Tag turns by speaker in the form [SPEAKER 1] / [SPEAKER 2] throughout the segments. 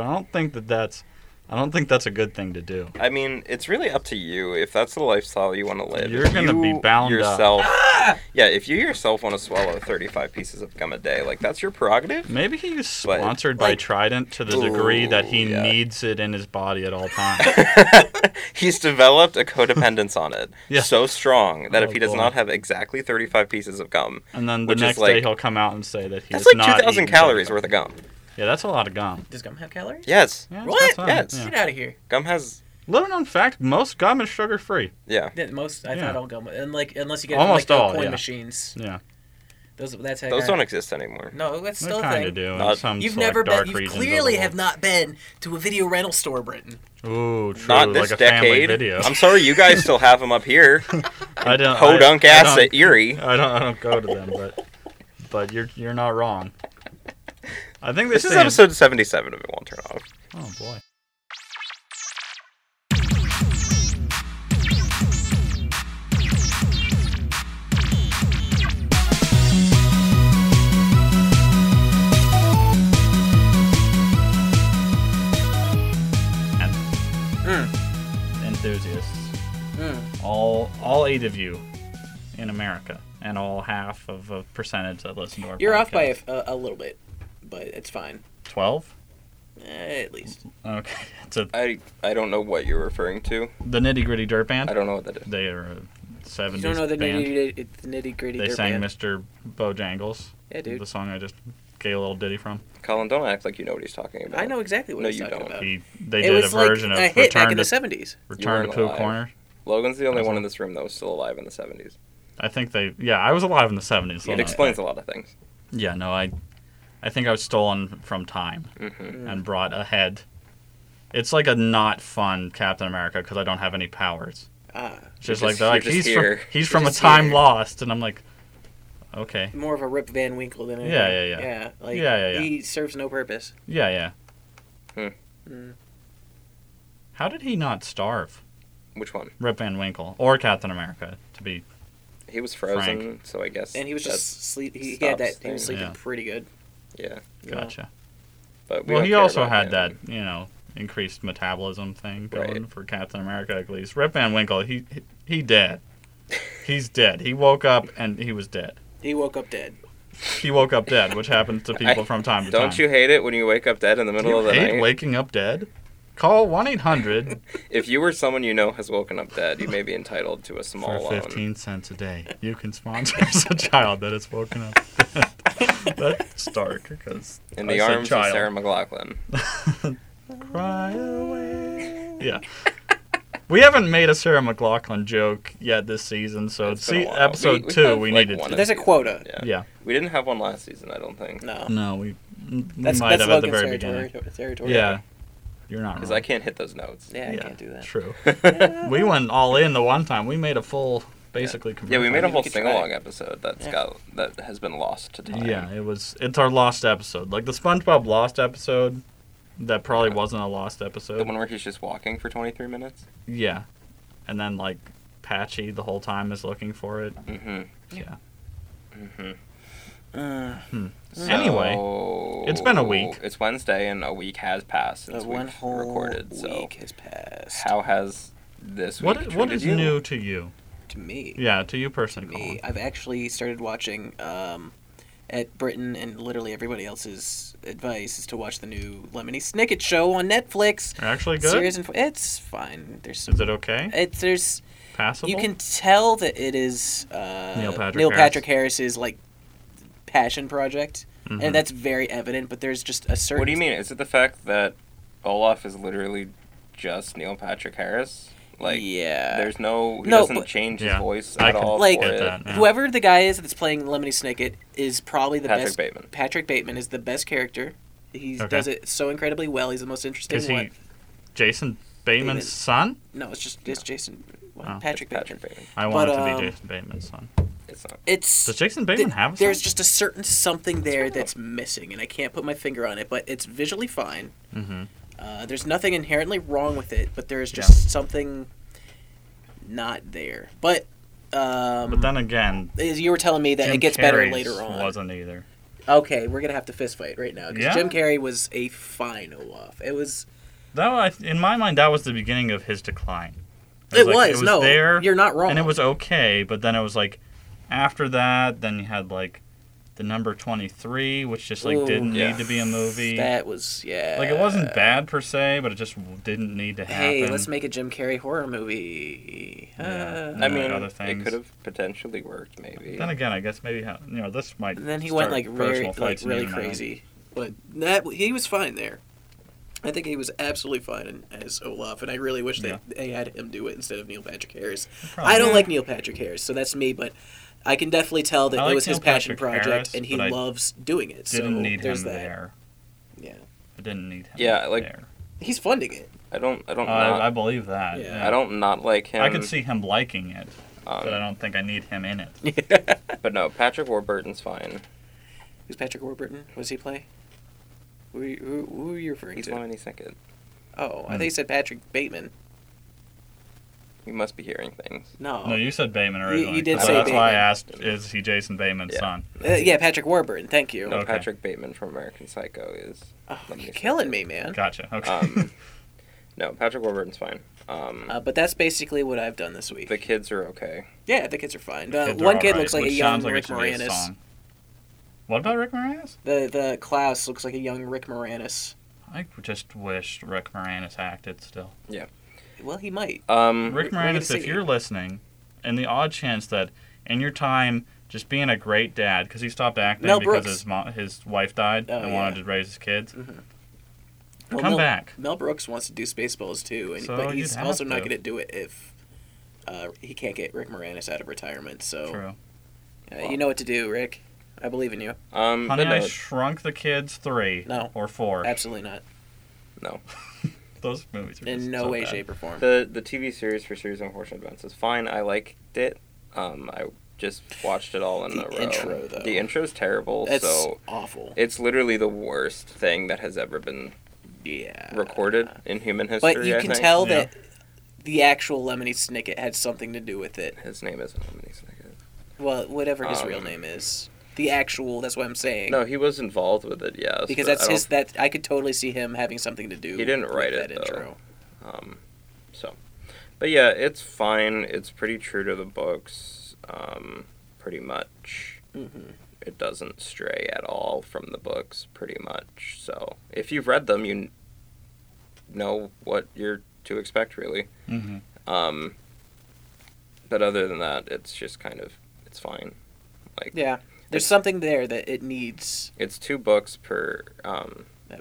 [SPEAKER 1] I don't think that that's I don't think that's a good thing to do.
[SPEAKER 2] I mean, it's really up to you if that's the lifestyle you want to live.
[SPEAKER 1] You're
[SPEAKER 2] If
[SPEAKER 1] gonna be
[SPEAKER 2] you
[SPEAKER 1] bound up.
[SPEAKER 2] yourself. Yeah, if you yourself want to swallow 35 pieces of gum a day, like that's your prerogative.
[SPEAKER 1] Maybe he's
[SPEAKER 2] But,
[SPEAKER 1] sponsored by
[SPEAKER 2] like-
[SPEAKER 1] Trident to the degree that he
[SPEAKER 2] Ooh, yeah.
[SPEAKER 1] needs it in his body at all times.
[SPEAKER 2] He's developed a codependence on it
[SPEAKER 1] Yeah.
[SPEAKER 2] so strong that
[SPEAKER 1] Oh,
[SPEAKER 2] if he does
[SPEAKER 1] boy.
[SPEAKER 2] not have exactly 35 pieces of gum,
[SPEAKER 1] And then the
[SPEAKER 2] Which is
[SPEAKER 1] next day
[SPEAKER 2] like-
[SPEAKER 1] he'll come out and say that he
[SPEAKER 2] that's
[SPEAKER 1] has
[SPEAKER 2] like
[SPEAKER 1] not
[SPEAKER 2] 2,000
[SPEAKER 1] eaten
[SPEAKER 2] calories
[SPEAKER 1] gum.
[SPEAKER 2] worth of gum.
[SPEAKER 1] Yeah, that's a lot of gum.
[SPEAKER 3] Does gum have calories?
[SPEAKER 2] Yes,
[SPEAKER 1] Yeah,
[SPEAKER 3] What?
[SPEAKER 1] that's not-
[SPEAKER 2] Yeah, it's-
[SPEAKER 1] yeah.
[SPEAKER 3] Get out of here.
[SPEAKER 2] gum has.
[SPEAKER 1] Little known fact: most gum is sugar free.
[SPEAKER 2] Yeah,
[SPEAKER 3] Yeah, most I
[SPEAKER 1] Yeah.
[SPEAKER 3] thought all gum, and like unless you get
[SPEAKER 1] Almost
[SPEAKER 3] like, the
[SPEAKER 1] all,
[SPEAKER 3] coin
[SPEAKER 1] yeah.
[SPEAKER 3] machines.
[SPEAKER 1] Yeah,
[SPEAKER 3] Those that's how
[SPEAKER 2] those don't exist anymore.
[SPEAKER 3] No, that's
[SPEAKER 1] they
[SPEAKER 3] still a
[SPEAKER 1] kind
[SPEAKER 3] thing.
[SPEAKER 1] of do. In
[SPEAKER 2] Not-
[SPEAKER 1] some
[SPEAKER 3] You've
[SPEAKER 1] select
[SPEAKER 3] never
[SPEAKER 1] dark
[SPEAKER 3] been. You
[SPEAKER 1] regions of the
[SPEAKER 3] clearly have
[SPEAKER 1] world.
[SPEAKER 3] not been to a video rental store, Britain.
[SPEAKER 1] Ooh, true.
[SPEAKER 2] Not this
[SPEAKER 1] like a family
[SPEAKER 2] decade.
[SPEAKER 1] video.
[SPEAKER 2] I'm sorry, you guys still have them up here.
[SPEAKER 1] I don't. I-
[SPEAKER 2] Podunk
[SPEAKER 1] I
[SPEAKER 2] ass
[SPEAKER 1] don't-
[SPEAKER 2] at Erie.
[SPEAKER 1] I don't. I don't go to them, but but you're you're not wrong. I think they
[SPEAKER 2] This is
[SPEAKER 1] say in-
[SPEAKER 2] episode 77 of It Won't Turn Off.
[SPEAKER 1] Oh boy. And
[SPEAKER 3] Hmm.
[SPEAKER 1] Enthusiasts, all all eight of you in America, and all half of a percentage that listen to our
[SPEAKER 3] You're off by a,
[SPEAKER 1] podcast.
[SPEAKER 3] a, a little bit, but it's fine.
[SPEAKER 1] twelve.
[SPEAKER 3] Eh, at least
[SPEAKER 1] Okay, it's a
[SPEAKER 2] I, I don't know what you're referring to.
[SPEAKER 1] the nitty gritty dirt band.
[SPEAKER 2] I don't know what that is.
[SPEAKER 1] They are a 70s
[SPEAKER 3] you don't know the
[SPEAKER 1] band.
[SPEAKER 3] nitty nitty gritty.
[SPEAKER 1] they
[SPEAKER 3] dirt
[SPEAKER 1] sang
[SPEAKER 3] band.
[SPEAKER 1] Mr. Bojangles.
[SPEAKER 3] Yeah, dude.
[SPEAKER 1] The song I just gave a little ditty from.
[SPEAKER 2] Colin, don't act like you know what he's talking about.
[SPEAKER 3] I know exactly what
[SPEAKER 2] No,
[SPEAKER 3] he's
[SPEAKER 2] you
[SPEAKER 3] talking
[SPEAKER 2] don't.
[SPEAKER 3] about.
[SPEAKER 1] He, they
[SPEAKER 3] Uh, it
[SPEAKER 1] did a
[SPEAKER 3] was like
[SPEAKER 1] version
[SPEAKER 3] a
[SPEAKER 1] of
[SPEAKER 3] hit back
[SPEAKER 1] Return
[SPEAKER 3] in the
[SPEAKER 1] to,
[SPEAKER 3] 70s.
[SPEAKER 1] Return to
[SPEAKER 2] weren't
[SPEAKER 1] Poo
[SPEAKER 2] alive.
[SPEAKER 1] Corner.
[SPEAKER 2] Logan's the only
[SPEAKER 1] That's
[SPEAKER 2] one
[SPEAKER 1] all.
[SPEAKER 2] in this room that was still alive in the 70s.
[SPEAKER 1] I think they. Yeah, I was alive in the 70s. so
[SPEAKER 2] It
[SPEAKER 1] no.
[SPEAKER 2] explains a lot of things.
[SPEAKER 1] Yeah, no, I. I think I was stolen from time
[SPEAKER 2] Mhm.
[SPEAKER 3] Mm.
[SPEAKER 1] and brought ahead. It's like a not fun Captain America because I don't have any powers.
[SPEAKER 3] Ah,
[SPEAKER 1] It's just
[SPEAKER 2] You're
[SPEAKER 1] like
[SPEAKER 2] just-
[SPEAKER 1] they're
[SPEAKER 2] you're
[SPEAKER 1] like
[SPEAKER 2] just
[SPEAKER 1] he's
[SPEAKER 2] here.
[SPEAKER 1] from he's
[SPEAKER 3] You're
[SPEAKER 1] from a
[SPEAKER 3] just
[SPEAKER 1] time
[SPEAKER 3] here.
[SPEAKER 1] lost, and I'm like, okay,
[SPEAKER 3] more of a Rip Van Winkle than anything.
[SPEAKER 1] Yeah, yeah, yeah.
[SPEAKER 3] Yeah, like,
[SPEAKER 1] Yeah, yeah, yeah.
[SPEAKER 3] He serves no purpose.
[SPEAKER 1] yeah, yeah.
[SPEAKER 2] Hmm.
[SPEAKER 3] Mm.
[SPEAKER 1] How did he not starve?
[SPEAKER 2] Which one?
[SPEAKER 1] Rip Van Winkle or Captain America to be
[SPEAKER 2] He was frozen,
[SPEAKER 1] Frank.
[SPEAKER 2] so I guess.
[SPEAKER 3] And he was
[SPEAKER 2] that's-
[SPEAKER 3] just sleep. He, he
[SPEAKER 2] stops
[SPEAKER 3] had that. He was
[SPEAKER 2] things.
[SPEAKER 3] sleeping
[SPEAKER 1] Yeah.
[SPEAKER 3] pretty good.
[SPEAKER 2] yeah.
[SPEAKER 3] you know?
[SPEAKER 1] gotcha.
[SPEAKER 2] But we
[SPEAKER 1] well,
[SPEAKER 2] don't
[SPEAKER 1] he
[SPEAKER 2] care
[SPEAKER 1] also
[SPEAKER 2] about
[SPEAKER 1] had
[SPEAKER 2] him.
[SPEAKER 1] that you know increased metabolism thing going
[SPEAKER 2] Right.
[SPEAKER 1] for Captain America at least. Rip Van Winkle, he he, he dead. He's dead. He woke up and he was dead.
[SPEAKER 3] He woke up dead.
[SPEAKER 1] He woke up dead, which happens to people
[SPEAKER 2] I-
[SPEAKER 1] from time to time.
[SPEAKER 2] Don't you hate it when you wake up dead in the middle
[SPEAKER 1] You
[SPEAKER 2] of the
[SPEAKER 1] hate
[SPEAKER 2] night?
[SPEAKER 1] waking up dead? Call one eight hundred
[SPEAKER 2] If you were someone you know has woken up dead, you may be entitled to a
[SPEAKER 1] for
[SPEAKER 2] small um, loan.
[SPEAKER 1] fifteen cents a day. You can sponsor a child that has woken up. dead. That's dark because
[SPEAKER 2] In
[SPEAKER 1] I
[SPEAKER 2] the
[SPEAKER 1] said
[SPEAKER 2] arms
[SPEAKER 1] child.
[SPEAKER 2] of Sarah McLaughlin.
[SPEAKER 1] Cry away. Yeah. We haven't made a Sarah McLaughlin joke yet this season, so
[SPEAKER 2] It's been
[SPEAKER 1] see
[SPEAKER 2] a while.
[SPEAKER 1] episode
[SPEAKER 2] We- we
[SPEAKER 1] two
[SPEAKER 2] have,
[SPEAKER 1] we
[SPEAKER 2] like,
[SPEAKER 1] needed
[SPEAKER 2] one
[SPEAKER 1] to.
[SPEAKER 2] of
[SPEAKER 3] There's a
[SPEAKER 2] these.
[SPEAKER 3] quota.
[SPEAKER 2] Yeah.
[SPEAKER 1] Yeah.
[SPEAKER 2] We didn't have one last season, I don't think.
[SPEAKER 3] No,
[SPEAKER 1] No, we, we
[SPEAKER 3] that's
[SPEAKER 1] might have
[SPEAKER 3] that's
[SPEAKER 1] at the
[SPEAKER 3] Logan's
[SPEAKER 1] very
[SPEAKER 3] territory,
[SPEAKER 1] beginning.
[SPEAKER 3] territory.
[SPEAKER 1] Yeah. You're not
[SPEAKER 2] Because
[SPEAKER 1] wrong.
[SPEAKER 2] I can't hit those notes.
[SPEAKER 3] yeah, I
[SPEAKER 1] Yeah,
[SPEAKER 3] can't do that.
[SPEAKER 1] True. we went all in the one time. We made a full, basically.
[SPEAKER 2] Yeah, we made a
[SPEAKER 3] we
[SPEAKER 2] whole
[SPEAKER 3] could
[SPEAKER 2] sing
[SPEAKER 3] try.
[SPEAKER 2] along episode that's
[SPEAKER 3] Yeah.
[SPEAKER 2] got that has been lost to time.
[SPEAKER 1] Yeah, it was. It's our lost episode, like the SpongeBob lost episode. That probably wasn't a lost
[SPEAKER 2] Uh, The
[SPEAKER 1] episode.
[SPEAKER 2] one where he's just walking for 23 minutes.
[SPEAKER 1] Yeah, and then like Patchy the whole time is looking for it.
[SPEAKER 2] Mm-hmm.
[SPEAKER 1] Yeah.
[SPEAKER 2] Mm-hmm.
[SPEAKER 3] Uh,
[SPEAKER 1] Anyway, it's been a week.
[SPEAKER 2] It's Wednesday, and a week has passed since
[SPEAKER 3] uh, one
[SPEAKER 2] we've
[SPEAKER 3] whole
[SPEAKER 2] recorded. So
[SPEAKER 3] week has passed.
[SPEAKER 2] how has this week
[SPEAKER 1] What what
[SPEAKER 2] treated
[SPEAKER 1] is
[SPEAKER 2] you?
[SPEAKER 1] new to you?
[SPEAKER 3] to me?
[SPEAKER 1] Yeah, to you personally.
[SPEAKER 3] me.
[SPEAKER 1] Colin.
[SPEAKER 3] I've actually started watching um, at Britain and literally everybody else's advice is to watch the new Lemony Snicket show on Netflix.
[SPEAKER 1] They're actually good.
[SPEAKER 3] Series and it's fine. There's some,
[SPEAKER 1] Is it okay?
[SPEAKER 3] it's there's
[SPEAKER 1] Passable.
[SPEAKER 3] Uh, you can tell that it is uh,
[SPEAKER 1] Neil Patrick Harris.
[SPEAKER 3] Patrick Harris's like passion project,
[SPEAKER 1] Mhm.
[SPEAKER 3] and that's very evident. But there's just a certain
[SPEAKER 2] What do you mean? Is it the fact that Olaf is literally just Neil Patrick Harris? Like,
[SPEAKER 3] yeah,
[SPEAKER 2] there's no. He
[SPEAKER 3] No,
[SPEAKER 2] doesn't
[SPEAKER 3] but-
[SPEAKER 2] change his
[SPEAKER 1] Yeah,
[SPEAKER 2] voice
[SPEAKER 1] I
[SPEAKER 2] at
[SPEAKER 1] can
[SPEAKER 2] all.
[SPEAKER 3] Like-
[SPEAKER 2] for
[SPEAKER 1] get
[SPEAKER 2] it.
[SPEAKER 1] that. yeah.
[SPEAKER 3] whoever the guy is that's playing Lemony Snicket is probably the
[SPEAKER 2] Patrick
[SPEAKER 3] best.
[SPEAKER 2] Bateman.
[SPEAKER 3] Patrick Bateman is the best character. He
[SPEAKER 1] Okay.
[SPEAKER 3] does it so incredibly well. He's the most interesting
[SPEAKER 1] Is
[SPEAKER 3] one.
[SPEAKER 1] he Jason Bateman's son?
[SPEAKER 3] Bateman. No, it's just it's Jason what,
[SPEAKER 1] Oh.
[SPEAKER 3] Patrick Bateman.
[SPEAKER 2] Patrick Bateman.
[SPEAKER 1] I want
[SPEAKER 3] But,
[SPEAKER 1] it to
[SPEAKER 3] um,
[SPEAKER 1] be Jason Bateman's son.
[SPEAKER 2] It's not.
[SPEAKER 3] It's
[SPEAKER 1] Does Jason Bateman have a son?
[SPEAKER 3] there's just a certain something there
[SPEAKER 2] weird.
[SPEAKER 3] that's missing, and I can't put my finger on it, but it's visually fine.
[SPEAKER 1] Mm-hmm.
[SPEAKER 3] Uh, there's nothing inherently wrong with it, but there is
[SPEAKER 1] Yeah.
[SPEAKER 3] just something not there. But um,
[SPEAKER 1] But then again,
[SPEAKER 3] as you were telling me that
[SPEAKER 1] Jim
[SPEAKER 3] it gets better
[SPEAKER 1] Carrey's
[SPEAKER 3] later on.
[SPEAKER 1] Wasn't either.
[SPEAKER 3] Okay, we're gonna have to fist fight right now because
[SPEAKER 1] Yeah.
[SPEAKER 3] Jim Carrey was a fine Olaf. It was.
[SPEAKER 1] That was, in my mind, that was the beginning of his decline.
[SPEAKER 3] It was,
[SPEAKER 1] like,
[SPEAKER 3] no.
[SPEAKER 1] there,
[SPEAKER 3] You're not wrong.
[SPEAKER 1] and it was okay, but then it was like, after that, then you had like, the number twenty three, which just like
[SPEAKER 3] Ooh,
[SPEAKER 1] didn't
[SPEAKER 2] yeah.
[SPEAKER 1] need to be a movie.
[SPEAKER 3] That was yeah.
[SPEAKER 1] like it wasn't bad per se, but it just w- didn't need to happen.
[SPEAKER 3] Hey, let's make a Jim Carrey horror movie.
[SPEAKER 1] Yeah.
[SPEAKER 3] Ah.
[SPEAKER 2] I
[SPEAKER 1] and, like,
[SPEAKER 2] mean,
[SPEAKER 1] other
[SPEAKER 2] it
[SPEAKER 1] things.
[SPEAKER 2] could have potentially worked, maybe.
[SPEAKER 1] Then again, I guess maybe ha- you know this might.
[SPEAKER 3] And then he
[SPEAKER 1] start
[SPEAKER 3] went like
[SPEAKER 1] personal
[SPEAKER 3] very, like
[SPEAKER 1] fights in
[SPEAKER 3] really
[SPEAKER 1] you and I.
[SPEAKER 3] crazy. But that he was fine there. I think he was absolutely fine in, as Olaf, and I really wish they
[SPEAKER 1] Yeah.
[SPEAKER 3] they had him do it instead of Neil Patrick Harris.
[SPEAKER 1] Probably.
[SPEAKER 3] I don't like Neil Patrick Harris, so that's me. But I can definitely tell that
[SPEAKER 1] I
[SPEAKER 3] it
[SPEAKER 1] like
[SPEAKER 3] was his
[SPEAKER 1] Neil
[SPEAKER 3] passion
[SPEAKER 1] Patrick
[SPEAKER 3] project,
[SPEAKER 1] Harris,
[SPEAKER 3] and he
[SPEAKER 1] but I
[SPEAKER 3] loves doing it.
[SPEAKER 1] Didn't
[SPEAKER 3] so
[SPEAKER 1] need
[SPEAKER 3] there's
[SPEAKER 1] him
[SPEAKER 3] that.
[SPEAKER 1] there.
[SPEAKER 3] Yeah,
[SPEAKER 1] I didn't need him.
[SPEAKER 2] Yeah, like,
[SPEAKER 1] there.
[SPEAKER 3] he's funding it.
[SPEAKER 2] I don't. I don't.
[SPEAKER 1] I, Uh, I
[SPEAKER 2] not,
[SPEAKER 1] believe that.
[SPEAKER 3] Yeah.
[SPEAKER 1] Yeah.
[SPEAKER 2] I, don't not like him.
[SPEAKER 1] I could see him liking it, but I
[SPEAKER 2] Um,
[SPEAKER 1] don't think I need him in it.
[SPEAKER 2] but no, Patrick Warburton's fine.
[SPEAKER 3] Who's Patrick Warburton? What does he play? Who, who, who are you referring
[SPEAKER 2] He's
[SPEAKER 3] to?
[SPEAKER 2] on any second.
[SPEAKER 3] Oh, I
[SPEAKER 1] Hmm.
[SPEAKER 3] think you said Patrick Bateman.
[SPEAKER 2] You must be hearing things.
[SPEAKER 3] No.
[SPEAKER 1] No, you said Bateman
[SPEAKER 3] You-
[SPEAKER 1] originally.
[SPEAKER 3] you did
[SPEAKER 1] so
[SPEAKER 2] say
[SPEAKER 1] that's why I
[SPEAKER 3] Bateman.
[SPEAKER 1] asked, is he Jason Bateman's
[SPEAKER 2] Yeah.
[SPEAKER 1] son?
[SPEAKER 3] Uh, yeah, Patrick Warburton. Thank you.
[SPEAKER 2] No,
[SPEAKER 1] Okay.
[SPEAKER 2] Patrick Bateman from American Psycho is.
[SPEAKER 3] Oh,
[SPEAKER 2] Let me
[SPEAKER 3] you're
[SPEAKER 2] see.
[SPEAKER 3] killing me, man.
[SPEAKER 1] Gotcha. Okay.
[SPEAKER 2] Um, no, Patrick Warburton's fine. Um,
[SPEAKER 3] Uh, but that's basically what I've done this week.
[SPEAKER 2] the kids are okay.
[SPEAKER 3] yeah, the kids are fine.
[SPEAKER 1] The
[SPEAKER 3] The,
[SPEAKER 1] kids are
[SPEAKER 3] Uh, one kid
[SPEAKER 1] alright,
[SPEAKER 3] looks like a
[SPEAKER 1] which
[SPEAKER 3] young
[SPEAKER 1] sounds like
[SPEAKER 3] Rick
[SPEAKER 1] it's related to the
[SPEAKER 3] Moranis.
[SPEAKER 1] song. What about Rick Moranis?
[SPEAKER 3] The the Klaus looks like a young Rick Moranis.
[SPEAKER 1] I just wish Rick Moranis acted still.
[SPEAKER 3] Well, he might.
[SPEAKER 2] Um,
[SPEAKER 1] Rick
[SPEAKER 3] we're gonna
[SPEAKER 1] Moranis,
[SPEAKER 3] see.
[SPEAKER 1] if you're listening, and the odd chance that in your time just being a great dad, because he stopped acting
[SPEAKER 3] Mel
[SPEAKER 1] because
[SPEAKER 3] Brooks.
[SPEAKER 1] his mo- his wife died
[SPEAKER 3] Oh,
[SPEAKER 1] and
[SPEAKER 3] yeah.
[SPEAKER 1] wanted to raise his kids,
[SPEAKER 3] Well,
[SPEAKER 1] come
[SPEAKER 3] Mel,
[SPEAKER 1] back.
[SPEAKER 3] Mel Brooks wants to do Spaceballs too, and
[SPEAKER 1] So
[SPEAKER 3] but
[SPEAKER 1] you'd
[SPEAKER 3] he's
[SPEAKER 1] have
[SPEAKER 3] also not
[SPEAKER 1] to.
[SPEAKER 3] going to do it if uh, he can't get Rick Moranis out of retirement. So
[SPEAKER 1] True.
[SPEAKER 3] uh, you know what to do, Rick. I believe in you.
[SPEAKER 2] um,
[SPEAKER 1] Honey,
[SPEAKER 2] but
[SPEAKER 1] I
[SPEAKER 2] no,
[SPEAKER 1] Shrunk the Kids three
[SPEAKER 3] Mm, No.
[SPEAKER 1] or four.
[SPEAKER 3] Absolutely not.
[SPEAKER 2] no.
[SPEAKER 1] Those movies are just
[SPEAKER 3] In no
[SPEAKER 1] so
[SPEAKER 3] way,
[SPEAKER 1] bad.
[SPEAKER 3] shape, or form.
[SPEAKER 2] The the TV series for Series of Unfortunate Events is fine. I liked it. Um, I just watched it all in
[SPEAKER 3] The
[SPEAKER 2] a row.
[SPEAKER 3] intro, though.
[SPEAKER 2] The intro's terrible.
[SPEAKER 3] That's
[SPEAKER 2] So
[SPEAKER 3] awful.
[SPEAKER 2] it's literally the worst thing that has ever been
[SPEAKER 3] Yeah.
[SPEAKER 2] recorded in human history.
[SPEAKER 3] But you
[SPEAKER 2] I
[SPEAKER 3] can
[SPEAKER 2] think.
[SPEAKER 3] tell
[SPEAKER 1] Yeah.
[SPEAKER 3] that the actual Lemony Snicket had something to do with it.
[SPEAKER 2] his name isn't Lemony Snicket.
[SPEAKER 3] Well, whatever his real
[SPEAKER 2] Um,
[SPEAKER 3] name is, the actual. That's what I'm saying.
[SPEAKER 2] No, he was involved with it. Yes,
[SPEAKER 3] because
[SPEAKER 2] but
[SPEAKER 3] that's
[SPEAKER 2] I don't
[SPEAKER 3] his. That I could totally see him having something to do.
[SPEAKER 2] He didn't
[SPEAKER 3] with
[SPEAKER 2] write
[SPEAKER 3] that
[SPEAKER 2] it, though.
[SPEAKER 3] Intro.
[SPEAKER 2] Um, so, but yeah, it's fine. It's pretty true to the books, um, pretty much.
[SPEAKER 3] Mhm.
[SPEAKER 2] It doesn't stray at all from the books, pretty much. So, if you've read them, you kn- know what you're to expect, really.
[SPEAKER 1] Mhm.
[SPEAKER 2] Um, but other than that, it's just kind of it's fine. Like
[SPEAKER 3] Yeah, there's
[SPEAKER 2] It's-
[SPEAKER 3] something there that it needs.
[SPEAKER 2] it's two books per um,
[SPEAKER 3] Uh,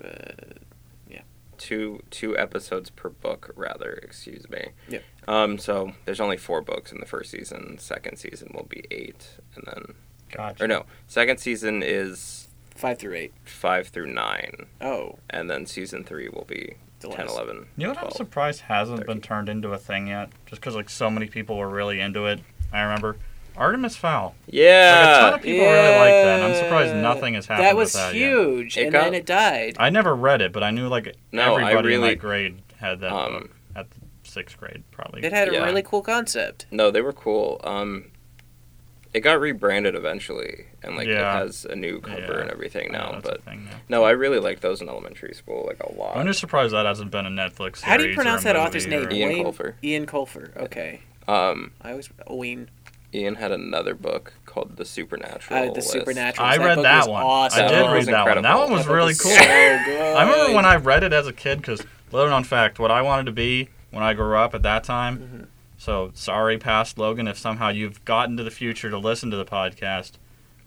[SPEAKER 2] two two episodes per book rather excuse me
[SPEAKER 3] Yep.
[SPEAKER 2] um so there's only four books in the first season second season will be eight and then
[SPEAKER 1] Gotcha.
[SPEAKER 2] or no second season is
[SPEAKER 3] five through eight.
[SPEAKER 2] five through nine
[SPEAKER 3] Oh,
[SPEAKER 2] and then season three will be
[SPEAKER 3] The
[SPEAKER 2] 10
[SPEAKER 3] last.
[SPEAKER 2] 11
[SPEAKER 1] You know what I'm
[SPEAKER 2] 12.
[SPEAKER 1] surprised hasn't been
[SPEAKER 2] 13.
[SPEAKER 1] turned into a thing yet? Just because like so many people were really into it. I remember Artemis Fowl. Like, a ton
[SPEAKER 2] yeah
[SPEAKER 1] of people really like that. and I'm surprised nothing has happened
[SPEAKER 3] That
[SPEAKER 1] with
[SPEAKER 3] was
[SPEAKER 1] that yet.
[SPEAKER 3] huge,
[SPEAKER 2] It
[SPEAKER 3] and
[SPEAKER 2] got-
[SPEAKER 3] then it died.
[SPEAKER 1] I never read it, but I knew like
[SPEAKER 2] No, I
[SPEAKER 1] everybody in my
[SPEAKER 2] really-
[SPEAKER 1] grade had that
[SPEAKER 2] Um,
[SPEAKER 1] book at sixth grade, probably.
[SPEAKER 3] It had a
[SPEAKER 2] Yeah.
[SPEAKER 3] really cool concept.
[SPEAKER 2] no they were cool um it got rebranded eventually and like
[SPEAKER 1] Yeah.
[SPEAKER 2] it has a new cover
[SPEAKER 1] Yeah.
[SPEAKER 2] and everything
[SPEAKER 1] Yeah,
[SPEAKER 2] now
[SPEAKER 1] that's a
[SPEAKER 2] but
[SPEAKER 1] thing now.
[SPEAKER 2] no i really liked those in elementary school like a lot
[SPEAKER 1] I'm just surprised that hasn't been a Netflix. Series
[SPEAKER 3] How do you pronounce
[SPEAKER 1] or a
[SPEAKER 3] that author's
[SPEAKER 1] movie
[SPEAKER 3] name?
[SPEAKER 1] or-
[SPEAKER 2] Ian
[SPEAKER 3] Wayne-
[SPEAKER 2] Colfer.
[SPEAKER 3] Ian Colfer. Okay,
[SPEAKER 2] um
[SPEAKER 3] I always Wayne.
[SPEAKER 2] Ian had another book called The Supernatural.
[SPEAKER 3] Uh, the
[SPEAKER 2] List.
[SPEAKER 3] Supernatural.
[SPEAKER 1] I
[SPEAKER 3] book
[SPEAKER 1] read that
[SPEAKER 3] was
[SPEAKER 1] one.
[SPEAKER 3] Awesome.
[SPEAKER 1] I
[SPEAKER 2] That
[SPEAKER 1] did
[SPEAKER 2] one
[SPEAKER 1] read
[SPEAKER 2] was
[SPEAKER 1] that one. That
[SPEAKER 2] incredible.
[SPEAKER 1] one was
[SPEAKER 3] That book
[SPEAKER 1] really
[SPEAKER 3] was
[SPEAKER 1] cool.
[SPEAKER 3] so good.
[SPEAKER 1] I remember when I read it as a kid because, low known fact, what I wanted to be when I grew up at that time.
[SPEAKER 2] Mm-hmm.
[SPEAKER 1] So sorry, past Logan, if somehow you've gotten to the future to listen to the podcast,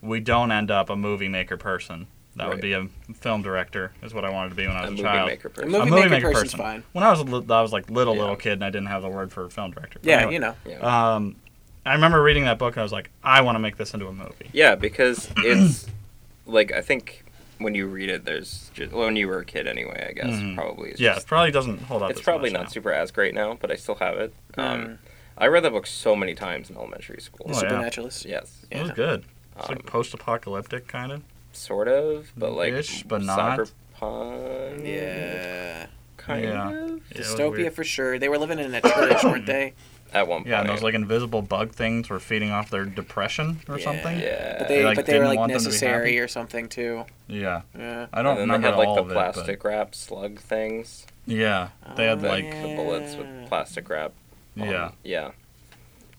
[SPEAKER 1] we don't end up a movie maker person. That would
[SPEAKER 2] Right.
[SPEAKER 1] be a film director, is what I wanted to be when I
[SPEAKER 2] A
[SPEAKER 1] was
[SPEAKER 2] movie
[SPEAKER 1] a child.
[SPEAKER 2] maker
[SPEAKER 3] A
[SPEAKER 2] person.
[SPEAKER 3] movie,
[SPEAKER 1] a movie
[SPEAKER 3] maker,
[SPEAKER 1] maker
[SPEAKER 3] person's
[SPEAKER 1] person.
[SPEAKER 3] fine.
[SPEAKER 1] When I was a li- I was like little
[SPEAKER 2] Yeah.
[SPEAKER 1] little kid and I didn't have the word for film director. But
[SPEAKER 3] Yeah,
[SPEAKER 1] anyway,
[SPEAKER 3] you know.
[SPEAKER 2] yeah.
[SPEAKER 1] Um, I remember reading that book and I was like, I want to make this into a movie.
[SPEAKER 2] yeah, because it's like I think when you read it, there's just well, when you were a kid anyway. I guess
[SPEAKER 1] Mhm.
[SPEAKER 2] probably. It's
[SPEAKER 1] yeah,
[SPEAKER 2] just-
[SPEAKER 1] it probably doesn't hold up.
[SPEAKER 2] it's
[SPEAKER 1] as
[SPEAKER 2] probably
[SPEAKER 1] much
[SPEAKER 2] not
[SPEAKER 1] now.
[SPEAKER 2] super as great now, but I still have it.
[SPEAKER 3] Mm.
[SPEAKER 2] Um, I read that book so many times in elementary school.
[SPEAKER 1] Oh,
[SPEAKER 3] The
[SPEAKER 1] yeah.
[SPEAKER 3] Supernaturalist.
[SPEAKER 2] Yes,
[SPEAKER 1] It was
[SPEAKER 3] Yeah.
[SPEAKER 1] good. It's
[SPEAKER 2] um,
[SPEAKER 1] like post-apocalyptic kind of.
[SPEAKER 2] sort of, but like
[SPEAKER 1] Ish, but not.
[SPEAKER 2] cyberpunk, kind
[SPEAKER 3] Yeah.
[SPEAKER 1] Yeah.
[SPEAKER 2] of.
[SPEAKER 1] Yeah, it was
[SPEAKER 3] Dystopia
[SPEAKER 1] weird.
[SPEAKER 3] for sure. They were living in a church, weren't they?
[SPEAKER 2] at one point.
[SPEAKER 1] Yeah, and those like invisible bug things were feeding off their depression or
[SPEAKER 3] Yeah.
[SPEAKER 1] something.
[SPEAKER 2] yeah.
[SPEAKER 3] But they,
[SPEAKER 1] like,
[SPEAKER 3] but they were
[SPEAKER 1] didn't
[SPEAKER 3] like
[SPEAKER 1] want them to be
[SPEAKER 3] necessary
[SPEAKER 1] happy?
[SPEAKER 3] or something too.
[SPEAKER 1] Yeah.
[SPEAKER 3] Yeah.
[SPEAKER 1] I don't
[SPEAKER 2] and then
[SPEAKER 1] remember
[SPEAKER 2] they had like
[SPEAKER 1] all
[SPEAKER 2] the
[SPEAKER 1] of it, but-
[SPEAKER 2] plastic wrap slug things,
[SPEAKER 1] yeah, they had
[SPEAKER 3] Oh,
[SPEAKER 1] like
[SPEAKER 3] yeah.
[SPEAKER 2] the bullets with plastic wrap. on-
[SPEAKER 1] yeah,
[SPEAKER 2] yeah.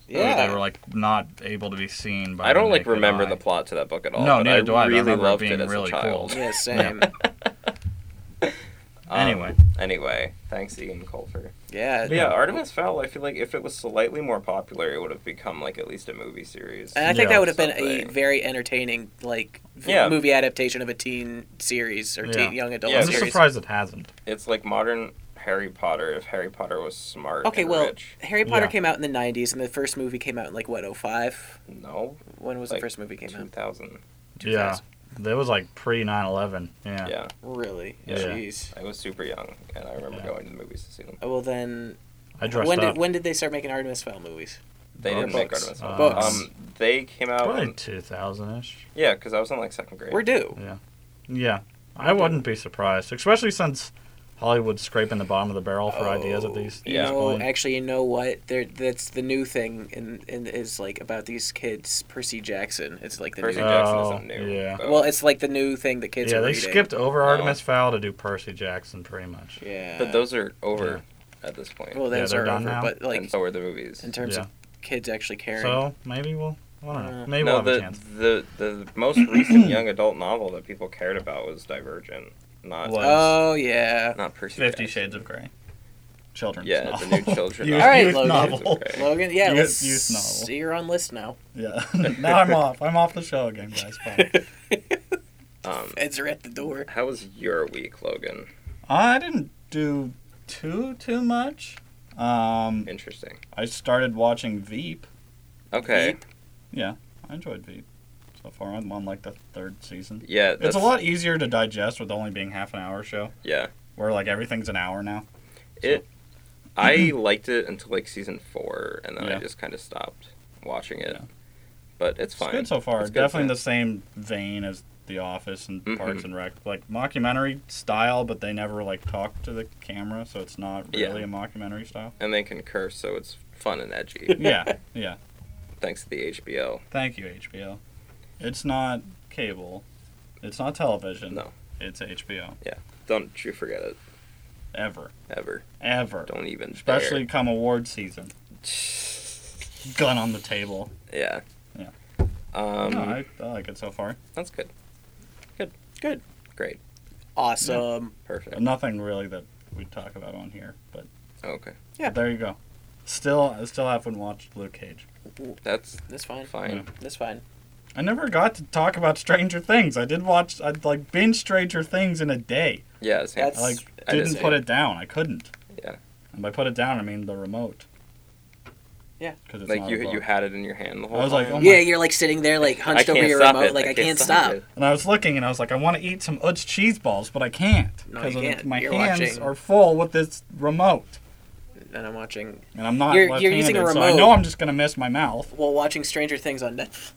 [SPEAKER 1] They-
[SPEAKER 3] Yeah.
[SPEAKER 1] they were like not able to be seen by.
[SPEAKER 2] I don't
[SPEAKER 1] the
[SPEAKER 2] like
[SPEAKER 1] naked
[SPEAKER 2] remember
[SPEAKER 1] eye.
[SPEAKER 2] the plot to that book at all.
[SPEAKER 1] No,
[SPEAKER 2] but
[SPEAKER 1] neither
[SPEAKER 2] I
[SPEAKER 1] do I, but I
[SPEAKER 2] Really
[SPEAKER 1] remember it
[SPEAKER 2] loved
[SPEAKER 1] being
[SPEAKER 2] it as
[SPEAKER 1] really
[SPEAKER 2] a child.
[SPEAKER 3] yeah, same.
[SPEAKER 2] Um,
[SPEAKER 1] Anyway.
[SPEAKER 2] Anyway, thanks Ian Colfer.
[SPEAKER 3] yeah.
[SPEAKER 2] But yeah, Artemis Fowl. I feel like if it was slightly more popular, it would have become like at least a movie series.
[SPEAKER 3] And I think
[SPEAKER 1] Yeah.
[SPEAKER 3] that would have been a
[SPEAKER 2] Something.
[SPEAKER 3] very entertaining like v-
[SPEAKER 2] Yeah.
[SPEAKER 3] movie adaptation of a teen series or teen,
[SPEAKER 1] Yeah.
[SPEAKER 3] young adult
[SPEAKER 2] Yeah,
[SPEAKER 1] I'm
[SPEAKER 2] it's a
[SPEAKER 3] series.
[SPEAKER 1] surprised it hasn't.
[SPEAKER 2] It's like modern Harry Potter. If Harry Potter was smart.
[SPEAKER 3] Okay,
[SPEAKER 2] and
[SPEAKER 3] well,
[SPEAKER 2] rich.
[SPEAKER 3] Harry Potter
[SPEAKER 1] Yeah.
[SPEAKER 3] came out in the 90s and the first movie came out in like what 05?
[SPEAKER 2] no,
[SPEAKER 3] When was the
[SPEAKER 2] Like,
[SPEAKER 3] first movie came
[SPEAKER 2] two
[SPEAKER 3] out?
[SPEAKER 2] thousand.
[SPEAKER 1] Yeah, that was like pre 9/11. Yeah.
[SPEAKER 2] Yeah,
[SPEAKER 3] Really?
[SPEAKER 1] Yeah.
[SPEAKER 3] Jeez.
[SPEAKER 2] I was super young, and I remember
[SPEAKER 1] Yeah.
[SPEAKER 2] going to the movies to see them.
[SPEAKER 3] Oh, well then
[SPEAKER 1] I dressed
[SPEAKER 3] when
[SPEAKER 1] up.
[SPEAKER 3] did when did they start making Artemis Fowl movies?
[SPEAKER 2] They didn't make
[SPEAKER 3] Books.
[SPEAKER 2] Artemis Fowl.
[SPEAKER 3] Books.
[SPEAKER 2] Um, they came out.
[SPEAKER 1] Probably
[SPEAKER 2] in-
[SPEAKER 1] 2000 ish.
[SPEAKER 2] yeah, because I was in like second grade.
[SPEAKER 3] We're due.
[SPEAKER 1] Yeah, I wouldn't be surprised, especially since Hollywood's scraping the bottom of the barrel for ideas at
[SPEAKER 3] Oh,
[SPEAKER 1] these.
[SPEAKER 3] You
[SPEAKER 2] Yeah.
[SPEAKER 3] know,
[SPEAKER 1] point.
[SPEAKER 3] actually, you know what? There, that's the new thing, and in, is like about these kids. Percy Jackson. It's like the
[SPEAKER 2] Percy
[SPEAKER 3] new.
[SPEAKER 1] Uh,
[SPEAKER 2] Jackson
[SPEAKER 1] Oh,
[SPEAKER 2] isn't new.
[SPEAKER 1] yeah.
[SPEAKER 2] but-
[SPEAKER 3] well, it's like the new thing that kids
[SPEAKER 1] yeah,
[SPEAKER 3] are
[SPEAKER 1] they
[SPEAKER 3] reading.
[SPEAKER 1] skipped over Artemis Fowl to do Percy Jackson, pretty much.
[SPEAKER 3] Yeah.
[SPEAKER 2] but those are over at this point.
[SPEAKER 3] uh, Well,
[SPEAKER 1] Yeah,
[SPEAKER 3] those
[SPEAKER 1] they're
[SPEAKER 3] are
[SPEAKER 1] done
[SPEAKER 3] over.
[SPEAKER 1] now.
[SPEAKER 3] But
[SPEAKER 2] and
[SPEAKER 3] like
[SPEAKER 2] so are the movies.
[SPEAKER 3] in terms
[SPEAKER 1] yeah.
[SPEAKER 3] of kids actually caring.
[SPEAKER 1] So maybe we'll. I don't know.
[SPEAKER 3] Uh,
[SPEAKER 1] Maybe
[SPEAKER 2] no,
[SPEAKER 1] we'll have
[SPEAKER 2] the,
[SPEAKER 1] a chance.
[SPEAKER 2] the the most recent young adult novel that people cared about was Divergent, not
[SPEAKER 1] What?
[SPEAKER 3] oh yeah.
[SPEAKER 2] not Percy.
[SPEAKER 1] Fifty
[SPEAKER 2] Jackson.
[SPEAKER 1] Shades of Grey. Children's
[SPEAKER 2] Yeah,
[SPEAKER 1] novel.
[SPEAKER 2] the new children's
[SPEAKER 1] youth,
[SPEAKER 3] All right,
[SPEAKER 1] youth
[SPEAKER 3] Logan.
[SPEAKER 1] novel.
[SPEAKER 2] Okay.
[SPEAKER 3] Logan, yeah,
[SPEAKER 1] Youth-
[SPEAKER 3] let's,
[SPEAKER 1] youth novel.
[SPEAKER 3] you're on list now.
[SPEAKER 1] Yeah. now I'm off. I'm off the show again, guys. Bye.
[SPEAKER 2] Um,
[SPEAKER 3] Feds are at the door.
[SPEAKER 2] how was your week, Logan?
[SPEAKER 1] I didn't do too too much. Um,
[SPEAKER 2] Interesting.
[SPEAKER 1] I started watching Veep.
[SPEAKER 2] Okay.
[SPEAKER 3] Veep?
[SPEAKER 1] Yeah, I enjoyed Veep so far. I'm on like the third season.
[SPEAKER 2] Yeah,
[SPEAKER 1] It's
[SPEAKER 2] that's
[SPEAKER 1] a lot easier to digest with only being half an hour show,
[SPEAKER 2] Yeah,
[SPEAKER 1] where like everything's an hour now.
[SPEAKER 2] it. I liked it until like season four, and then I
[SPEAKER 1] Yeah.
[SPEAKER 2] just kind of stopped watching it.
[SPEAKER 1] Yeah.
[SPEAKER 2] But it's fine.
[SPEAKER 1] It's good so far.
[SPEAKER 2] It's good,
[SPEAKER 1] Definitely
[SPEAKER 2] yeah.
[SPEAKER 1] the same vein as The Office and
[SPEAKER 2] Mhm.
[SPEAKER 1] Parks and Rec, like mockumentary style, but they never like talk to the camera, so it's not
[SPEAKER 2] Yeah.
[SPEAKER 1] really a mockumentary style.
[SPEAKER 2] and they can curse, so it's fun and edgy.
[SPEAKER 1] yeah, yeah.
[SPEAKER 2] thanks to the HBO.
[SPEAKER 1] Thank you HBO. It's not cable. It's not television.
[SPEAKER 2] No.
[SPEAKER 1] It's HBO.
[SPEAKER 2] Don't you forget it
[SPEAKER 1] Ever.
[SPEAKER 2] ever.
[SPEAKER 1] Ever.
[SPEAKER 2] Don't even.
[SPEAKER 1] Especially come award season. Gun on the table.
[SPEAKER 2] dare. Yeah.
[SPEAKER 1] Yeah.
[SPEAKER 2] Um,
[SPEAKER 1] no, I, I like it so far.
[SPEAKER 2] That's good.
[SPEAKER 3] Good.
[SPEAKER 2] Great.
[SPEAKER 3] Awesome.
[SPEAKER 2] Perfect.
[SPEAKER 1] Nothing really that we talk about on here, but
[SPEAKER 2] Okay.
[SPEAKER 3] Yeah.
[SPEAKER 1] there you go. Still, I still haven't watched Luke Cage.
[SPEAKER 2] That's
[SPEAKER 3] That's fine.
[SPEAKER 2] fine.
[SPEAKER 3] That's fine.
[SPEAKER 1] I never got to talk about Stranger Things. I did watch, I like binge Stranger Things in a day.
[SPEAKER 2] Yeah. same.
[SPEAKER 3] That's-
[SPEAKER 1] I like
[SPEAKER 2] I
[SPEAKER 1] didn't
[SPEAKER 2] did
[SPEAKER 1] put
[SPEAKER 2] too.
[SPEAKER 1] it down. I couldn't.
[SPEAKER 2] Yeah.
[SPEAKER 1] And by put it down, I mean the remote.
[SPEAKER 3] Yeah.
[SPEAKER 1] Because it's
[SPEAKER 2] like
[SPEAKER 1] not
[SPEAKER 2] you
[SPEAKER 1] a book.
[SPEAKER 2] you had it in your hand the whole
[SPEAKER 1] I was like,
[SPEAKER 2] time.
[SPEAKER 1] oh my-
[SPEAKER 3] Yeah, you're like sitting there, like
[SPEAKER 2] I
[SPEAKER 3] hunched
[SPEAKER 2] can't
[SPEAKER 3] over your
[SPEAKER 2] stop
[SPEAKER 3] remote,
[SPEAKER 2] it.
[SPEAKER 3] like I, can't, stop.
[SPEAKER 2] it.
[SPEAKER 1] And I was looking, and I was like, I want to eat some Utz cheese balls, but I can't
[SPEAKER 3] No,
[SPEAKER 1] because
[SPEAKER 3] you
[SPEAKER 1] of-
[SPEAKER 3] can't.
[SPEAKER 1] my
[SPEAKER 3] You're
[SPEAKER 1] hands
[SPEAKER 3] watching.
[SPEAKER 1] are full with this remote,
[SPEAKER 3] And I'm watching.
[SPEAKER 1] and I'm not.
[SPEAKER 3] You're- you're using a
[SPEAKER 1] left-handed, So I
[SPEAKER 3] remote.
[SPEAKER 1] know I'm just gonna miss my mouth.
[SPEAKER 3] Well, watching Stranger Things on Netflix.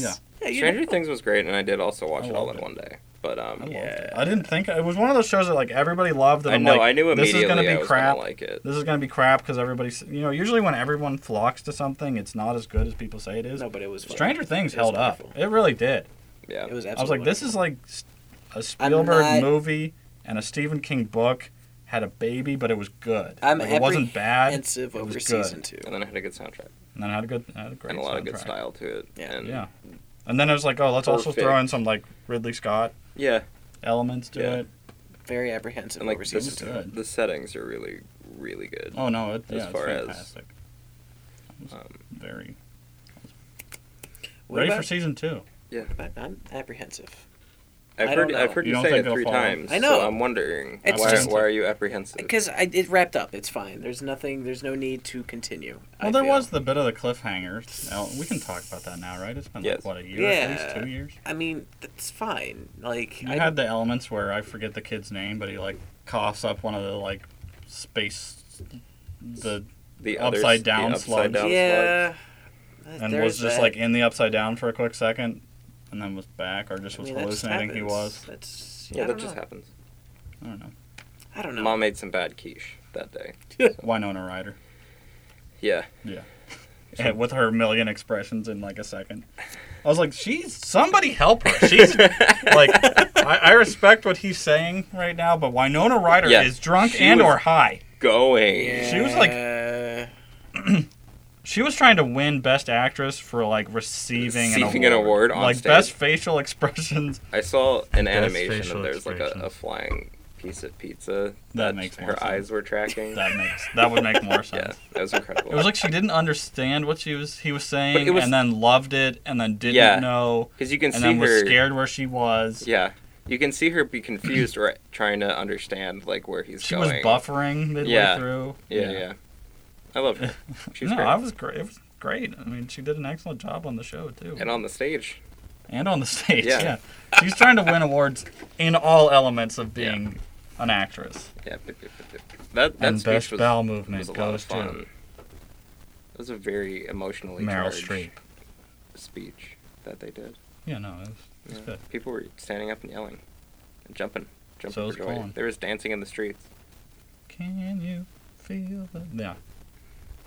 [SPEAKER 1] Yeah.
[SPEAKER 3] you
[SPEAKER 2] Stranger
[SPEAKER 3] know.
[SPEAKER 2] Things was great, and I did also watch
[SPEAKER 1] I
[SPEAKER 2] it all
[SPEAKER 1] loved
[SPEAKER 2] in
[SPEAKER 1] it.
[SPEAKER 2] one day. But
[SPEAKER 1] I
[SPEAKER 2] um,
[SPEAKER 1] loved it.
[SPEAKER 3] Yeah.
[SPEAKER 1] I didn't think it was one of those shows that like everybody loved. And
[SPEAKER 2] I
[SPEAKER 1] I'm
[SPEAKER 2] know
[SPEAKER 1] like,
[SPEAKER 2] I knew
[SPEAKER 1] this
[SPEAKER 2] immediately
[SPEAKER 1] is gonna
[SPEAKER 2] I
[SPEAKER 1] be
[SPEAKER 2] was
[SPEAKER 1] crap.
[SPEAKER 2] gonna like it.
[SPEAKER 1] This is gonna be crap because everybody's you know usually when everyone flocks to something, it's not as good as people say it is.
[SPEAKER 3] No, but it was fun.
[SPEAKER 1] Stranger Things
[SPEAKER 3] It was
[SPEAKER 1] held up.
[SPEAKER 3] wonderful.
[SPEAKER 1] It really did.
[SPEAKER 2] Yeah.
[SPEAKER 3] It was absolutely.
[SPEAKER 1] I was like, this is
[SPEAKER 3] wonderful.
[SPEAKER 1] like s- a Spielberg
[SPEAKER 3] not-
[SPEAKER 1] movie and a Stephen King book had a baby, but it was good.
[SPEAKER 3] I'm
[SPEAKER 1] like, it wasn't bad.
[SPEAKER 3] apprehensive
[SPEAKER 1] It was
[SPEAKER 3] over
[SPEAKER 1] good.
[SPEAKER 3] season two.
[SPEAKER 2] and then it had a good soundtrack
[SPEAKER 1] And then I had a good, I had a great
[SPEAKER 2] and a lot of good
[SPEAKER 1] soundtrack.
[SPEAKER 2] style to it.
[SPEAKER 3] Yeah.
[SPEAKER 2] And,
[SPEAKER 1] Yeah. And then I was like, oh, let's also
[SPEAKER 2] Perfect.
[SPEAKER 1] throw in some like Ridley Scott
[SPEAKER 2] Yeah.
[SPEAKER 1] elements to
[SPEAKER 2] Yeah.
[SPEAKER 1] it.
[SPEAKER 3] Very apprehensive
[SPEAKER 2] And like
[SPEAKER 3] over
[SPEAKER 2] this
[SPEAKER 3] season
[SPEAKER 1] is
[SPEAKER 3] two.
[SPEAKER 1] good. Good.
[SPEAKER 2] the settings are really really good.
[SPEAKER 1] Oh no, it,
[SPEAKER 2] As
[SPEAKER 1] yeah, it's
[SPEAKER 2] far as-
[SPEAKER 1] fantastic. It was
[SPEAKER 2] Um,
[SPEAKER 1] very
[SPEAKER 3] What
[SPEAKER 1] ready
[SPEAKER 3] about,
[SPEAKER 1] for season two.
[SPEAKER 3] but I'm apprehensive.
[SPEAKER 2] I've
[SPEAKER 3] I
[SPEAKER 2] heard
[SPEAKER 3] don't know.
[SPEAKER 2] I've heard
[SPEAKER 1] You
[SPEAKER 2] you,
[SPEAKER 1] don't
[SPEAKER 2] say
[SPEAKER 1] think
[SPEAKER 2] it
[SPEAKER 1] it'll
[SPEAKER 2] three
[SPEAKER 1] follow?
[SPEAKER 2] times.
[SPEAKER 3] I know.
[SPEAKER 2] So I'm wondering
[SPEAKER 3] It's
[SPEAKER 2] why,
[SPEAKER 3] just-
[SPEAKER 2] why are you apprehensive?
[SPEAKER 3] Because it wrapped up. It's fine. There's nothing. There's no need to continue. I
[SPEAKER 1] Well, there
[SPEAKER 3] feel.
[SPEAKER 1] was the bit of the cliffhanger. Now, we can talk about that now, right? It's been like
[SPEAKER 2] Yes.
[SPEAKER 1] what a year, at
[SPEAKER 3] Yeah.
[SPEAKER 1] least two years.
[SPEAKER 3] I mean, that's fine. Like
[SPEAKER 1] You
[SPEAKER 3] I
[SPEAKER 1] had the elements where I forget the kid's name, but he like coughs up one of the like space, the
[SPEAKER 2] the
[SPEAKER 1] upside
[SPEAKER 2] others,
[SPEAKER 1] down
[SPEAKER 2] the
[SPEAKER 1] slugs.
[SPEAKER 2] upside down slugs.
[SPEAKER 3] yeah.
[SPEAKER 1] and
[SPEAKER 3] There's
[SPEAKER 1] was just
[SPEAKER 3] that.
[SPEAKER 1] like in the upside down for a quick second, and then was back, or just
[SPEAKER 3] I
[SPEAKER 1] was
[SPEAKER 3] mean, that just
[SPEAKER 1] hallucinating. He
[SPEAKER 3] happens.
[SPEAKER 1] was.
[SPEAKER 3] That's
[SPEAKER 2] Yeah,
[SPEAKER 3] I
[SPEAKER 2] that
[SPEAKER 3] don't
[SPEAKER 2] just
[SPEAKER 3] know.
[SPEAKER 2] happens.
[SPEAKER 1] I don't know.
[SPEAKER 3] I don't know.
[SPEAKER 2] Mom made some bad quiche that day.
[SPEAKER 1] Winona Ryder.
[SPEAKER 2] Yeah.
[SPEAKER 1] And with her million expressions in like a second. I was like, she's somebody help her. She's like, I, I respect what he's saying right now, but Winona Ryder
[SPEAKER 2] Yeah,
[SPEAKER 1] is drunk
[SPEAKER 2] she
[SPEAKER 1] and
[SPEAKER 2] was-
[SPEAKER 1] or high.
[SPEAKER 2] Going.
[SPEAKER 1] She was like-
[SPEAKER 3] Yeah.
[SPEAKER 1] She was trying to win Best Actress for like receiving,
[SPEAKER 2] Receiving an award on
[SPEAKER 1] like
[SPEAKER 2] stage.
[SPEAKER 1] Best Facial Expressions.
[SPEAKER 2] I saw an animation
[SPEAKER 1] facial
[SPEAKER 2] of there's like a,
[SPEAKER 1] expressions.
[SPEAKER 2] a flying piece of pizza
[SPEAKER 1] That makes more
[SPEAKER 2] her
[SPEAKER 1] sense.
[SPEAKER 2] eyes were tracking.
[SPEAKER 1] That makes that would make more sense.
[SPEAKER 2] yeah, that was incredible.
[SPEAKER 1] It was like she didn't understand what she was he was saying,
[SPEAKER 2] it was-
[SPEAKER 1] and then loved it, and then didn't
[SPEAKER 2] Yeah.
[SPEAKER 1] know,
[SPEAKER 2] because you can
[SPEAKER 1] and
[SPEAKER 2] see
[SPEAKER 1] then was
[SPEAKER 2] her.
[SPEAKER 1] scared where she was.
[SPEAKER 2] Yeah, you can see her be confused or trying to understand like where he's
[SPEAKER 1] She was
[SPEAKER 2] going.
[SPEAKER 1] buffering midway
[SPEAKER 2] Yeah.
[SPEAKER 1] through.
[SPEAKER 2] Yeah, yeah. I love her. She's
[SPEAKER 1] no,
[SPEAKER 2] great.
[SPEAKER 1] I was great. It was great. I mean, she did an excellent job on the show too, and
[SPEAKER 2] And
[SPEAKER 1] on,
[SPEAKER 2] on the stage,
[SPEAKER 1] the stage. Yeah.
[SPEAKER 2] Yeah.
[SPEAKER 1] she's trying to win awards in all elements of
[SPEAKER 2] Yeah.
[SPEAKER 1] being an actress.
[SPEAKER 2] yeah, b- b- b- b- that that
[SPEAKER 1] and
[SPEAKER 2] speech
[SPEAKER 1] best
[SPEAKER 2] was,
[SPEAKER 1] bowel
[SPEAKER 2] was
[SPEAKER 1] movement
[SPEAKER 2] a lot of
[SPEAKER 1] goes to
[SPEAKER 2] fun. It was a very emotionally
[SPEAKER 1] Meryl
[SPEAKER 2] charged
[SPEAKER 1] Streep.
[SPEAKER 2] speech that they did.
[SPEAKER 1] Yeah, no, it was, it was
[SPEAKER 2] Yeah.
[SPEAKER 1] good.
[SPEAKER 2] People were standing up and yelling, and jumping, jumping
[SPEAKER 1] So was
[SPEAKER 2] for joy.
[SPEAKER 1] Colin.
[SPEAKER 2] There was dancing in the streets.
[SPEAKER 1] Can you feel the yeah?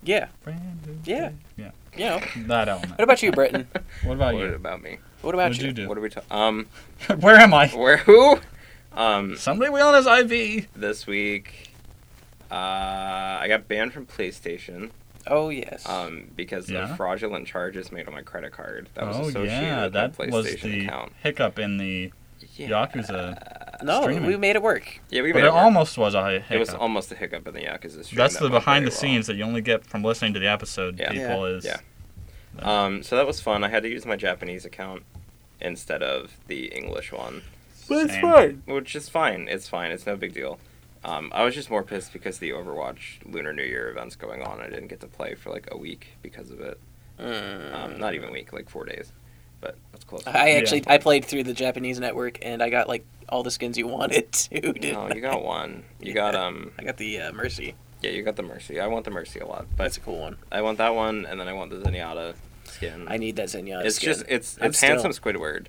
[SPEAKER 3] Yeah.
[SPEAKER 1] brand new
[SPEAKER 3] Yeah.
[SPEAKER 1] day? yeah,
[SPEAKER 3] You know.
[SPEAKER 1] that
[SPEAKER 3] What
[SPEAKER 1] element.
[SPEAKER 3] about you, Britton?
[SPEAKER 1] What about
[SPEAKER 2] what
[SPEAKER 1] you?
[SPEAKER 2] about me?
[SPEAKER 3] What
[SPEAKER 1] What
[SPEAKER 3] about
[SPEAKER 1] did you do?
[SPEAKER 2] What are we talking? Um,
[SPEAKER 1] Where am I?
[SPEAKER 2] where who? Um,
[SPEAKER 1] Somebody we on his IV.
[SPEAKER 2] this week, uh, I got banned from PlayStation.
[SPEAKER 3] Oh yes.
[SPEAKER 2] um, because
[SPEAKER 1] Yeah?
[SPEAKER 2] of fraudulent charges made on my credit card that was
[SPEAKER 1] Oh
[SPEAKER 2] associated
[SPEAKER 1] yeah,
[SPEAKER 2] with my
[SPEAKER 1] that
[SPEAKER 2] PlayStation
[SPEAKER 1] was the
[SPEAKER 2] account.
[SPEAKER 1] hiccup in the Yakuza.
[SPEAKER 3] no,
[SPEAKER 1] streaming.
[SPEAKER 3] we made it work.
[SPEAKER 2] Yeah, we
[SPEAKER 1] But
[SPEAKER 2] made
[SPEAKER 1] it
[SPEAKER 2] it. work.
[SPEAKER 1] almost was a hiccup.
[SPEAKER 2] it was almost a hiccup in the Yakuza stream.
[SPEAKER 1] That's
[SPEAKER 2] that
[SPEAKER 1] the
[SPEAKER 2] went
[SPEAKER 1] behind
[SPEAKER 2] very
[SPEAKER 1] the
[SPEAKER 2] well.
[SPEAKER 1] scenes that you only get from listening to the episode.
[SPEAKER 2] Yeah.
[SPEAKER 1] People
[SPEAKER 3] Yeah.
[SPEAKER 1] is
[SPEAKER 2] Yeah. Um, so that was fun. I had to use my Japanese account instead of the English one,
[SPEAKER 1] But it's fine.
[SPEAKER 2] which is fine. It's fine. It's no big deal. Um, I was just more pissed because the Overwatch Lunar New Year event's going on. I didn't get to play for like a week because of it. Um, not even a week, like four days, but that's close.
[SPEAKER 3] Mm. I actually I played through the Japanese network and I got like all the skins you wanted to. didn't
[SPEAKER 2] no,
[SPEAKER 3] I?
[SPEAKER 2] you got one. You got um.
[SPEAKER 3] I got the uh, Mercy.
[SPEAKER 2] Yeah, you got the Mercy. I want the Mercy a lot,
[SPEAKER 3] That's
[SPEAKER 2] but
[SPEAKER 3] a cool one.
[SPEAKER 2] I want that one, and then I want the Zenyatta skin.
[SPEAKER 3] I need that Zenyatta
[SPEAKER 2] it's
[SPEAKER 3] skin.
[SPEAKER 2] just it's
[SPEAKER 3] I'm
[SPEAKER 2] it's
[SPEAKER 3] still-
[SPEAKER 2] handsome Squidward,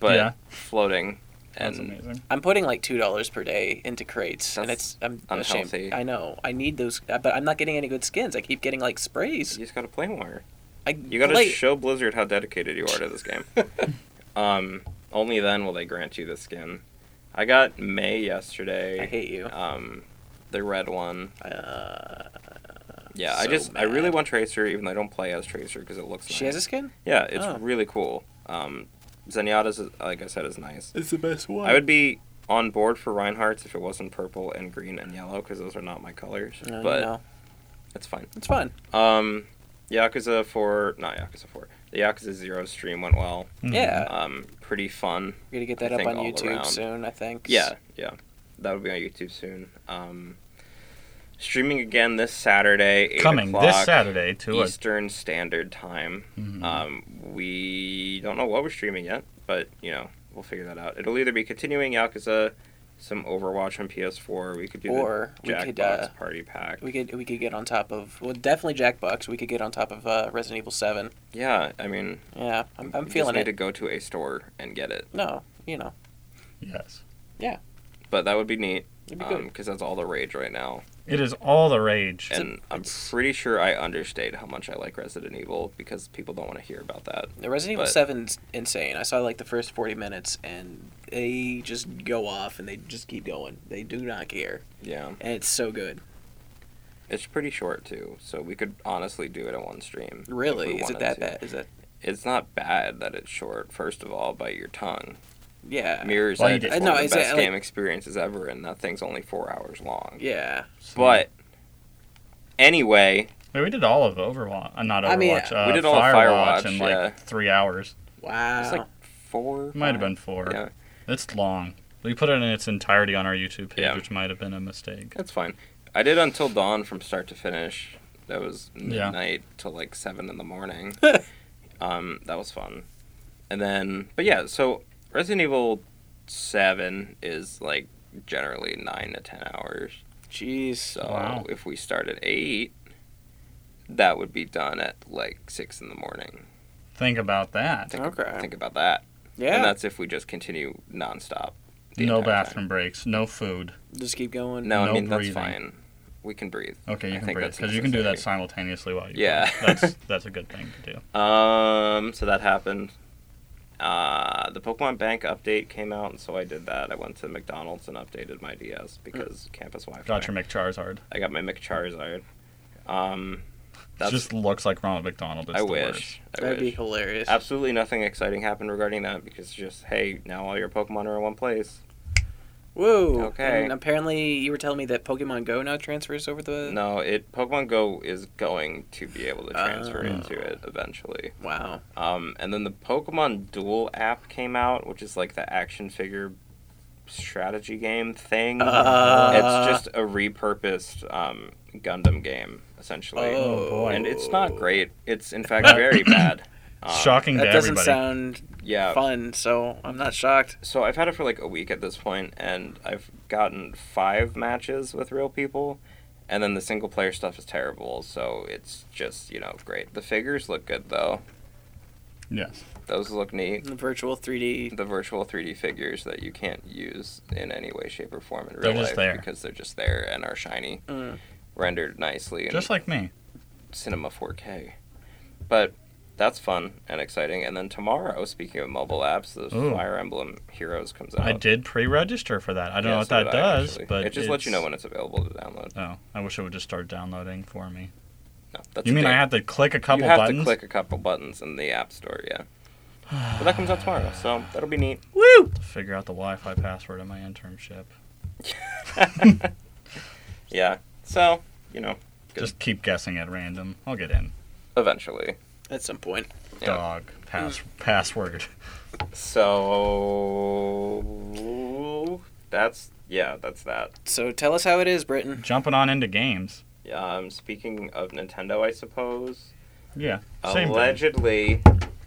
[SPEAKER 2] but
[SPEAKER 1] Yeah.
[SPEAKER 2] floating,
[SPEAKER 1] That's
[SPEAKER 2] and
[SPEAKER 1] amazing.
[SPEAKER 3] I'm putting like two dollars per day into crates, and
[SPEAKER 2] That's
[SPEAKER 3] it's I'm
[SPEAKER 2] unhealthy.
[SPEAKER 3] ashamed. I know I need those, uh, but I'm not getting any good skins. I keep getting like sprays.
[SPEAKER 2] you just gotta play more.
[SPEAKER 3] I
[SPEAKER 2] You gotta
[SPEAKER 3] play-
[SPEAKER 2] show Blizzard how dedicated you are to this game. um, only then will they grant you the skin. I got May yesterday.
[SPEAKER 3] I hate you.
[SPEAKER 2] um, the red one.
[SPEAKER 3] Uh,
[SPEAKER 2] Yeah, I
[SPEAKER 3] So
[SPEAKER 2] just I really
[SPEAKER 3] mad.
[SPEAKER 2] want Tracer, even though I don't play as Tracer because it looks.
[SPEAKER 3] she
[SPEAKER 2] nice.
[SPEAKER 3] has a skin.
[SPEAKER 2] Yeah, it's
[SPEAKER 3] Oh.
[SPEAKER 2] really cool. Um, Zenyatta's like I said is nice.
[SPEAKER 3] It's the best one.
[SPEAKER 2] I would be on board for Reinhardt's if it wasn't purple and green and yellow because those are not my colors.
[SPEAKER 3] No,
[SPEAKER 2] but
[SPEAKER 3] no.
[SPEAKER 2] it's fine.
[SPEAKER 3] it's fun.
[SPEAKER 2] Um, Yakuza Four, not Yakuza Four. The Yakuza Zero stream went well.
[SPEAKER 1] Mm-hmm.
[SPEAKER 3] Yeah,
[SPEAKER 2] Um, pretty fun.
[SPEAKER 3] we're gonna get
[SPEAKER 2] I
[SPEAKER 3] that up
[SPEAKER 2] think
[SPEAKER 3] on
[SPEAKER 2] all
[SPEAKER 3] YouTube
[SPEAKER 2] around.
[SPEAKER 3] soon. I think.
[SPEAKER 2] Yeah, yeah. That'll be on YouTube soon. Um, streaming again this Saturday. 8
[SPEAKER 1] Coming this
[SPEAKER 2] o'clock,
[SPEAKER 1] Saturday to Mm-hmm. us.
[SPEAKER 2] Eastern Standard Time.
[SPEAKER 3] Mm-hmm.
[SPEAKER 2] Um, we don't know what we're streaming yet, but you know we'll figure that out. It'll either be continuing Yakuza, some Overwatch on PS4. We could do
[SPEAKER 3] Or
[SPEAKER 2] the
[SPEAKER 3] we
[SPEAKER 2] Jackbox
[SPEAKER 3] could, uh,
[SPEAKER 2] Party Pack.
[SPEAKER 3] we could we could get on top of well definitely Jackbox. We could get on top of uh, Resident Evil Seven.
[SPEAKER 2] Yeah, I mean,
[SPEAKER 3] Yeah, I'm, I'm
[SPEAKER 2] you just
[SPEAKER 3] feeling
[SPEAKER 2] need
[SPEAKER 3] it.
[SPEAKER 2] to go to a store and get it,
[SPEAKER 3] No, you know,
[SPEAKER 1] Yes.
[SPEAKER 2] but that would be neat
[SPEAKER 3] it'd be
[SPEAKER 2] because Um,
[SPEAKER 3] good.
[SPEAKER 2] that's all the rage right now.
[SPEAKER 1] It is all the rage.
[SPEAKER 3] a-
[SPEAKER 2] And i I'm pretty sure I understated how much I like Resident Evil because people don't want to hear about that.
[SPEAKER 3] The Resident Evil
[SPEAKER 2] but-
[SPEAKER 3] Seven's insane. I saw like the first forty minutes, and they just go off, and they just keep going. They do not care,
[SPEAKER 2] Yeah,
[SPEAKER 3] and it's so good.
[SPEAKER 2] it's pretty short too, so we could honestly do it in one stream. if we
[SPEAKER 3] Really, is it
[SPEAKER 2] wanted
[SPEAKER 3] that
[SPEAKER 2] to.
[SPEAKER 3] bad? Is it?
[SPEAKER 2] It's not bad that it's short. First of all, by your tongue,
[SPEAKER 3] Yeah.
[SPEAKER 2] Mirror's
[SPEAKER 1] Well, you
[SPEAKER 2] Edge
[SPEAKER 1] did-
[SPEAKER 2] is
[SPEAKER 3] No,
[SPEAKER 2] one of
[SPEAKER 3] is
[SPEAKER 2] the
[SPEAKER 3] it,
[SPEAKER 2] best
[SPEAKER 3] like-
[SPEAKER 2] game experiences ever, and that thing's only four hours long.
[SPEAKER 3] Yeah.
[SPEAKER 2] But anyway,
[SPEAKER 1] Wait, we did all of Overwatch. Uh, not Overwatch.
[SPEAKER 3] I mean,
[SPEAKER 1] uh,
[SPEAKER 2] we did all of
[SPEAKER 1] Firewatch,
[SPEAKER 2] Firewatch,
[SPEAKER 1] in like
[SPEAKER 2] yeah.
[SPEAKER 1] three hours.
[SPEAKER 3] Wow.
[SPEAKER 2] it's like four.
[SPEAKER 1] It might have
[SPEAKER 2] five-
[SPEAKER 1] been four.
[SPEAKER 2] Yeah,
[SPEAKER 1] It's long. We put it in its entirety on our YouTube page,
[SPEAKER 2] Yeah.
[SPEAKER 1] which might have been a mistake.
[SPEAKER 2] that's fine. I did until dawn from start to finish. That was
[SPEAKER 1] Yeah.
[SPEAKER 2] midnight till like seven in the morning. um, that was fun. And then, but yeah, so Resident Evil Seven is like generally nine to ten hours.
[SPEAKER 3] Jeez.
[SPEAKER 2] So
[SPEAKER 1] Wow.
[SPEAKER 2] if we start at eight, that would be done at like six in the morning.
[SPEAKER 1] Think about that.
[SPEAKER 2] Think,
[SPEAKER 3] Okay.
[SPEAKER 2] think about that.
[SPEAKER 3] yeah.
[SPEAKER 2] And that's if we just continue nonstop. the
[SPEAKER 1] No
[SPEAKER 2] entire time.
[SPEAKER 1] bathroom breaks. No food.
[SPEAKER 3] just keep going.
[SPEAKER 2] No, I
[SPEAKER 1] No
[SPEAKER 2] mean
[SPEAKER 1] breathing.
[SPEAKER 2] that's fine. we can breathe.
[SPEAKER 1] Okay,
[SPEAKER 2] I
[SPEAKER 1] you can
[SPEAKER 2] think
[SPEAKER 1] breathe
[SPEAKER 2] that's
[SPEAKER 1] because you can do that
[SPEAKER 2] necessary.
[SPEAKER 1] simultaneously while you.
[SPEAKER 2] Yeah.
[SPEAKER 1] breathe. that's that's a good thing to do.
[SPEAKER 2] Um, so that happened. Uh, the Pokemon Bank update came out, and so I did that. I went to McDonald's and updated my DS because campus Wi-Fi.
[SPEAKER 1] Got your McCharizard.
[SPEAKER 2] I got my McCharizard. Um,
[SPEAKER 1] It
[SPEAKER 2] that's
[SPEAKER 1] just looks like Ronald McDonald. It's
[SPEAKER 2] I
[SPEAKER 1] the
[SPEAKER 2] wish. I
[SPEAKER 3] That'd be
[SPEAKER 2] wish.
[SPEAKER 3] hilarious.
[SPEAKER 2] Absolutely nothing exciting happened regarding that because just hey, now all your Pokemon are in one place.
[SPEAKER 3] Whoa.
[SPEAKER 2] Okay.
[SPEAKER 3] And apparently, you were telling me that Pokemon Go now transfers over the.
[SPEAKER 2] No, it Pokemon Go is going to be able to transfer
[SPEAKER 3] Oh.
[SPEAKER 2] into it eventually.
[SPEAKER 3] Wow.
[SPEAKER 2] Um, and then the Pokemon Duel app came out, which is like the action figure strategy game thing.
[SPEAKER 3] Uh.
[SPEAKER 2] it's just a repurposed um, Gundam game essentially,
[SPEAKER 1] Oh, boy.
[SPEAKER 2] and it's not great. It's in fact very bad. Um,
[SPEAKER 1] worst. Shocking
[SPEAKER 3] That
[SPEAKER 1] to
[SPEAKER 3] doesn't
[SPEAKER 1] everybody.
[SPEAKER 3] sound
[SPEAKER 2] Yeah.
[SPEAKER 3] fun, so I'm not shocked.
[SPEAKER 2] so I've had it for like a week at this point, and I've gotten five matches with real people, and then the single player stuff is terrible. So it's just you know great. The figures look good though;
[SPEAKER 1] yes.
[SPEAKER 2] those look neat.
[SPEAKER 3] The virtual 3D.
[SPEAKER 2] The virtual 3D figures that you can't use in any way, shape, or form in real
[SPEAKER 1] They're just
[SPEAKER 2] life
[SPEAKER 1] there.
[SPEAKER 2] because they're just there and are shiny,
[SPEAKER 3] Mm.
[SPEAKER 2] rendered nicely in
[SPEAKER 1] Just like me.
[SPEAKER 2] Cinema 4K. But that's fun and exciting. And then tomorrow, speaking of mobile apps, the
[SPEAKER 1] Ooh.
[SPEAKER 2] Fire Emblem Heroes comes out.
[SPEAKER 1] I did pre-register for that. I don't
[SPEAKER 2] Yeah,
[SPEAKER 1] know what
[SPEAKER 2] so
[SPEAKER 1] that
[SPEAKER 2] did I,
[SPEAKER 1] does,
[SPEAKER 2] actually.
[SPEAKER 1] but
[SPEAKER 2] it just lets you
[SPEAKER 1] it's-
[SPEAKER 2] know when it's available to download.
[SPEAKER 1] Oh, I wish it would just start downloading for me.
[SPEAKER 2] No, that's
[SPEAKER 1] you
[SPEAKER 2] a
[SPEAKER 1] mean I
[SPEAKER 2] dick.
[SPEAKER 1] had to click a couple
[SPEAKER 2] you have
[SPEAKER 1] buttons?
[SPEAKER 2] to click a couple buttons in the app store, yeah. But that comes out tomorrow, so that'll be neat.
[SPEAKER 3] Woo!
[SPEAKER 1] to figure out the Wi-Fi password of my internship.
[SPEAKER 2] yeah. So you know, Good.
[SPEAKER 1] Just keep guessing at random. I'll get in.
[SPEAKER 2] eventually.
[SPEAKER 3] At some point.
[SPEAKER 2] Yeah.
[SPEAKER 1] Dog pass password.
[SPEAKER 2] So that's yeah, that's that.
[SPEAKER 3] So tell us how it is, Britain.
[SPEAKER 1] Jumping on into games.
[SPEAKER 2] Um, speaking of Nintendo, I suppose
[SPEAKER 1] Yeah. Same thing.
[SPEAKER 2] allegedly.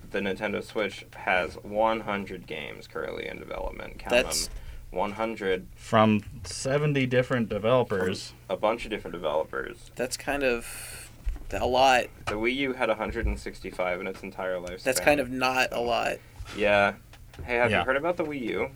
[SPEAKER 2] The Nintendo Switch has 100 games currently in development. Count
[SPEAKER 3] That's-
[SPEAKER 2] them. 100,
[SPEAKER 1] From 70 different developers.
[SPEAKER 2] a bunch of different developers.
[SPEAKER 3] That's kind of a lot.
[SPEAKER 2] The Wii U had 165 in its entire lifespan.
[SPEAKER 3] That's kind of not a lot.
[SPEAKER 2] Yeah. Hey, have
[SPEAKER 1] Yeah.
[SPEAKER 2] you heard about the Wii U?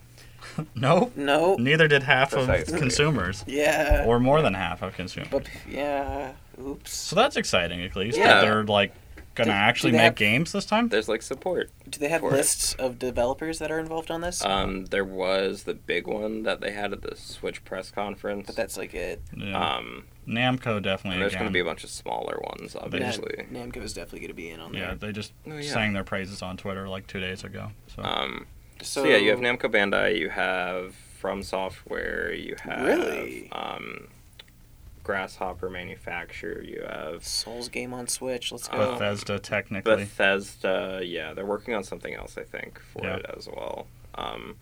[SPEAKER 1] No.
[SPEAKER 3] No.
[SPEAKER 1] Neither did half of
[SPEAKER 2] Precisely.
[SPEAKER 1] consumers,
[SPEAKER 3] Yeah.
[SPEAKER 1] or more than half of consumers.
[SPEAKER 3] But yeah. Oops.
[SPEAKER 1] So that's exciting, at least.
[SPEAKER 2] Yeah.
[SPEAKER 1] That they're like gonna
[SPEAKER 3] Do- do
[SPEAKER 1] actually
[SPEAKER 3] they
[SPEAKER 1] make
[SPEAKER 3] have-
[SPEAKER 1] games this time.
[SPEAKER 2] There's like support.
[SPEAKER 3] Do they have
[SPEAKER 2] for it.
[SPEAKER 3] lists of developers that are involved on this?
[SPEAKER 2] Um, there was the big one that they had at the Switch press conference.
[SPEAKER 3] but that's like it.
[SPEAKER 1] Yeah.
[SPEAKER 2] um,
[SPEAKER 1] Namco definitely.
[SPEAKER 2] and there's
[SPEAKER 1] again.
[SPEAKER 2] going to be a bunch of smaller ones, obviously.
[SPEAKER 3] Nam- Namco is definitely going to be in on
[SPEAKER 1] yeah,
[SPEAKER 3] there.
[SPEAKER 1] they just
[SPEAKER 2] Oh, yeah.
[SPEAKER 1] sang their praises on Twitter like two days ago. So
[SPEAKER 2] Um, so, yeah, you have Namco Bandai, you have From Software, you have
[SPEAKER 3] Really?
[SPEAKER 2] um, Grasshopper Manufacture, you have
[SPEAKER 3] Souls game on Switch. Let's go.
[SPEAKER 2] Uh,
[SPEAKER 1] Bethesda technically.
[SPEAKER 2] Bethesda, yeah, they're working on something else, I think, for
[SPEAKER 1] Yeah.
[SPEAKER 2] it as well. Um,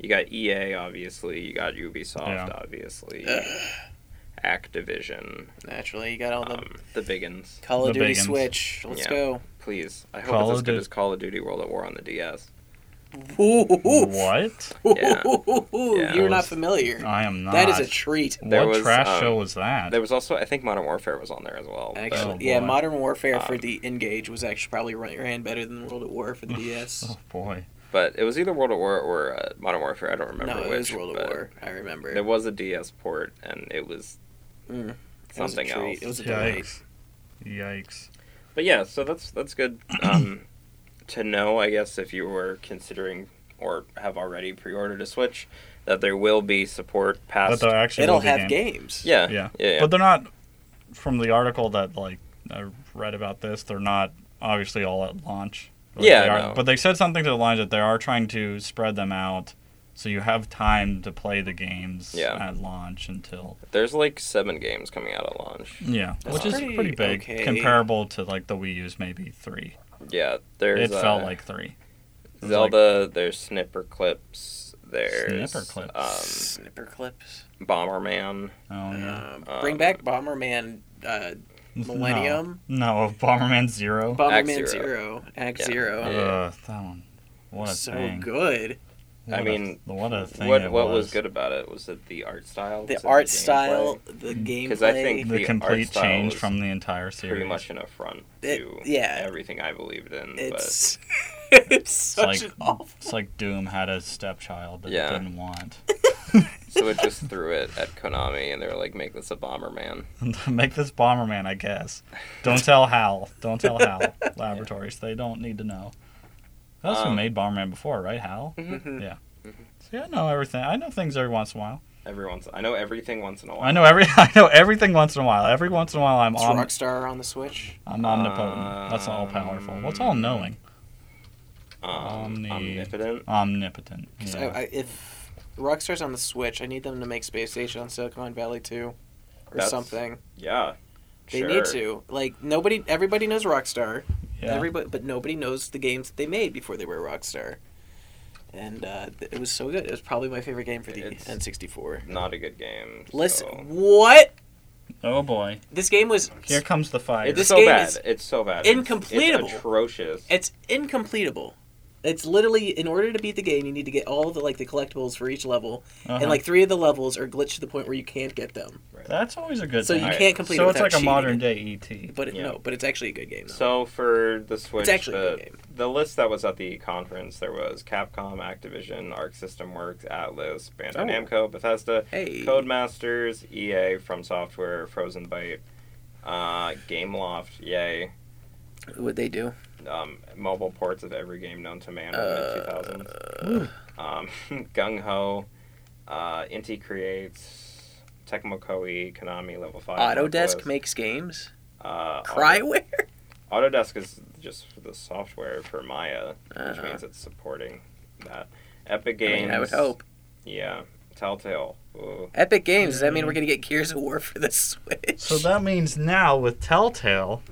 [SPEAKER 2] you got EA, obviously. You got Ubisoft,
[SPEAKER 1] Yeah.
[SPEAKER 2] obviously.
[SPEAKER 3] Ugh.
[SPEAKER 2] Activision,
[SPEAKER 3] Naturally, you got all the
[SPEAKER 2] um, the biggins.
[SPEAKER 3] Call of
[SPEAKER 1] Uh, The
[SPEAKER 3] Duty
[SPEAKER 1] biggins.
[SPEAKER 3] Switch. Let's
[SPEAKER 2] Yeah.
[SPEAKER 3] go.
[SPEAKER 2] Please, I hope
[SPEAKER 1] Call
[SPEAKER 2] it's as
[SPEAKER 1] of
[SPEAKER 2] good
[SPEAKER 1] Duty.
[SPEAKER 2] as Call of Duty World at War on the DS.
[SPEAKER 3] Ooh,
[SPEAKER 1] What?
[SPEAKER 2] Yeah. Yeah.
[SPEAKER 3] You're not
[SPEAKER 1] Was-
[SPEAKER 3] familiar.
[SPEAKER 1] I am not.
[SPEAKER 3] That is a treat.
[SPEAKER 1] what
[SPEAKER 2] There was,
[SPEAKER 1] trash
[SPEAKER 2] um,
[SPEAKER 1] show was that?
[SPEAKER 2] There was also, I think, Modern Warfare was on there as well. but-
[SPEAKER 3] Actually,
[SPEAKER 1] Oh,
[SPEAKER 3] yeah,
[SPEAKER 1] boy.
[SPEAKER 3] Modern Warfare for
[SPEAKER 2] Um,
[SPEAKER 3] the Engage E was actually probably run, ran better than World at War for the DS.
[SPEAKER 1] oh boy.
[SPEAKER 2] but, it was either World at War or uh, Modern Warfare. I don't remember
[SPEAKER 3] no,
[SPEAKER 2] which.
[SPEAKER 3] it was World at
[SPEAKER 2] but
[SPEAKER 3] War. I remember.
[SPEAKER 2] There was a DS port, and it was
[SPEAKER 3] Mm. It was a
[SPEAKER 2] something
[SPEAKER 3] treat.
[SPEAKER 2] else.
[SPEAKER 3] It was a delight.
[SPEAKER 1] Yikes. Yikes.
[SPEAKER 2] But yeah, so that's that's good um, to know, I guess, if you were considering or have already pre-ordered a Switch, that there will be support
[SPEAKER 1] But
[SPEAKER 2] past.
[SPEAKER 1] they'll actually
[SPEAKER 3] It'll
[SPEAKER 1] will be
[SPEAKER 3] have
[SPEAKER 1] games.
[SPEAKER 3] games.
[SPEAKER 2] yeah,
[SPEAKER 1] Yeah.
[SPEAKER 2] yeah, yeah.
[SPEAKER 1] But they're not from the article that like I read about this, they're not obviously all at launch. Like,
[SPEAKER 2] Yeah,
[SPEAKER 1] they are-
[SPEAKER 2] no.
[SPEAKER 1] But they said something to the lines that they are trying to spread them out so you have time to play the games
[SPEAKER 2] Yeah.
[SPEAKER 1] at launch until
[SPEAKER 2] There's like seven games coming out at launch.
[SPEAKER 1] yeah,
[SPEAKER 3] That's
[SPEAKER 1] which is
[SPEAKER 3] pretty
[SPEAKER 1] pretty, big,
[SPEAKER 3] okay.
[SPEAKER 1] comparable to like the Wii U's maybe three.
[SPEAKER 2] Yeah,
[SPEAKER 1] it
[SPEAKER 2] there's
[SPEAKER 1] felt
[SPEAKER 2] uh,
[SPEAKER 1] like three. It was
[SPEAKER 2] Zelda. there's Snipper Clips. There's
[SPEAKER 1] Snipper Clips.
[SPEAKER 2] Um,
[SPEAKER 3] Snipper clips.
[SPEAKER 2] Bomberman.
[SPEAKER 1] Oh yeah,
[SPEAKER 3] Uh, bring
[SPEAKER 2] Um,
[SPEAKER 3] back Bomberman. Uh,
[SPEAKER 1] No.
[SPEAKER 3] Millennium?
[SPEAKER 1] No, Bomberman Zero.
[SPEAKER 3] Bomberman Zero.
[SPEAKER 2] Zero.
[SPEAKER 3] Act
[SPEAKER 2] Yeah.
[SPEAKER 3] Zero.
[SPEAKER 2] Yeah.
[SPEAKER 1] Ugh, that one. What a
[SPEAKER 3] so
[SPEAKER 1] thing.
[SPEAKER 3] good.
[SPEAKER 1] What
[SPEAKER 2] I
[SPEAKER 1] a-
[SPEAKER 2] mean,
[SPEAKER 1] what a thing.
[SPEAKER 2] What
[SPEAKER 1] it
[SPEAKER 2] what
[SPEAKER 1] was.
[SPEAKER 2] was good about it was that the art style. was
[SPEAKER 3] The
[SPEAKER 2] it
[SPEAKER 3] art
[SPEAKER 2] gameplay?
[SPEAKER 3] style, the gameplay.
[SPEAKER 2] Mm-hmm. 'Cause I think
[SPEAKER 1] the,
[SPEAKER 2] The art
[SPEAKER 1] complete
[SPEAKER 2] style
[SPEAKER 1] change
[SPEAKER 2] was
[SPEAKER 1] from the entire series.
[SPEAKER 2] Pretty much an affront
[SPEAKER 3] It-
[SPEAKER 2] to
[SPEAKER 3] yeah.
[SPEAKER 2] everything I believed in.
[SPEAKER 3] it's it's
[SPEAKER 1] It's
[SPEAKER 3] such
[SPEAKER 1] like
[SPEAKER 3] an awful.
[SPEAKER 1] it's like Doom had a stepchild that
[SPEAKER 2] Yeah.
[SPEAKER 1] it didn't want.
[SPEAKER 2] so it just threw it at Konami, and they were like, "Make this a Bomberman."
[SPEAKER 1] Make this Bomberman, I guess. Don't tell Hal. Don't tell Hal Laboratories. They don't need to know. That's who
[SPEAKER 2] Um,
[SPEAKER 1] made Bomberman before, right? Hal.
[SPEAKER 3] Mhm.
[SPEAKER 1] Yeah. See, I know everything. I know things every once in a while.
[SPEAKER 2] Every once, I know everything once in a while.
[SPEAKER 1] I know every. I know everything once in a while. Every once in a while, I'm
[SPEAKER 3] It's
[SPEAKER 1] on.
[SPEAKER 3] Rockstar on the Switch.
[SPEAKER 1] I'm omnipotent. That's all powerful. What's all knowing?
[SPEAKER 2] Um,
[SPEAKER 1] Omni-
[SPEAKER 2] omnipotent.
[SPEAKER 1] Omnipotent.
[SPEAKER 3] 'Cause
[SPEAKER 1] Yeah.
[SPEAKER 3] I, I, if Rockstar's on the Switch, I need them to make Space Station on Silicon Valley too, or
[SPEAKER 2] That's-
[SPEAKER 3] something.
[SPEAKER 2] Yeah.
[SPEAKER 3] They
[SPEAKER 2] sure.
[SPEAKER 3] need to. Like nobody, everybody knows Rockstar.
[SPEAKER 1] Yeah.
[SPEAKER 3] Everybody, but nobody knows the games that they made before they were Rockstar. And uh, th- it was so good. It was probably my favorite game for the
[SPEAKER 2] It's-
[SPEAKER 3] N64.
[SPEAKER 2] Not a good game.
[SPEAKER 3] Listen,
[SPEAKER 2] so-
[SPEAKER 3] what?
[SPEAKER 1] oh boy.
[SPEAKER 3] This game was.
[SPEAKER 1] Here comes the fire.
[SPEAKER 2] It's
[SPEAKER 3] this
[SPEAKER 2] so
[SPEAKER 3] game
[SPEAKER 2] bad.
[SPEAKER 3] is
[SPEAKER 2] it's so bad. It's-
[SPEAKER 3] incompletable.
[SPEAKER 2] It's atrocious.
[SPEAKER 3] It's incompletable. It's literally in order to beat the game, you need to get all of the like the collectibles for each level,
[SPEAKER 1] Uh-huh.
[SPEAKER 3] and like three of the levels are glitched to the point where you can't get them.
[SPEAKER 1] that's always a good
[SPEAKER 3] So
[SPEAKER 1] thing.
[SPEAKER 3] you
[SPEAKER 2] Alright,
[SPEAKER 3] can't complete it
[SPEAKER 1] so it's
[SPEAKER 3] without
[SPEAKER 1] like a E
[SPEAKER 3] cheating.
[SPEAKER 1] modern day ET.
[SPEAKER 3] But it,
[SPEAKER 2] Yeah.
[SPEAKER 3] no, but it's actually a good game. Though.
[SPEAKER 2] So for the Switch,
[SPEAKER 3] It's actually a
[SPEAKER 2] the,
[SPEAKER 3] good game.
[SPEAKER 2] the list that was at the conference, there was Capcom, Activision, Arc System Works, Atlas, Bandai
[SPEAKER 3] Oh.
[SPEAKER 2] Namco, Bethesda,
[SPEAKER 3] Hey.
[SPEAKER 2] Codemasters, EA, From Software, Frozen Byte, uh, GameLoft, yay,
[SPEAKER 3] What'd they do?
[SPEAKER 2] um, mobile ports of every game known to man in
[SPEAKER 3] Uh.
[SPEAKER 2] the mid 2000s.
[SPEAKER 1] Ooh.
[SPEAKER 2] Um, Gung Ho, uh, Inti Creates, Tecmo Koei, Konami Level 5.
[SPEAKER 3] Autodesk
[SPEAKER 2] Oculus,
[SPEAKER 3] makes games.
[SPEAKER 2] uh,
[SPEAKER 3] Cryware.
[SPEAKER 2] Auto- Autodesk is just the software for Maya, which
[SPEAKER 3] Uh-huh.
[SPEAKER 2] means it's supporting that. Epic
[SPEAKER 3] I
[SPEAKER 2] Games.
[SPEAKER 3] mean, I would hope.
[SPEAKER 2] Yeah. Telltale. Ooh.
[SPEAKER 3] Epic Games. Does that mean we're gonna get Gears of War for the Switch?
[SPEAKER 1] So that means now with Telltale,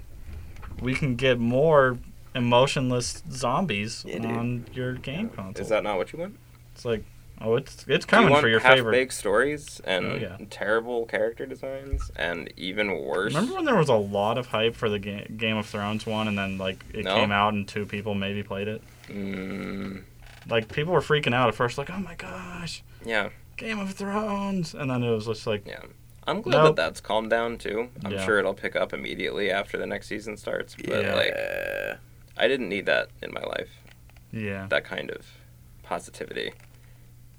[SPEAKER 1] we can get more emotionless zombies
[SPEAKER 3] Yeah, dude.
[SPEAKER 1] on your game console.
[SPEAKER 2] Is that not what you want?
[SPEAKER 1] It's like, oh, it's it's
[SPEAKER 2] Do you
[SPEAKER 1] coming
[SPEAKER 2] want
[SPEAKER 1] for your favorite.
[SPEAKER 2] half-baked stories and
[SPEAKER 1] Oh, yeah.
[SPEAKER 2] terrible character designs and even worse.
[SPEAKER 1] Remember when there was a lot of hype for the Ga- Game of Thrones one, and then like it
[SPEAKER 2] No.
[SPEAKER 1] came out and two people maybe played it.
[SPEAKER 2] Mm,
[SPEAKER 1] Like people were freaking out at first, like, oh my gosh,
[SPEAKER 2] yeah.
[SPEAKER 1] Game of Thrones, and then it was just like,
[SPEAKER 2] Yeah. I'm glad
[SPEAKER 1] Nope.
[SPEAKER 2] that that's calmed down too. I'm
[SPEAKER 1] Yeah.
[SPEAKER 2] sure it'll pick up immediately after the next season starts. But
[SPEAKER 1] Yeah.
[SPEAKER 2] like,
[SPEAKER 3] Uh,
[SPEAKER 2] I didn't need that in my life.
[SPEAKER 1] yeah.
[SPEAKER 2] That kind of positivity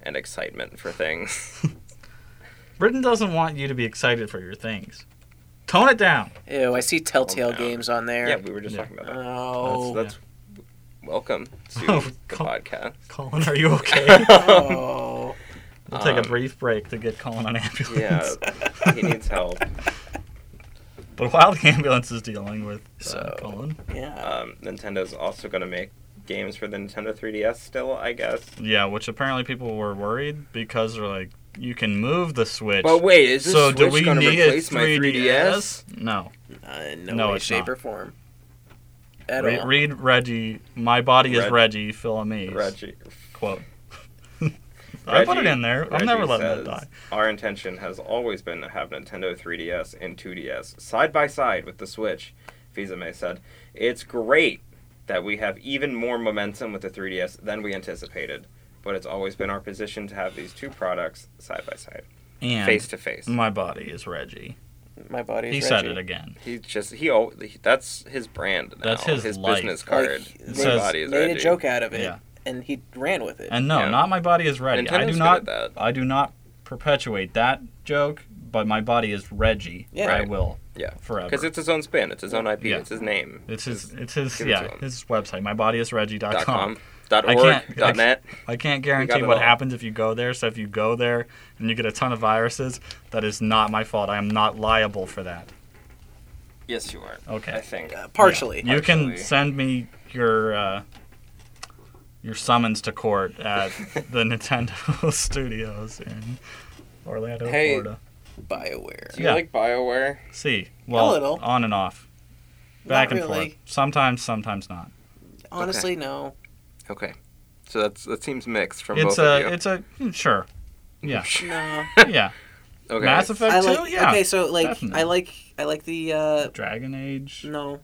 [SPEAKER 2] and excitement for things.
[SPEAKER 1] Britain doesn't want you to be excited for your things. Tone it down.
[SPEAKER 3] Ew, I see Telltale
[SPEAKER 2] Calm down.
[SPEAKER 3] games on there.
[SPEAKER 2] yeah, we were just
[SPEAKER 1] Yeah.
[SPEAKER 2] talking about that.
[SPEAKER 3] Oh.
[SPEAKER 2] that's, that's welcome to
[SPEAKER 1] Oh,
[SPEAKER 2] the
[SPEAKER 1] come-
[SPEAKER 2] podcast.
[SPEAKER 1] Colin, are you okay?
[SPEAKER 3] oh.
[SPEAKER 1] we'll take a
[SPEAKER 2] Um,
[SPEAKER 1] brief break to get Colin an ambulance.
[SPEAKER 2] Yeah, he needs help.
[SPEAKER 1] But while the ambulance is dealing with uh,
[SPEAKER 3] So-
[SPEAKER 1] Colin,
[SPEAKER 3] Yeah.
[SPEAKER 2] Um, Nintendo's also going to make games for the Nintendo 3DS still, I guess.
[SPEAKER 1] yeah, which apparently people were worried because they're like, you can move the Switch.
[SPEAKER 2] But wait, is this
[SPEAKER 1] so do
[SPEAKER 2] Switch
[SPEAKER 1] we
[SPEAKER 2] going to
[SPEAKER 1] need a
[SPEAKER 2] replace my
[SPEAKER 1] 3DS?
[SPEAKER 2] 3DS?
[SPEAKER 1] No.
[SPEAKER 3] Uh, in no,
[SPEAKER 1] no,
[SPEAKER 3] way,
[SPEAKER 1] it's
[SPEAKER 3] shape,
[SPEAKER 1] not.
[SPEAKER 3] or form. At
[SPEAKER 1] Re-
[SPEAKER 3] all.
[SPEAKER 1] read Reggie. My body is
[SPEAKER 2] Reg-
[SPEAKER 1] Reggie. Fill in me.
[SPEAKER 2] Reggie,
[SPEAKER 1] Quote. I put it
[SPEAKER 2] Reggie-
[SPEAKER 1] in there. I'm
[SPEAKER 2] Reggie
[SPEAKER 1] never letting that
[SPEAKER 2] says,
[SPEAKER 1] die.
[SPEAKER 2] Our intention has always been to have Nintendo 3DS and 2DS side by side with the Switch, Fizame said. It's great that we have even more momentum with the 3DS than we anticipated, but it's always been our position to have these two products side by side,
[SPEAKER 1] And
[SPEAKER 2] face to face.
[SPEAKER 1] my body is Reggie.
[SPEAKER 3] My body is
[SPEAKER 1] He
[SPEAKER 3] Reggie.
[SPEAKER 1] said it again.
[SPEAKER 2] He just he al- he- that's his brand now.
[SPEAKER 1] That's his life.
[SPEAKER 2] business card.
[SPEAKER 3] Like,
[SPEAKER 1] It
[SPEAKER 2] His
[SPEAKER 1] says-
[SPEAKER 2] body is
[SPEAKER 3] Made
[SPEAKER 2] Reggie.
[SPEAKER 3] a joke out of it,
[SPEAKER 1] Yeah.
[SPEAKER 3] and he ran with it.
[SPEAKER 1] And no,
[SPEAKER 2] Yeah.
[SPEAKER 1] not my body is Reggie. I
[SPEAKER 2] Nintendo's
[SPEAKER 1] do
[SPEAKER 2] good
[SPEAKER 1] not.
[SPEAKER 2] at that.
[SPEAKER 1] I do not perpetuate that joke. But my body is Reggie. I
[SPEAKER 3] Yeah.
[SPEAKER 2] Right.
[SPEAKER 1] will.
[SPEAKER 2] Yeah.
[SPEAKER 1] Forever.
[SPEAKER 2] Because it's his own spin, it's his own IP,
[SPEAKER 1] Yeah.
[SPEAKER 2] it's his name.
[SPEAKER 1] It's his. It's his.
[SPEAKER 2] Give it
[SPEAKER 1] Yeah,
[SPEAKER 2] to him.
[SPEAKER 1] his website. MyBodyIsReggie.com.
[SPEAKER 2] Dot com, dot
[SPEAKER 1] I
[SPEAKER 2] org,
[SPEAKER 1] can't- I-
[SPEAKER 2] dot net.
[SPEAKER 1] I can't
[SPEAKER 2] You
[SPEAKER 1] guarantee
[SPEAKER 2] got it
[SPEAKER 1] what
[SPEAKER 2] all.
[SPEAKER 1] happens if you go there. So if you go there and you get a ton of viruses, that is not my fault. I am not liable for that.
[SPEAKER 2] Yes, you are.
[SPEAKER 1] Okay.
[SPEAKER 2] I think.
[SPEAKER 3] Uh, partially.
[SPEAKER 1] You can
[SPEAKER 2] Partially.
[SPEAKER 1] send me your uh, your summons to court at the Nintendo studios in Orlando,
[SPEAKER 2] Hey.
[SPEAKER 1] Florida.
[SPEAKER 3] Bioware.
[SPEAKER 2] Do you
[SPEAKER 1] Yeah.
[SPEAKER 2] like Bioware?
[SPEAKER 1] See, well,
[SPEAKER 3] little.
[SPEAKER 1] on and off, back
[SPEAKER 3] Not
[SPEAKER 1] and
[SPEAKER 3] really.
[SPEAKER 1] forth. Sometimes, sometimes not.
[SPEAKER 3] Honestly, no.
[SPEAKER 2] Okay, so that's that seems mixed from
[SPEAKER 1] it's
[SPEAKER 2] both
[SPEAKER 1] a,
[SPEAKER 2] of you.
[SPEAKER 1] it's a mm, sure, yeah,
[SPEAKER 3] No.
[SPEAKER 1] yeah.
[SPEAKER 2] okay.
[SPEAKER 1] Mass
[SPEAKER 3] I
[SPEAKER 1] Effect
[SPEAKER 3] like,
[SPEAKER 1] too, yeah.
[SPEAKER 3] Okay, so like
[SPEAKER 1] definitely.
[SPEAKER 3] I like I like the uh
[SPEAKER 1] Dragon Age.
[SPEAKER 3] no.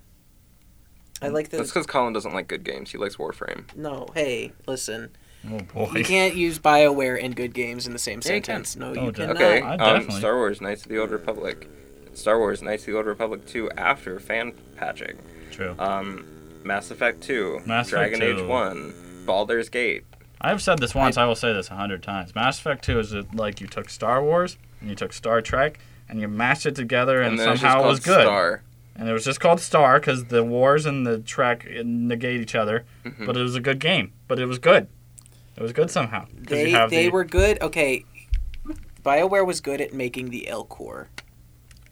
[SPEAKER 3] I like the
[SPEAKER 2] That's because Colin doesn't like good games. He likes Warframe.
[SPEAKER 3] no. Hey, listen.
[SPEAKER 1] Oh boy.
[SPEAKER 3] You can't use BioWare and good games in the same
[SPEAKER 2] Yeah, you can.
[SPEAKER 3] sentence. No,
[SPEAKER 1] Oh,
[SPEAKER 3] you
[SPEAKER 1] dude.
[SPEAKER 3] cannot.
[SPEAKER 2] Okay,
[SPEAKER 1] I
[SPEAKER 2] um,
[SPEAKER 1] definitely-
[SPEAKER 2] Star Wars: Knights of the Old Republic, Star Wars: Knights of the Old Republic 2 after fan patching,
[SPEAKER 1] True.
[SPEAKER 2] um, Mass Effect 2,
[SPEAKER 1] Mass Effect
[SPEAKER 2] Dragon Age
[SPEAKER 1] 2.
[SPEAKER 2] 1, Baldur's Gate,
[SPEAKER 1] I've said this once. I, will say this a hundred times. Mass Effect Two is it like you took Star Wars and you took Star Trek and you mashed it together and,
[SPEAKER 2] then it's just
[SPEAKER 1] somehow it
[SPEAKER 2] called
[SPEAKER 1] was good.
[SPEAKER 2] Star.
[SPEAKER 1] And it was just called Star because the wars and the Trek uh, negate each other.
[SPEAKER 2] Mhm.
[SPEAKER 1] But it was a good game. But it was good. It was good somehow. 'Cause you
[SPEAKER 3] They
[SPEAKER 1] have
[SPEAKER 3] they
[SPEAKER 1] the-
[SPEAKER 3] were good. Okay, BioWare was good at making the Elcor,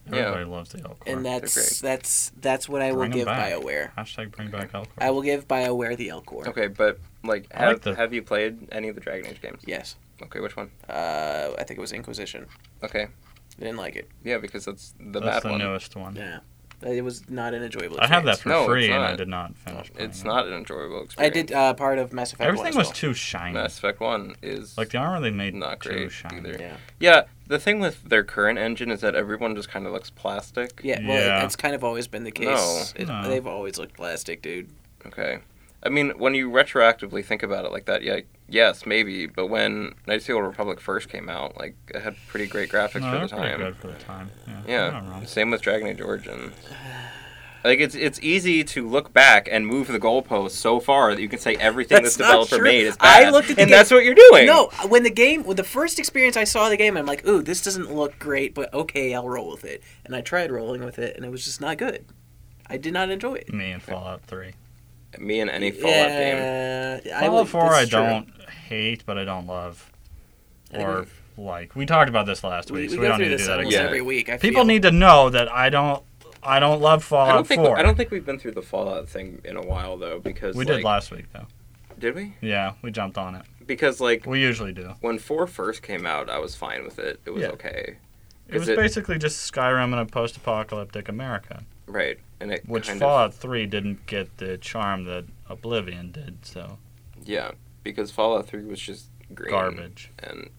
[SPEAKER 1] Everybody loves the Elcor.
[SPEAKER 3] and that's
[SPEAKER 2] great.
[SPEAKER 3] that's that's what I will
[SPEAKER 1] Bring 'em
[SPEAKER 3] give
[SPEAKER 1] back.
[SPEAKER 3] BioWare.
[SPEAKER 1] Hashtag bring back Elcor.
[SPEAKER 3] I will give BioWare the Elcor.
[SPEAKER 2] Okay, but like,
[SPEAKER 1] I like
[SPEAKER 2] have,
[SPEAKER 1] the-
[SPEAKER 2] have you played any of the Dragon Age games?
[SPEAKER 3] Yes,
[SPEAKER 2] Okay, which one?
[SPEAKER 3] uh, I think it was Inquisition.
[SPEAKER 2] Okay,
[SPEAKER 3] I didn't like it.
[SPEAKER 2] yeah, because that's the
[SPEAKER 1] That's
[SPEAKER 2] bad
[SPEAKER 1] the
[SPEAKER 2] one.
[SPEAKER 1] newest one.
[SPEAKER 3] Yeah, it was not an enjoyable.
[SPEAKER 1] I
[SPEAKER 3] Experience.
[SPEAKER 1] have that for
[SPEAKER 2] No, it's
[SPEAKER 1] free, and I
[SPEAKER 2] not.
[SPEAKER 1] did not finish. playing
[SPEAKER 2] It's
[SPEAKER 1] it.
[SPEAKER 2] not an enjoyable
[SPEAKER 3] I
[SPEAKER 2] experience.
[SPEAKER 3] did uh, part of Mass Effect.
[SPEAKER 1] Everything
[SPEAKER 3] one as
[SPEAKER 1] was too shiny.
[SPEAKER 2] Mass Effect One is
[SPEAKER 1] Like the armor they made
[SPEAKER 2] not
[SPEAKER 1] too
[SPEAKER 2] great
[SPEAKER 1] shiny.
[SPEAKER 2] either.
[SPEAKER 3] well. Yeah.
[SPEAKER 2] yeah. The thing with their current engine is that everyone just kind of looks plastic.
[SPEAKER 3] Yeah, well,
[SPEAKER 1] Yeah.
[SPEAKER 3] that's kind of always been the case.
[SPEAKER 2] No.
[SPEAKER 3] It-
[SPEAKER 1] No.
[SPEAKER 3] They've always looked plastic, dude.
[SPEAKER 2] Okay. I mean, when you retroactively think about it like that, yeah, yes, maybe. But when Knights of the Old Republic first came out, like it had pretty great graphics
[SPEAKER 1] No, they
[SPEAKER 2] for the
[SPEAKER 1] were pretty
[SPEAKER 2] time.
[SPEAKER 1] good for the time. Yeah. you're not
[SPEAKER 2] Yeah.
[SPEAKER 1] wrong.
[SPEAKER 2] Same with Dragon Age Origins. Like it's it's easy to look back and move the goalposts so far that you can say everything
[SPEAKER 3] That's
[SPEAKER 2] this
[SPEAKER 3] not
[SPEAKER 2] developer
[SPEAKER 3] true.
[SPEAKER 2] made is
[SPEAKER 3] I
[SPEAKER 2] bad,
[SPEAKER 3] looked at the
[SPEAKER 2] and
[SPEAKER 3] game-
[SPEAKER 2] that's what you're doing.
[SPEAKER 3] No, when the game, when the first experience I saw the game, I'm like, ooh, this doesn't look great, but okay, I'll roll with it. And I tried rolling with it, and it was just not good. I did not enjoy it.
[SPEAKER 1] Me and Fallout Three.
[SPEAKER 2] Me and any Fallout game.
[SPEAKER 3] yeah, I
[SPEAKER 1] Fallout
[SPEAKER 3] would-
[SPEAKER 1] Four, I
[SPEAKER 3] that's true.
[SPEAKER 1] don't hate, but I don't love,
[SPEAKER 3] I think
[SPEAKER 1] or like. We talked about this last
[SPEAKER 3] We,
[SPEAKER 1] week,
[SPEAKER 3] we
[SPEAKER 1] so we,
[SPEAKER 3] go
[SPEAKER 1] don't
[SPEAKER 3] through
[SPEAKER 1] need to do
[SPEAKER 3] this
[SPEAKER 1] that
[SPEAKER 3] almost
[SPEAKER 1] again.
[SPEAKER 2] Yeah.
[SPEAKER 3] every week. I
[SPEAKER 1] People
[SPEAKER 3] feel.
[SPEAKER 1] need to know that I don't, I don't love Fallout
[SPEAKER 2] I don't think
[SPEAKER 1] Four.
[SPEAKER 2] I don't think we've been through the Fallout thing in a while though, because
[SPEAKER 1] we
[SPEAKER 2] like,
[SPEAKER 1] did last week though.
[SPEAKER 2] Did we?
[SPEAKER 1] Yeah, we jumped on it.
[SPEAKER 2] Because like
[SPEAKER 1] We usually do.
[SPEAKER 2] when four first came out, I was fine with it. It was
[SPEAKER 1] Yeah.
[SPEAKER 2] okay,
[SPEAKER 1] It was
[SPEAKER 2] it-
[SPEAKER 1] basically just Skyrim in a post-apocalyptic America,
[SPEAKER 2] right? And it
[SPEAKER 1] which
[SPEAKER 2] kind of-
[SPEAKER 1] Fallout Three didn't get the charm that Oblivion did. So
[SPEAKER 2] Yeah, because Fallout 3 was just green
[SPEAKER 1] garbage.
[SPEAKER 2] and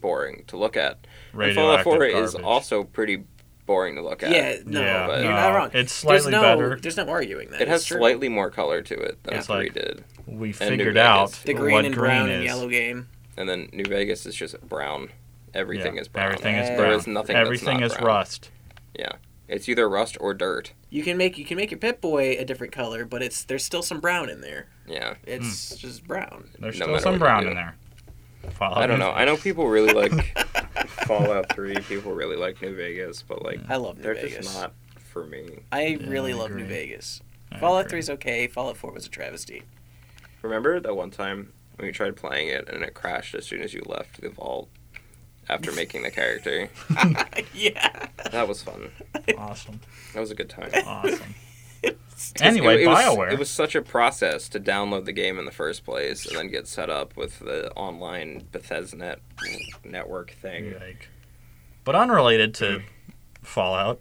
[SPEAKER 2] boring to look at. And
[SPEAKER 1] Radioactive
[SPEAKER 2] Fallout 4
[SPEAKER 1] garbage.
[SPEAKER 2] is also pretty boring to look at.
[SPEAKER 3] Yeah, no,
[SPEAKER 1] yeah,
[SPEAKER 2] but-
[SPEAKER 3] you're
[SPEAKER 1] no,
[SPEAKER 3] not wrong.
[SPEAKER 1] It's
[SPEAKER 3] There's
[SPEAKER 1] slightly
[SPEAKER 3] no,
[SPEAKER 1] better.
[SPEAKER 3] there's no arguing that.
[SPEAKER 2] It has
[SPEAKER 3] It's true.
[SPEAKER 2] slightly more color to it than
[SPEAKER 1] Yeah. It's
[SPEAKER 2] 3
[SPEAKER 1] like-
[SPEAKER 2] did.
[SPEAKER 1] We
[SPEAKER 2] New
[SPEAKER 1] figured
[SPEAKER 2] Vegas.
[SPEAKER 1] out
[SPEAKER 3] The green
[SPEAKER 1] what
[SPEAKER 3] and
[SPEAKER 1] green
[SPEAKER 3] brown
[SPEAKER 1] is.
[SPEAKER 3] and yellow game.
[SPEAKER 2] And then New Vegas is just brown. Everything
[SPEAKER 1] Yeah,
[SPEAKER 2] is brown.
[SPEAKER 1] Everything is
[SPEAKER 3] Yeah.
[SPEAKER 1] brown.
[SPEAKER 2] There is nothing that's
[SPEAKER 1] Everything
[SPEAKER 2] not
[SPEAKER 1] is
[SPEAKER 2] brown.
[SPEAKER 1] rust.
[SPEAKER 2] It's either rust or dirt.
[SPEAKER 3] You can make you can make your Pip Boy a different color, but it's there's still some brown in there.
[SPEAKER 2] Yeah.
[SPEAKER 1] Hmm.
[SPEAKER 3] It's just brown.
[SPEAKER 1] There's still
[SPEAKER 2] No matter what
[SPEAKER 1] some
[SPEAKER 2] you
[SPEAKER 1] brown
[SPEAKER 2] do.
[SPEAKER 1] in there. Fallout
[SPEAKER 2] I don't
[SPEAKER 1] is-
[SPEAKER 2] know. I know people really like Fallout 3. People really like New Vegas, but like
[SPEAKER 3] I love New
[SPEAKER 2] they're
[SPEAKER 3] Vegas.
[SPEAKER 2] just not for me.
[SPEAKER 3] I
[SPEAKER 1] Yeah,
[SPEAKER 3] really
[SPEAKER 1] I
[SPEAKER 3] love New
[SPEAKER 1] agree.
[SPEAKER 3] Vegas.
[SPEAKER 1] I
[SPEAKER 3] Fallout
[SPEAKER 1] agree.
[SPEAKER 3] 3 is okay. Fallout 4 was a travesty.
[SPEAKER 2] Remember that one time when you tried playing it and it crashed as soon as you left the vault after making the character?
[SPEAKER 3] yeah.
[SPEAKER 2] That was fun.
[SPEAKER 1] awesome.
[SPEAKER 2] That was a good time.
[SPEAKER 1] Awesome.
[SPEAKER 3] It's-
[SPEAKER 1] anyway,
[SPEAKER 2] it, it was,
[SPEAKER 1] BioWare.
[SPEAKER 2] It was such a process to download the game in the first place and then get set up with the online Bethesda network thing.
[SPEAKER 1] Yike. But unrelated to Fallout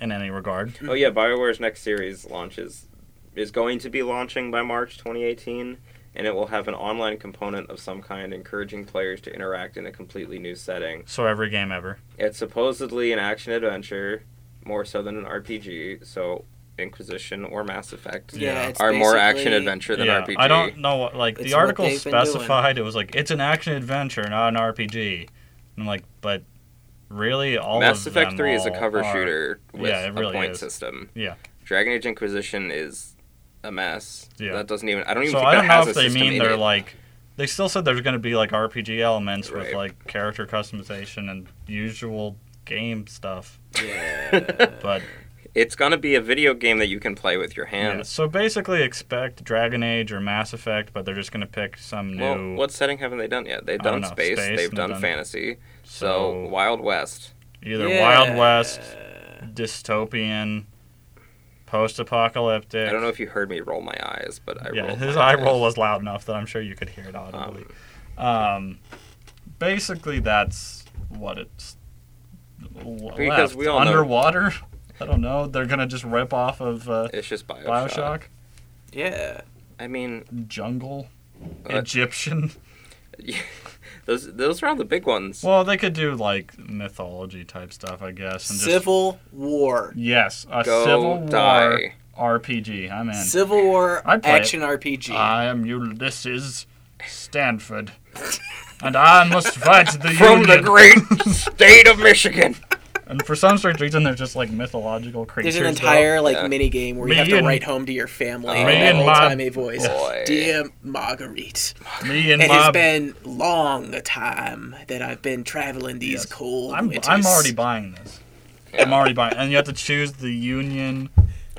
[SPEAKER 1] in any regard.
[SPEAKER 2] Oh yeah, BioWare's next series launches is going to be launching by March 2018 and it will have an online component of some kind encouraging players to interact in a completely new setting.
[SPEAKER 1] So every game ever.
[SPEAKER 2] It's supposedly an action adventure, more so than an RPG. So Inquisition or Mass Effect
[SPEAKER 1] Yeah.
[SPEAKER 3] yeah, it's
[SPEAKER 2] are more action
[SPEAKER 3] basically-
[SPEAKER 2] adventure than
[SPEAKER 1] yeah,
[SPEAKER 2] RPG.
[SPEAKER 1] I don't know what like
[SPEAKER 3] It's
[SPEAKER 1] the
[SPEAKER 3] what
[SPEAKER 1] article
[SPEAKER 3] they've been doing.
[SPEAKER 1] specified. It was like it's an action adventure, not an RPG. And I'm like, but really, all
[SPEAKER 2] Mass
[SPEAKER 1] of
[SPEAKER 2] Effect
[SPEAKER 1] them
[SPEAKER 2] Three is a
[SPEAKER 1] all
[SPEAKER 2] cover
[SPEAKER 1] are-
[SPEAKER 2] shooter with
[SPEAKER 1] Yeah, it
[SPEAKER 2] a
[SPEAKER 1] really
[SPEAKER 2] point
[SPEAKER 1] is.
[SPEAKER 2] system.
[SPEAKER 1] Yeah.
[SPEAKER 2] Dragon Age Inquisition is a mess.
[SPEAKER 1] Yeah.
[SPEAKER 2] That doesn't even. I don't even.
[SPEAKER 1] So
[SPEAKER 2] think
[SPEAKER 1] I don't
[SPEAKER 2] that
[SPEAKER 1] know
[SPEAKER 2] has
[SPEAKER 1] if
[SPEAKER 2] a
[SPEAKER 1] they
[SPEAKER 2] system
[SPEAKER 1] mean
[SPEAKER 2] in
[SPEAKER 1] they're
[SPEAKER 2] it.
[SPEAKER 1] like. They still said there's going to be like RPG elements with
[SPEAKER 2] Right.
[SPEAKER 1] like character customization and usual game stuff,
[SPEAKER 3] Yeah.
[SPEAKER 1] but
[SPEAKER 2] It's gonna be a video game that you can play with your
[SPEAKER 1] yeah.
[SPEAKER 2] hands.
[SPEAKER 1] So basically, expect Dragon Age or Mass Effect, but they're just going to pick some
[SPEAKER 2] Well,
[SPEAKER 1] new.
[SPEAKER 2] what setting haven't they done yet? They've
[SPEAKER 1] I don't
[SPEAKER 2] done
[SPEAKER 1] know,
[SPEAKER 2] space,
[SPEAKER 1] space,
[SPEAKER 2] They've
[SPEAKER 1] and
[SPEAKER 2] done
[SPEAKER 1] they've done-
[SPEAKER 2] fantasy. so
[SPEAKER 1] so
[SPEAKER 2] Wild West.
[SPEAKER 1] either
[SPEAKER 3] Yeah.
[SPEAKER 1] Wild West, dystopian, post-apocalyptic.
[SPEAKER 2] I don't know if you heard me roll my eyes, but I
[SPEAKER 1] yeah,
[SPEAKER 2] rolled
[SPEAKER 1] his
[SPEAKER 2] my
[SPEAKER 1] eye
[SPEAKER 2] eyes.
[SPEAKER 1] roll was loud enough that I'm sure you could hear it audibly. Um, basically, that's what it's l-
[SPEAKER 2] Because
[SPEAKER 1] left.
[SPEAKER 2] we all know-
[SPEAKER 1] underwater. I don't know. They're gonna just rip off of uh,
[SPEAKER 2] It's just Bioshock.
[SPEAKER 1] Bioshock,
[SPEAKER 3] Yeah.
[SPEAKER 2] I mean,
[SPEAKER 1] jungle,
[SPEAKER 2] Uh,
[SPEAKER 1] Egyptian.
[SPEAKER 2] those those are all the big ones.
[SPEAKER 1] Well, they could do like mythology type stuff, I guess. And just,
[SPEAKER 3] Civil War.
[SPEAKER 1] Yes, a
[SPEAKER 2] Go
[SPEAKER 1] civil war
[SPEAKER 2] die.
[SPEAKER 1] RPG. I'm in.
[SPEAKER 3] Civil War
[SPEAKER 1] I'd play it. Uh,
[SPEAKER 3] action RPG.
[SPEAKER 1] I am Ulysses Stanford, and I must fight the
[SPEAKER 2] From the
[SPEAKER 1] Union.
[SPEAKER 2] great state of Michigan.
[SPEAKER 1] And for some strange reason, they're just like mythological creatures.
[SPEAKER 3] There's an entire like
[SPEAKER 2] Yeah.
[SPEAKER 3] mini game where
[SPEAKER 1] Me
[SPEAKER 3] you have to
[SPEAKER 1] and- Uh,
[SPEAKER 3] write home to your family
[SPEAKER 2] Oh,
[SPEAKER 3] in
[SPEAKER 2] me
[SPEAKER 3] that
[SPEAKER 2] and
[SPEAKER 3] old
[SPEAKER 1] Ma-
[SPEAKER 3] timey voice.
[SPEAKER 2] Boy.
[SPEAKER 3] Dear Marguerite,
[SPEAKER 1] though. Me and
[SPEAKER 3] it has
[SPEAKER 1] Bob.
[SPEAKER 3] been long a time that I've been traveling these
[SPEAKER 1] Yes.
[SPEAKER 3] cold
[SPEAKER 1] I'm,
[SPEAKER 3] winters.
[SPEAKER 1] I'm already buying this. I'm already buying, and you have to choose the Union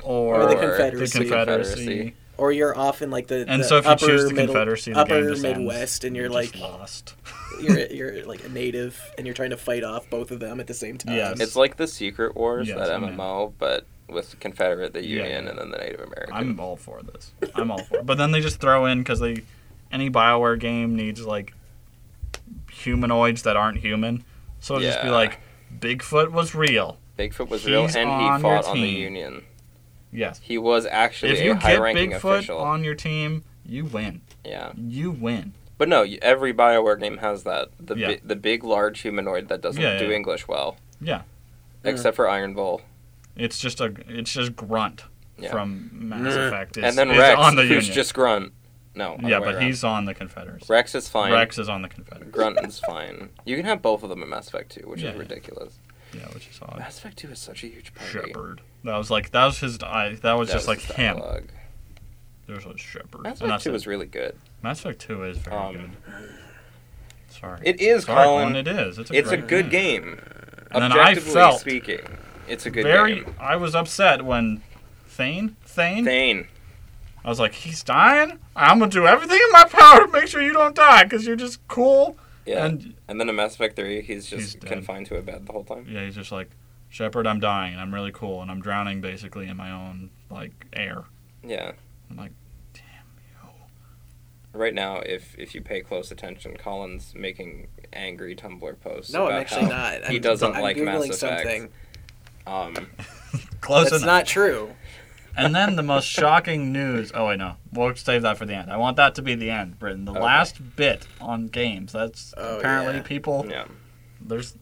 [SPEAKER 1] or,
[SPEAKER 3] Or the
[SPEAKER 2] Or
[SPEAKER 1] the
[SPEAKER 3] Confederacy.
[SPEAKER 1] Confederacy.
[SPEAKER 3] or you're off in like the
[SPEAKER 1] And
[SPEAKER 3] the
[SPEAKER 1] so if you
[SPEAKER 3] upper
[SPEAKER 1] choose the
[SPEAKER 3] middle,
[SPEAKER 1] Confederacy, the
[SPEAKER 3] upper
[SPEAKER 1] game just ends.
[SPEAKER 3] Midwest, and you're
[SPEAKER 1] You're
[SPEAKER 3] like
[SPEAKER 1] just lost.
[SPEAKER 3] you're you're like a native, and you're trying to fight off both of them at the same time.
[SPEAKER 1] Yes.
[SPEAKER 2] It's like the Secret Wars,
[SPEAKER 1] Yes,
[SPEAKER 2] that
[SPEAKER 1] I'm in.
[SPEAKER 2] MMO, but with the Confederate, the
[SPEAKER 1] Yeah,
[SPEAKER 2] Union,
[SPEAKER 1] yeah.
[SPEAKER 2] and then the Native American.
[SPEAKER 1] I'm all for this. I'm all for it. But then they just throw in because they any Bioware game needs like humanoids that aren't human. So it'll just be
[SPEAKER 2] Yeah.
[SPEAKER 1] like Bigfoot was real.
[SPEAKER 2] Bigfoot was real, and
[SPEAKER 1] He's
[SPEAKER 2] he
[SPEAKER 1] on your
[SPEAKER 2] fought on the
[SPEAKER 1] team.
[SPEAKER 2] Union.
[SPEAKER 1] Yes.
[SPEAKER 2] He was actually
[SPEAKER 1] If you
[SPEAKER 2] a
[SPEAKER 1] get
[SPEAKER 2] high-ranking
[SPEAKER 1] Bigfoot
[SPEAKER 2] official.
[SPEAKER 1] on your team, you win.
[SPEAKER 2] yeah,
[SPEAKER 1] You win.
[SPEAKER 2] but no, y- every Bioware game has that the
[SPEAKER 1] Yeah.
[SPEAKER 2] bi- the big, large humanoid that doesn't
[SPEAKER 1] Yeah,
[SPEAKER 2] do
[SPEAKER 1] yeah.
[SPEAKER 2] English well,
[SPEAKER 1] Yeah.
[SPEAKER 3] Mm.
[SPEAKER 2] except for Iron Bull.
[SPEAKER 1] It's just a it's just grunt
[SPEAKER 2] Yeah.
[SPEAKER 1] from Mass
[SPEAKER 3] Mm.
[SPEAKER 1] Effect. Is,
[SPEAKER 2] and then
[SPEAKER 1] is
[SPEAKER 2] Rex,
[SPEAKER 1] on the
[SPEAKER 2] who's
[SPEAKER 1] Union.
[SPEAKER 2] just Grunt. No, other
[SPEAKER 1] yeah,
[SPEAKER 2] way
[SPEAKER 1] but
[SPEAKER 2] around.
[SPEAKER 1] he's on the Confederacy.
[SPEAKER 2] Rex is fine.
[SPEAKER 1] Rex is on the Confederacy.
[SPEAKER 2] Grunt is fine. You can have both of them in Mass Effect 2, which
[SPEAKER 1] Yeah,
[SPEAKER 2] is
[SPEAKER 1] yeah.
[SPEAKER 2] ridiculous.
[SPEAKER 1] Yeah, which is odd.
[SPEAKER 2] Mass Effect 2 is such a huge party.
[SPEAKER 1] Shepherd. That was like that was his. I that was
[SPEAKER 2] That
[SPEAKER 1] just like
[SPEAKER 2] his
[SPEAKER 1] him.
[SPEAKER 2] dialogue.
[SPEAKER 1] There's a shepherd.
[SPEAKER 2] Mass
[SPEAKER 1] and
[SPEAKER 2] Effect
[SPEAKER 1] that's
[SPEAKER 2] 2
[SPEAKER 1] it.
[SPEAKER 2] was really good.
[SPEAKER 1] Mass Effect 2 is very
[SPEAKER 2] Um,
[SPEAKER 1] good. Sorry.
[SPEAKER 2] It is,
[SPEAKER 1] Sorry,
[SPEAKER 2] Colin.
[SPEAKER 1] Colin, It is. It's a,
[SPEAKER 2] It's a
[SPEAKER 1] great
[SPEAKER 2] good game.
[SPEAKER 1] And then I
[SPEAKER 2] Objectively
[SPEAKER 1] felt
[SPEAKER 2] speaking, it's a good
[SPEAKER 1] very.
[SPEAKER 2] game.
[SPEAKER 1] I was upset when Thane. Thane.
[SPEAKER 2] Thane.
[SPEAKER 1] I was like, he's dying. I'm gonna do everything in my power to make sure you don't die, cause you're just cool.
[SPEAKER 2] Yeah. And,
[SPEAKER 1] And
[SPEAKER 2] then in Mass Effect 3, he's
[SPEAKER 1] He's
[SPEAKER 2] just
[SPEAKER 1] dead.
[SPEAKER 2] confined to a bed the whole time.
[SPEAKER 1] yeah, he's just like, Shepard, I'm dying, and I'm really cool, and I'm drowning basically in my own like air.
[SPEAKER 2] Yeah.
[SPEAKER 1] I'm like,
[SPEAKER 2] Right now, if if you pay close attention, Colin's making angry Tumblr posts.
[SPEAKER 3] No, I'm
[SPEAKER 2] about
[SPEAKER 3] actually
[SPEAKER 2] how
[SPEAKER 3] not.
[SPEAKER 2] He
[SPEAKER 3] I'm,
[SPEAKER 2] doesn't
[SPEAKER 3] I'm
[SPEAKER 2] like
[SPEAKER 3] Googling
[SPEAKER 2] Mass Effect.
[SPEAKER 3] something.
[SPEAKER 2] Um,
[SPEAKER 1] close
[SPEAKER 3] That's
[SPEAKER 1] enough.
[SPEAKER 3] not true.
[SPEAKER 1] And then the most shocking news. Oh wait, no, we'll save that for the end. I want that to be the end, Britton. The
[SPEAKER 2] Okay.
[SPEAKER 1] last bit on games. That's
[SPEAKER 3] Oh,
[SPEAKER 1] apparently
[SPEAKER 3] yeah.
[SPEAKER 1] people.
[SPEAKER 2] yeah.
[SPEAKER 1] There's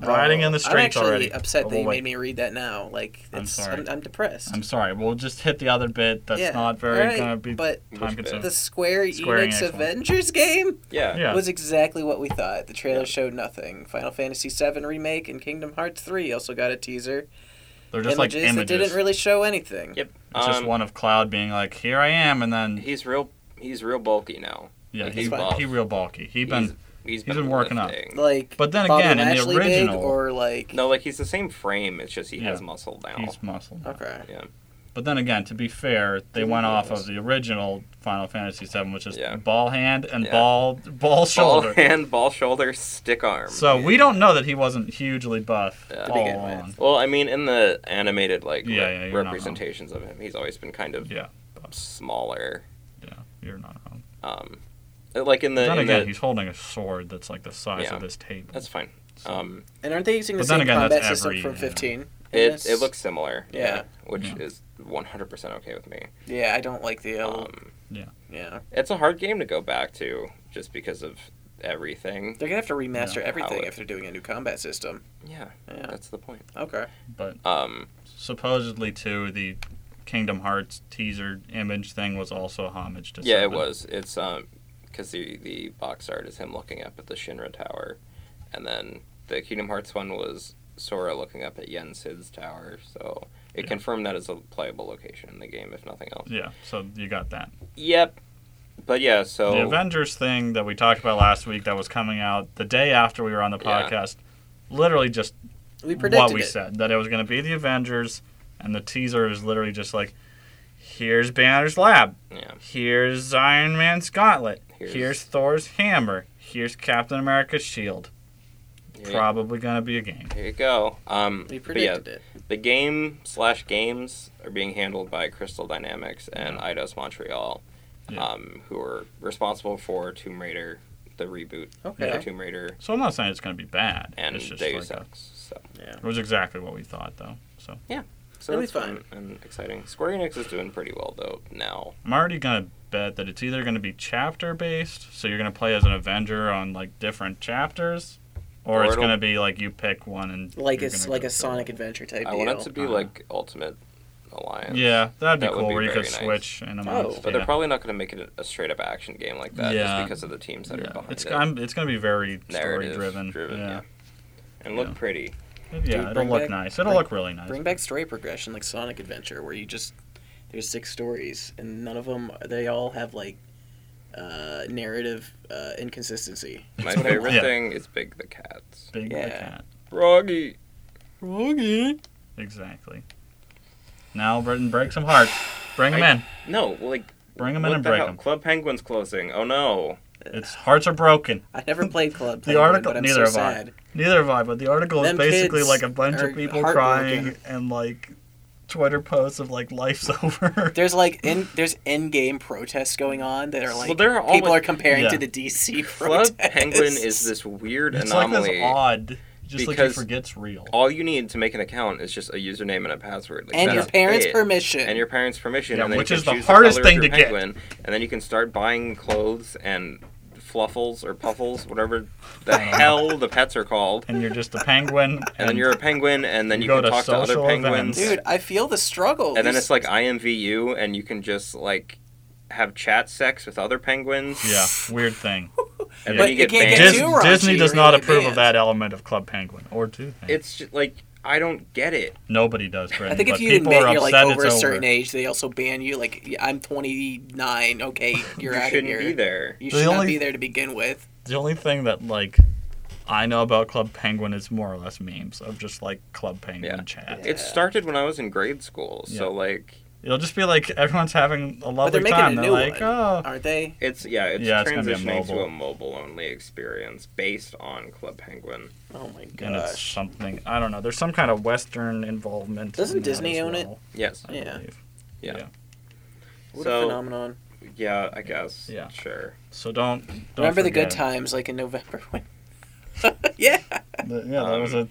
[SPEAKER 1] rioting
[SPEAKER 3] Oh,
[SPEAKER 1] in the streets
[SPEAKER 3] I'm actually
[SPEAKER 1] already.
[SPEAKER 3] upset
[SPEAKER 1] Oh,
[SPEAKER 3] that you
[SPEAKER 1] wait.
[SPEAKER 3] made me read that now. Like, it's,
[SPEAKER 1] I'm sorry.
[SPEAKER 3] I'm, I'm depressed.
[SPEAKER 1] I'm sorry. We'll just hit the other bit. That's
[SPEAKER 3] Yeah,
[SPEAKER 1] not very
[SPEAKER 3] alright,
[SPEAKER 1] gonna be
[SPEAKER 3] But
[SPEAKER 2] Which
[SPEAKER 1] time
[SPEAKER 2] bit?
[SPEAKER 1] consuming.
[SPEAKER 3] the Square,
[SPEAKER 1] Square
[SPEAKER 3] Enix,
[SPEAKER 1] Enix one.
[SPEAKER 3] Avengers game
[SPEAKER 2] Yeah.
[SPEAKER 1] Yeah.
[SPEAKER 3] was exactly what we thought. The trailer
[SPEAKER 2] Yeah.
[SPEAKER 3] showed nothing. Final Fantasy VII remake and Kingdom Hearts three also got a teaser.
[SPEAKER 1] They're just
[SPEAKER 3] images,
[SPEAKER 1] like
[SPEAKER 3] that
[SPEAKER 1] images.
[SPEAKER 3] didn't really show anything.
[SPEAKER 2] Yep.
[SPEAKER 1] It's just
[SPEAKER 2] Um,
[SPEAKER 1] one of Cloud being like, "Here I am," and then
[SPEAKER 2] He's real. He's real bulky now.
[SPEAKER 1] yeah,
[SPEAKER 2] he's
[SPEAKER 1] he
[SPEAKER 2] buff.
[SPEAKER 1] he real bulky. He
[SPEAKER 2] he's,
[SPEAKER 1] been
[SPEAKER 2] he's
[SPEAKER 1] been working up.
[SPEAKER 2] lifting.
[SPEAKER 3] Like,
[SPEAKER 1] But then
[SPEAKER 3] Bobby
[SPEAKER 1] again, in the
[SPEAKER 3] Lashley big
[SPEAKER 1] original-
[SPEAKER 3] or like
[SPEAKER 2] No, like he's the same frame. It's just he has
[SPEAKER 1] Yeah.
[SPEAKER 2] muscle now.
[SPEAKER 1] he's muscle.
[SPEAKER 3] okay,
[SPEAKER 1] But then again, to be fair, they
[SPEAKER 2] Didn't
[SPEAKER 1] went
[SPEAKER 2] do
[SPEAKER 1] off
[SPEAKER 2] this.
[SPEAKER 1] of the original Final Fantasy VII, which is
[SPEAKER 2] Yeah.
[SPEAKER 1] ball hand and
[SPEAKER 2] Yeah.
[SPEAKER 1] ball ball
[SPEAKER 2] Ball
[SPEAKER 1] shoulder.
[SPEAKER 2] hand, ball shoulder, stick arm.
[SPEAKER 1] So we don't know that he wasn't hugely buff
[SPEAKER 2] Yeah. To
[SPEAKER 1] all
[SPEAKER 3] begin with.
[SPEAKER 1] along.
[SPEAKER 2] Well, I mean, in the animated like
[SPEAKER 1] Yeah, yeah,
[SPEAKER 2] re-
[SPEAKER 1] you're not wrong.
[SPEAKER 2] representations of him, he's always been kind of
[SPEAKER 1] Yeah.
[SPEAKER 2] smaller.
[SPEAKER 1] Yeah, you're not wrong.
[SPEAKER 2] Um, like in
[SPEAKER 1] But
[SPEAKER 2] the,
[SPEAKER 1] then
[SPEAKER 2] in
[SPEAKER 1] again,
[SPEAKER 2] the-
[SPEAKER 1] he's holding a sword that's like the size
[SPEAKER 2] Yeah.
[SPEAKER 1] of this table.
[SPEAKER 2] that's fine.
[SPEAKER 1] So-
[SPEAKER 2] Um,
[SPEAKER 3] and aren't they using the
[SPEAKER 1] But then
[SPEAKER 3] same
[SPEAKER 1] again, that's
[SPEAKER 3] combat system
[SPEAKER 1] every-
[SPEAKER 3] from
[SPEAKER 1] yeah.
[SPEAKER 3] fifteen?
[SPEAKER 2] it it looks similar.
[SPEAKER 3] Yeah.
[SPEAKER 2] which
[SPEAKER 1] Yeah.
[SPEAKER 2] is one hundred percent okay with me.
[SPEAKER 3] Yeah, I don't like the old.
[SPEAKER 2] Um,
[SPEAKER 3] yeah,
[SPEAKER 2] it's a hard game to go back to just because of everything.
[SPEAKER 3] they're gonna have to remaster
[SPEAKER 1] Yeah.
[SPEAKER 3] everything
[SPEAKER 2] How-
[SPEAKER 3] if they're doing a new combat system.
[SPEAKER 2] Yeah,
[SPEAKER 3] Yeah.
[SPEAKER 2] that's the point.
[SPEAKER 3] Okay.
[SPEAKER 1] but
[SPEAKER 2] Um,
[SPEAKER 1] supposedly, too, the Kingdom Hearts teaser image thing was also a homage to.
[SPEAKER 2] Yeah, it
[SPEAKER 1] Seven.
[SPEAKER 2] was. It's um, because the the box art is him looking up at the Shinra Tower, and then the Kingdom Hearts one was Sora looking up at Yen Sid's tower. So it
[SPEAKER 1] Yeah.
[SPEAKER 2] confirmed that it's a playable location in the game, if nothing else.
[SPEAKER 1] Yeah, so you got that.
[SPEAKER 2] Yep. But yeah, so
[SPEAKER 1] The Avengers thing that we talked about last week that was coming out the day after we were on the
[SPEAKER 2] Yeah.
[SPEAKER 1] podcast, literally just
[SPEAKER 3] We predicted
[SPEAKER 1] what we
[SPEAKER 3] it.
[SPEAKER 1] said that it was going to be the Avengers, and the teaser is literally just like, here's Banner's lab,
[SPEAKER 2] yeah,
[SPEAKER 1] here's Iron Man's gauntlet,
[SPEAKER 2] Here's-
[SPEAKER 1] here's, Thor's hammer, here's Captain America's shield.
[SPEAKER 2] here,
[SPEAKER 1] Probably going to be a game.
[SPEAKER 2] here you go. Um,
[SPEAKER 3] We
[SPEAKER 2] but yeah,
[SPEAKER 3] predicted it.
[SPEAKER 2] the game slash games are being handled by Crystal Dynamics and Eidos Montreal,
[SPEAKER 1] Yeah.
[SPEAKER 2] um, who are responsible for Tomb Raider, the reboot
[SPEAKER 3] Okay.
[SPEAKER 2] for Tomb Raider.
[SPEAKER 1] So I'm not saying it's going to be bad.
[SPEAKER 2] and
[SPEAKER 1] it's just
[SPEAKER 2] Deus
[SPEAKER 1] like a-
[SPEAKER 2] Ex. So,
[SPEAKER 1] it was exactly what we thought though. So
[SPEAKER 2] so
[SPEAKER 3] It'll be
[SPEAKER 2] that's fun and exciting. Square Enix is doing pretty well though now.
[SPEAKER 1] I'm already going to bet that it's either going to be chapter based, so you're going to play as an Avenger on like different chapters, or,
[SPEAKER 2] Or
[SPEAKER 1] it's
[SPEAKER 2] it'll-
[SPEAKER 1] going to be like you pick one and
[SPEAKER 3] Like
[SPEAKER 1] you're
[SPEAKER 3] it's
[SPEAKER 1] gonna
[SPEAKER 3] like
[SPEAKER 1] go through.
[SPEAKER 3] a Sonic Adventure type
[SPEAKER 2] I
[SPEAKER 3] deal.
[SPEAKER 2] want it to be
[SPEAKER 1] Uh-huh.
[SPEAKER 2] like Ultimate Alliance.
[SPEAKER 1] Yeah, that'd be
[SPEAKER 2] That would
[SPEAKER 1] cool.
[SPEAKER 2] be
[SPEAKER 1] where you
[SPEAKER 2] very
[SPEAKER 1] could
[SPEAKER 2] nice.
[SPEAKER 1] switch and
[SPEAKER 3] Oh.
[SPEAKER 2] But they're probably not going to make it a straight up action game like that
[SPEAKER 1] Yeah.
[SPEAKER 2] just because of the teams that are behind
[SPEAKER 1] it's
[SPEAKER 2] it.
[SPEAKER 1] I'm, it's gonna be very story
[SPEAKER 2] Narrative
[SPEAKER 1] driven.
[SPEAKER 2] driven,
[SPEAKER 1] yeah.
[SPEAKER 2] And look
[SPEAKER 1] Yeah.
[SPEAKER 2] pretty.
[SPEAKER 1] Yeah,
[SPEAKER 3] Dude,
[SPEAKER 1] it'll
[SPEAKER 3] bring
[SPEAKER 1] look
[SPEAKER 3] back-
[SPEAKER 1] nice. It'll
[SPEAKER 3] bring-
[SPEAKER 1] look really nice.
[SPEAKER 3] Bring back story progression like Sonic Adventure, where you just there's six stories and none of them they all have like uh, narrative uh, inconsistency.
[SPEAKER 2] My
[SPEAKER 3] what I
[SPEAKER 2] favorite
[SPEAKER 1] want.
[SPEAKER 2] thing is Big the Cats.
[SPEAKER 1] Big
[SPEAKER 3] Yeah.
[SPEAKER 1] the cat.
[SPEAKER 2] Froggy.
[SPEAKER 3] Okay.
[SPEAKER 1] Exactly. Now, Britain, break some hearts. Bring them in.
[SPEAKER 2] No, like
[SPEAKER 1] Bring them
[SPEAKER 2] what
[SPEAKER 1] in and
[SPEAKER 2] the
[SPEAKER 1] break
[SPEAKER 2] hell?
[SPEAKER 1] them.
[SPEAKER 2] Club Penguin's closing. Oh no.
[SPEAKER 1] It's hearts are broken.
[SPEAKER 3] I never played Club.
[SPEAKER 1] The
[SPEAKER 3] Penguin,
[SPEAKER 1] article-
[SPEAKER 3] but I'm
[SPEAKER 1] neither
[SPEAKER 3] so
[SPEAKER 1] have I.
[SPEAKER 3] sad.
[SPEAKER 1] Neither have I, but the article
[SPEAKER 3] Them
[SPEAKER 1] is basically
[SPEAKER 3] kids
[SPEAKER 1] like a bunch
[SPEAKER 3] are
[SPEAKER 1] of people
[SPEAKER 3] heartbroken.
[SPEAKER 1] crying and like Twitter posts of like life's over.
[SPEAKER 3] There's like in there's in game protests going on that are like
[SPEAKER 2] Well, there are
[SPEAKER 3] people
[SPEAKER 2] always-
[SPEAKER 3] are comparing
[SPEAKER 1] Yeah.
[SPEAKER 3] to the DC protests.
[SPEAKER 2] Club Penguin is this weird
[SPEAKER 1] it's like this
[SPEAKER 2] anomaly.
[SPEAKER 1] odd, just like it
[SPEAKER 2] because-
[SPEAKER 1] forgets real.
[SPEAKER 2] All you need to make an account is just a username and a password. Like,
[SPEAKER 3] and your
[SPEAKER 2] that's
[SPEAKER 3] parents'
[SPEAKER 2] it.
[SPEAKER 3] permission.
[SPEAKER 2] and your parents' permission.
[SPEAKER 1] Yeah,
[SPEAKER 2] and then
[SPEAKER 1] which
[SPEAKER 2] you
[SPEAKER 1] is
[SPEAKER 2] can
[SPEAKER 1] the
[SPEAKER 2] choose
[SPEAKER 1] hardest
[SPEAKER 2] color of
[SPEAKER 1] thing
[SPEAKER 2] your
[SPEAKER 1] to get.
[SPEAKER 2] penguin, And then you can start buying clothes and fluffles or puffles, whatever the hell the pets are called.
[SPEAKER 1] And you're just a penguin.
[SPEAKER 2] And then you're a penguin, and then
[SPEAKER 1] You
[SPEAKER 2] you,
[SPEAKER 1] go
[SPEAKER 2] can
[SPEAKER 1] to
[SPEAKER 2] talk to other
[SPEAKER 1] social events.
[SPEAKER 2] penguins.
[SPEAKER 3] Dude, I feel the struggle.
[SPEAKER 2] And then
[SPEAKER 3] These-
[SPEAKER 2] it's like IMVU, and you can just like have chat sex with other penguins.
[SPEAKER 1] yeah, weird thing.
[SPEAKER 2] And
[SPEAKER 1] Yeah.
[SPEAKER 2] then you get
[SPEAKER 3] But it can't
[SPEAKER 2] banned.
[SPEAKER 3] get
[SPEAKER 1] Dis-
[SPEAKER 3] too raunchy
[SPEAKER 1] Disney does
[SPEAKER 3] or
[SPEAKER 1] not
[SPEAKER 3] you'll get
[SPEAKER 1] approve of
[SPEAKER 3] banned.
[SPEAKER 1] that element of Club Penguin, or do they?
[SPEAKER 2] it's just, like I don't get it.
[SPEAKER 1] Nobody does. Brittany,
[SPEAKER 3] I think if
[SPEAKER 1] but
[SPEAKER 3] you
[SPEAKER 1] people
[SPEAKER 3] admit
[SPEAKER 1] are
[SPEAKER 3] you're like
[SPEAKER 1] upset
[SPEAKER 3] over a
[SPEAKER 1] it's
[SPEAKER 3] certain age, they also ban you. Like y- I'm 29. Okay, you're
[SPEAKER 2] you
[SPEAKER 3] out of
[SPEAKER 2] shouldn't
[SPEAKER 3] here.
[SPEAKER 2] be there.
[SPEAKER 3] You
[SPEAKER 1] The
[SPEAKER 3] should not
[SPEAKER 1] only-
[SPEAKER 3] be there to begin with.
[SPEAKER 1] The only thing that like I know about Club Penguin is more or less memes of just like Club Penguin
[SPEAKER 2] Yeah.
[SPEAKER 1] chat.
[SPEAKER 2] It started when I was in grade school, so like
[SPEAKER 1] It'll just be like everyone's having a
[SPEAKER 3] But
[SPEAKER 1] lovely
[SPEAKER 3] they're making
[SPEAKER 1] time.
[SPEAKER 3] a
[SPEAKER 1] They're
[SPEAKER 3] new
[SPEAKER 1] like,
[SPEAKER 3] one,
[SPEAKER 1] oh,
[SPEAKER 3] aren't they?
[SPEAKER 2] it's yeah, it's
[SPEAKER 1] Yeah, it's gonna be a
[SPEAKER 2] transitioning to
[SPEAKER 1] mobile.
[SPEAKER 2] a mobile only experience based on Club Penguin.
[SPEAKER 3] Oh my
[SPEAKER 1] and it's
[SPEAKER 3] gosh.
[SPEAKER 1] something I don't know. There's some kind of Western involvement.
[SPEAKER 3] Doesn't
[SPEAKER 1] in that
[SPEAKER 3] Disney
[SPEAKER 1] as
[SPEAKER 3] own it?
[SPEAKER 1] well,
[SPEAKER 2] Yes.
[SPEAKER 1] I
[SPEAKER 3] Yeah.
[SPEAKER 1] believe.
[SPEAKER 2] Yeah.
[SPEAKER 1] yeah.
[SPEAKER 3] What a
[SPEAKER 2] so
[SPEAKER 3] phenomenon.
[SPEAKER 2] yeah, I guess.
[SPEAKER 1] Yeah.
[SPEAKER 2] Sure.
[SPEAKER 1] So don't, don't
[SPEAKER 3] Remember the good
[SPEAKER 1] forget.
[SPEAKER 3] times, like in November when. yeah,
[SPEAKER 1] The- yeah, there
[SPEAKER 2] Um,
[SPEAKER 1] was a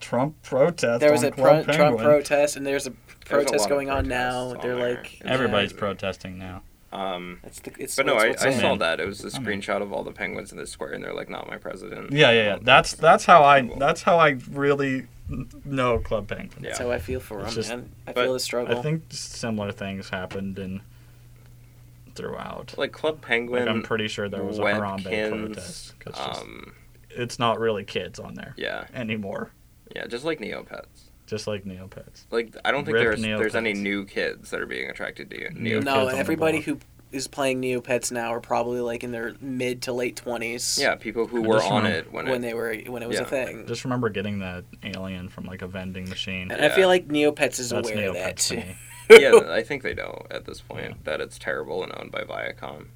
[SPEAKER 1] Trump protest.
[SPEAKER 3] there was
[SPEAKER 1] on
[SPEAKER 3] a pro-
[SPEAKER 1] Club
[SPEAKER 3] Trump
[SPEAKER 1] Penguin.
[SPEAKER 3] protest, and there's a
[SPEAKER 2] There's a
[SPEAKER 3] protest
[SPEAKER 2] lot of
[SPEAKER 3] going on
[SPEAKER 2] protests
[SPEAKER 3] now.
[SPEAKER 2] on
[SPEAKER 3] They're
[SPEAKER 2] there.
[SPEAKER 3] like
[SPEAKER 1] Everybody's
[SPEAKER 2] Yeah.
[SPEAKER 1] protesting now.
[SPEAKER 2] Um
[SPEAKER 3] That's the. It's,
[SPEAKER 2] but no,
[SPEAKER 3] it's
[SPEAKER 2] I,
[SPEAKER 3] what's
[SPEAKER 2] I
[SPEAKER 3] in.
[SPEAKER 2] saw
[SPEAKER 1] in.
[SPEAKER 2] that. It was a
[SPEAKER 1] I'm in.
[SPEAKER 2] screenshot of all the penguins in the square, and they're like, "Not my president."
[SPEAKER 1] Yeah, yeah, yeah. That's that's how I that's how I really know Club Penguin.
[SPEAKER 2] Yeah.
[SPEAKER 3] That's how I feel for
[SPEAKER 1] It's
[SPEAKER 3] him,
[SPEAKER 1] just-
[SPEAKER 3] man. I
[SPEAKER 2] but
[SPEAKER 3] feel the struggle.
[SPEAKER 1] I think similar things happened in throughout.
[SPEAKER 2] like Club Penguin.
[SPEAKER 1] Like, I'm pretty sure there was a Harambe
[SPEAKER 2] Webkins,
[SPEAKER 1] protest. 'cause just-
[SPEAKER 2] um,
[SPEAKER 1] it's not really kids on there
[SPEAKER 2] yeah,
[SPEAKER 1] anymore,
[SPEAKER 2] yeah, just like Neopets.
[SPEAKER 1] just like Neopets.
[SPEAKER 2] Like I don't think
[SPEAKER 1] Rip
[SPEAKER 2] there's there's any
[SPEAKER 1] Neopets.
[SPEAKER 2] new kids that are being attracted to you.
[SPEAKER 1] Neo-
[SPEAKER 2] Neopets.
[SPEAKER 1] kids on
[SPEAKER 3] no,
[SPEAKER 1] the
[SPEAKER 3] everybody
[SPEAKER 1] block.
[SPEAKER 3] who is playing Neopets now are probably like in their mid to late twenties.
[SPEAKER 2] Yeah, people who
[SPEAKER 1] I
[SPEAKER 2] were
[SPEAKER 1] just
[SPEAKER 2] on
[SPEAKER 1] remember-
[SPEAKER 2] it when,
[SPEAKER 3] when
[SPEAKER 2] it,
[SPEAKER 3] they were when it was a
[SPEAKER 2] Yeah.
[SPEAKER 3] thing.
[SPEAKER 1] Just remember getting that alien from like a vending machine.
[SPEAKER 3] and I
[SPEAKER 2] Yeah.
[SPEAKER 3] feel like Neopets is
[SPEAKER 1] That's
[SPEAKER 3] aware of that
[SPEAKER 1] Neopets to
[SPEAKER 3] too.
[SPEAKER 1] me.
[SPEAKER 2] yeah, I think they know at this point
[SPEAKER 1] Yeah.
[SPEAKER 2] that it's terrible and owned by Viacom.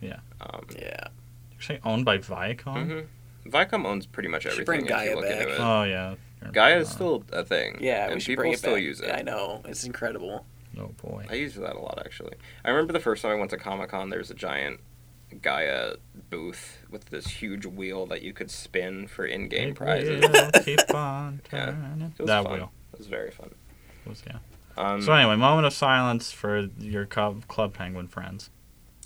[SPEAKER 1] Yeah.
[SPEAKER 2] Um,
[SPEAKER 3] Yeah,
[SPEAKER 1] Actually, owned by Viacom.
[SPEAKER 2] mhm. Viacom owns pretty much
[SPEAKER 3] Should
[SPEAKER 2] everything.
[SPEAKER 3] bring
[SPEAKER 2] if you
[SPEAKER 3] Gaia
[SPEAKER 2] look
[SPEAKER 3] back.
[SPEAKER 2] into it.
[SPEAKER 1] Oh yeah.
[SPEAKER 2] Gaia is
[SPEAKER 1] Uh,
[SPEAKER 2] still a thing.
[SPEAKER 3] yeah. we
[SPEAKER 2] and
[SPEAKER 3] should
[SPEAKER 2] people
[SPEAKER 3] bring it
[SPEAKER 2] still
[SPEAKER 3] back.
[SPEAKER 2] use it.
[SPEAKER 3] I know it's incredible.
[SPEAKER 1] Oh boy.
[SPEAKER 2] I used that a lot actually. I remember the first time I went to Comic Con. There was a giant Gaia booth with this huge wheel that you could spin for in-game
[SPEAKER 1] It
[SPEAKER 2] prizes.
[SPEAKER 1] will keep on
[SPEAKER 2] Yeah.
[SPEAKER 1] turning.
[SPEAKER 2] It was
[SPEAKER 1] That
[SPEAKER 2] fun.
[SPEAKER 1] wheel
[SPEAKER 2] It was very fun.
[SPEAKER 1] was yeah.
[SPEAKER 2] Um,
[SPEAKER 1] So anyway, moment of silence for your Club, Club Penguin friends.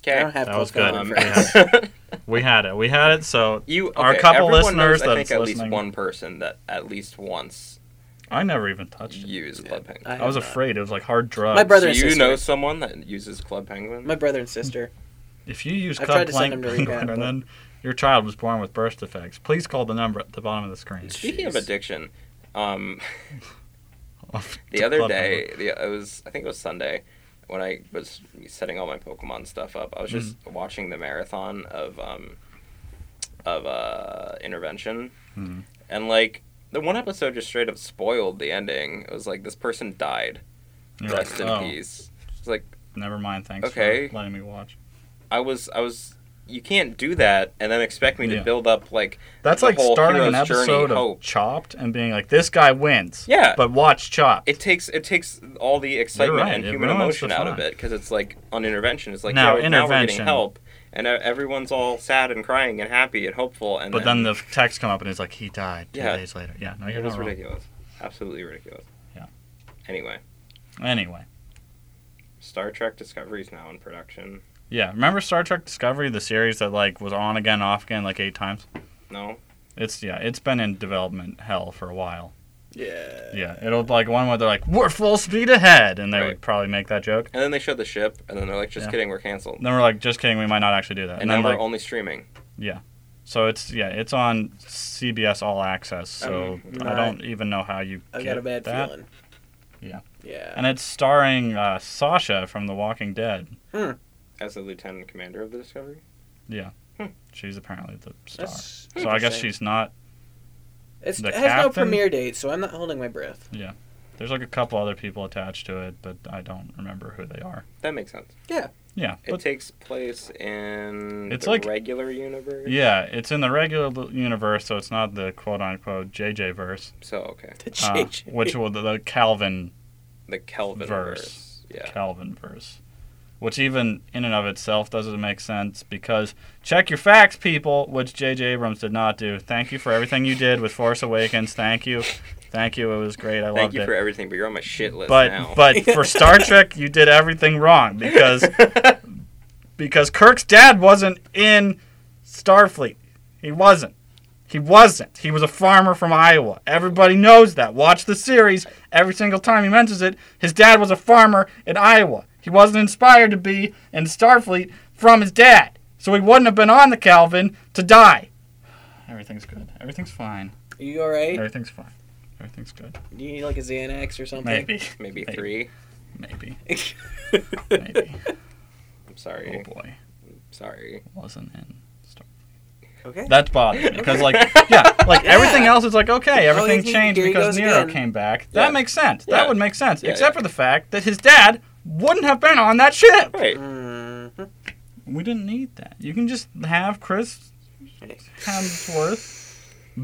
[SPEAKER 2] okay.
[SPEAKER 3] I don't have
[SPEAKER 1] That
[SPEAKER 3] Club
[SPEAKER 1] was good.
[SPEAKER 3] Penguin
[SPEAKER 1] Um,
[SPEAKER 3] friends.
[SPEAKER 1] We had it. We had it. So
[SPEAKER 2] you okay,
[SPEAKER 1] Our couple
[SPEAKER 2] everyone
[SPEAKER 1] listeners
[SPEAKER 2] knows,
[SPEAKER 1] that
[SPEAKER 2] I think
[SPEAKER 1] is
[SPEAKER 2] at
[SPEAKER 1] listening-
[SPEAKER 2] least one person that at least once
[SPEAKER 1] I never even touched it.
[SPEAKER 2] used Club Penguin.
[SPEAKER 3] I
[SPEAKER 1] I was
[SPEAKER 3] have not.
[SPEAKER 1] afraid it was like hard drugs.
[SPEAKER 3] My brother-
[SPEAKER 2] Do
[SPEAKER 3] and
[SPEAKER 2] you
[SPEAKER 3] sister.
[SPEAKER 2] know someone that uses Club Penguin?
[SPEAKER 3] My brother and sister.
[SPEAKER 1] If you use
[SPEAKER 3] I've
[SPEAKER 1] Club
[SPEAKER 3] tried to send
[SPEAKER 1] Plank
[SPEAKER 3] him to
[SPEAKER 1] Penguin
[SPEAKER 3] rehab, but-
[SPEAKER 1] and then your child was born with birth defects, please call the number at the bottom of the screen.
[SPEAKER 2] Speaking of
[SPEAKER 3] Jeez.
[SPEAKER 2] addiction, um, the
[SPEAKER 1] To
[SPEAKER 2] other
[SPEAKER 1] Club
[SPEAKER 2] day,
[SPEAKER 1] Penguin.
[SPEAKER 2] the, it was I think it was Sunday when I was setting all my Pokemon stuff up. I was just
[SPEAKER 1] Mm-hmm.
[SPEAKER 2] watching the marathon of um, of uh, Intervention,
[SPEAKER 1] Mhm.
[SPEAKER 2] and like the one episode just straight up spoiled the ending. It was like this person died.
[SPEAKER 1] You're
[SPEAKER 2] Rest
[SPEAKER 1] like, oh,
[SPEAKER 2] in peace. It's like
[SPEAKER 1] Never mind. Thanks
[SPEAKER 2] Okay.
[SPEAKER 1] for letting me watch.
[SPEAKER 2] I was I was. You can't do that and then expect me to
[SPEAKER 1] Yeah.
[SPEAKER 2] build up like
[SPEAKER 1] That's
[SPEAKER 2] The
[SPEAKER 1] like
[SPEAKER 2] whole
[SPEAKER 1] starting an
[SPEAKER 2] hero's journey,
[SPEAKER 1] episode of
[SPEAKER 2] hope.
[SPEAKER 1] Chopped and being like, "This guy wins."
[SPEAKER 2] Yeah.
[SPEAKER 1] But watch Chopped.
[SPEAKER 2] it takes it takes all the excitement
[SPEAKER 1] right,
[SPEAKER 2] and
[SPEAKER 1] it
[SPEAKER 2] human
[SPEAKER 1] ruins the
[SPEAKER 2] emotion out of
[SPEAKER 1] fun.
[SPEAKER 2] it because it's like on intervention. It's like
[SPEAKER 1] Now,
[SPEAKER 2] now, now we're getting
[SPEAKER 1] intervention-
[SPEAKER 2] help, and uh, everyone's all sad and crying and happy and hopeful. And
[SPEAKER 1] but then the text come up and it's like, "He died two
[SPEAKER 2] Yeah.
[SPEAKER 1] days later." Yeah. No,
[SPEAKER 2] it
[SPEAKER 1] you're
[SPEAKER 2] was
[SPEAKER 1] not wrong.
[SPEAKER 2] ridiculous, absolutely ridiculous.
[SPEAKER 1] Yeah.
[SPEAKER 2] Anyway,
[SPEAKER 1] Anyway.
[SPEAKER 2] Star Trek Discovery is now in production.
[SPEAKER 1] Yeah. Remember Star Trek Discovery, the series that like was on again, off again, like eight times.
[SPEAKER 2] No,
[SPEAKER 1] It's yeah, it's been in development hell for a while.
[SPEAKER 3] Yeah.
[SPEAKER 1] Yeah, it'll like one where they're like, "We're full speed ahead," and they
[SPEAKER 2] Right.
[SPEAKER 1] would probably make that joke.
[SPEAKER 2] and then they showed the ship, and then they're like, "Just
[SPEAKER 1] Yeah.
[SPEAKER 2] kidding, we're canceled."
[SPEAKER 1] Then we're like, "Just kidding, we might not actually do that."
[SPEAKER 2] And,
[SPEAKER 1] And,
[SPEAKER 2] now
[SPEAKER 1] then
[SPEAKER 2] we're
[SPEAKER 1] like,
[SPEAKER 2] only streaming.
[SPEAKER 1] So it's yeah, it's on CBS All Access. So
[SPEAKER 3] I'm
[SPEAKER 1] I
[SPEAKER 3] not-
[SPEAKER 1] don't even know how you.
[SPEAKER 3] I
[SPEAKER 1] get
[SPEAKER 3] got a bad
[SPEAKER 1] that.
[SPEAKER 3] feeling.
[SPEAKER 1] Yeah.
[SPEAKER 3] Yeah.
[SPEAKER 1] And it's starring uh, Sasha from The Walking Dead.
[SPEAKER 2] As the lieutenant commander of the Discovery.
[SPEAKER 1] She's apparently the star.
[SPEAKER 3] That's
[SPEAKER 1] so I guess
[SPEAKER 3] interesting.
[SPEAKER 1] she's not.
[SPEAKER 3] It's,
[SPEAKER 1] the
[SPEAKER 3] it has no
[SPEAKER 1] captain-
[SPEAKER 3] premiere date, so I'm not holding my breath.
[SPEAKER 1] There's like a couple other people attached to it, but I don't remember who they are.
[SPEAKER 2] That makes sense.
[SPEAKER 1] Yeah,
[SPEAKER 2] It
[SPEAKER 1] but
[SPEAKER 2] takes place in
[SPEAKER 1] It's
[SPEAKER 2] the
[SPEAKER 1] like-
[SPEAKER 2] regular universe.
[SPEAKER 1] yeah, it's in the regular l- universe, so it's not the quote unquote JJ verse,
[SPEAKER 2] So okay,
[SPEAKER 1] uh, which will the, the Calvin
[SPEAKER 2] the Kelvin
[SPEAKER 1] Verse.
[SPEAKER 2] verse. Yeah.
[SPEAKER 1] Calvin verse, which even in and of itself doesn't make sense because check your facts, people, which J.J. Abrams did not do. Thank you for everything you did with Force Awakens. Thank you, thank you. It was great. I
[SPEAKER 2] Thank
[SPEAKER 1] loved
[SPEAKER 2] you
[SPEAKER 1] it.
[SPEAKER 2] for everything, but you're on my shit list
[SPEAKER 1] but
[SPEAKER 2] now.
[SPEAKER 1] but for Star Trek, you did everything wrong because because Kirk's dad wasn't in Starfleet. He wasn't. He wasn't. He was a farmer from Iowa. Everybody knows that. Watch the series. Every single time he mentions it, his dad was a farmer in Iowa. He wasn't inspired to be in Starfleet from his dad. So he wouldn't have been on the Calvin to die. Everything's good. Everything's fine.
[SPEAKER 3] Are you all right?
[SPEAKER 1] Everything's fine. Everything's good.
[SPEAKER 3] Do you need like a Xanax or something?
[SPEAKER 1] Maybe.
[SPEAKER 2] maybe three.
[SPEAKER 1] Maybe.
[SPEAKER 3] Maybe.
[SPEAKER 1] Maybe. oh
[SPEAKER 2] I'm sorry.
[SPEAKER 1] boy.
[SPEAKER 2] Sorry.
[SPEAKER 1] Wasn't in Star
[SPEAKER 3] okay.
[SPEAKER 1] That's bothering me because, like, yeah, like everything
[SPEAKER 3] Yeah.
[SPEAKER 1] else is like okay,
[SPEAKER 3] Oh,
[SPEAKER 1] everything
[SPEAKER 3] he- he-
[SPEAKER 1] changed
[SPEAKER 3] there he
[SPEAKER 1] because
[SPEAKER 3] goes
[SPEAKER 1] Nero
[SPEAKER 3] again.
[SPEAKER 1] came back.
[SPEAKER 2] Yeah.
[SPEAKER 1] That makes sense. That
[SPEAKER 2] Yeah.
[SPEAKER 1] would make sense,
[SPEAKER 2] Yeah,
[SPEAKER 1] except
[SPEAKER 2] yeah.
[SPEAKER 1] for the fact that his dad wouldn't have been on that ship.
[SPEAKER 2] Right.
[SPEAKER 3] Mhm.
[SPEAKER 1] We didn't need that. You can just have Chris Hemsworth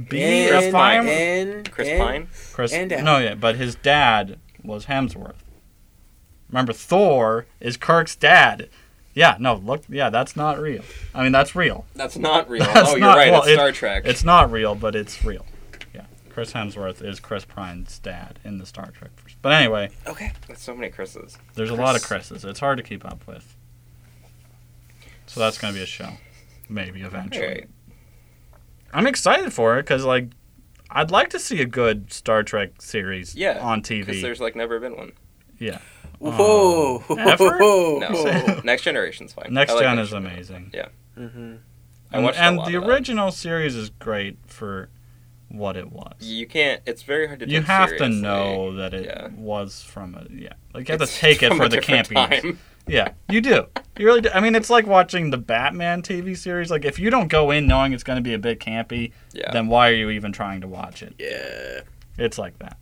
[SPEAKER 1] be a
[SPEAKER 3] And-
[SPEAKER 1] farmer.
[SPEAKER 3] and-
[SPEAKER 2] Chris
[SPEAKER 3] and-
[SPEAKER 2] Pine.
[SPEAKER 1] Chris,
[SPEAKER 3] and Adam.
[SPEAKER 1] no, yeah, but his dad was Hemsworth. Remember, Thor is Kirk's dad. Yeah, no, look, yeah, that's not real. I mean, that's real.
[SPEAKER 2] That's not real.
[SPEAKER 1] That's
[SPEAKER 2] oh, you're
[SPEAKER 1] not-
[SPEAKER 2] right.
[SPEAKER 1] well,
[SPEAKER 2] it's
[SPEAKER 1] it-
[SPEAKER 2] Star Trek.
[SPEAKER 1] It's not real, but it's real. Yeah. Chris Hemsworth is Chris Pine's dad in the Star Trek. First. But anyway,
[SPEAKER 3] Okay.
[SPEAKER 2] That's so many Chris's.
[SPEAKER 1] there's a lot of Chris's. It's hard to keep up with. So that's going to be a show. Maybe eventually.
[SPEAKER 2] Alright.
[SPEAKER 1] I'm excited for it because, like, I'd like to see a good Star Trek series
[SPEAKER 2] Yeah,
[SPEAKER 1] on
[SPEAKER 2] Because
[SPEAKER 1] TV.
[SPEAKER 2] there's like never been one.
[SPEAKER 1] Oh.
[SPEAKER 3] Whoa.
[SPEAKER 1] Effort?
[SPEAKER 3] Whoa.
[SPEAKER 2] No. Next Generation's fine.
[SPEAKER 1] Next
[SPEAKER 2] I like
[SPEAKER 1] Gen is amazing.
[SPEAKER 3] hmm
[SPEAKER 2] I
[SPEAKER 1] And,
[SPEAKER 2] watched a
[SPEAKER 1] and
[SPEAKER 2] lot
[SPEAKER 1] the
[SPEAKER 2] of that.
[SPEAKER 1] original series is great for what it was.
[SPEAKER 2] You can't. It's very hard to.
[SPEAKER 1] you
[SPEAKER 2] take
[SPEAKER 1] have
[SPEAKER 2] seriously.
[SPEAKER 1] to know that it
[SPEAKER 2] Yeah.
[SPEAKER 1] was from a yeah like you have
[SPEAKER 2] It's
[SPEAKER 1] to take it
[SPEAKER 2] from
[SPEAKER 1] for
[SPEAKER 2] a
[SPEAKER 1] the
[SPEAKER 2] different
[SPEAKER 1] campiness
[SPEAKER 2] time.
[SPEAKER 1] yeah you do you really do i mean it's like watching the batman tv series like if you don't go in knowing it's going to be a bit campy
[SPEAKER 2] Yeah.
[SPEAKER 1] then why are you even trying to watch it
[SPEAKER 3] Yeah.
[SPEAKER 1] it's like that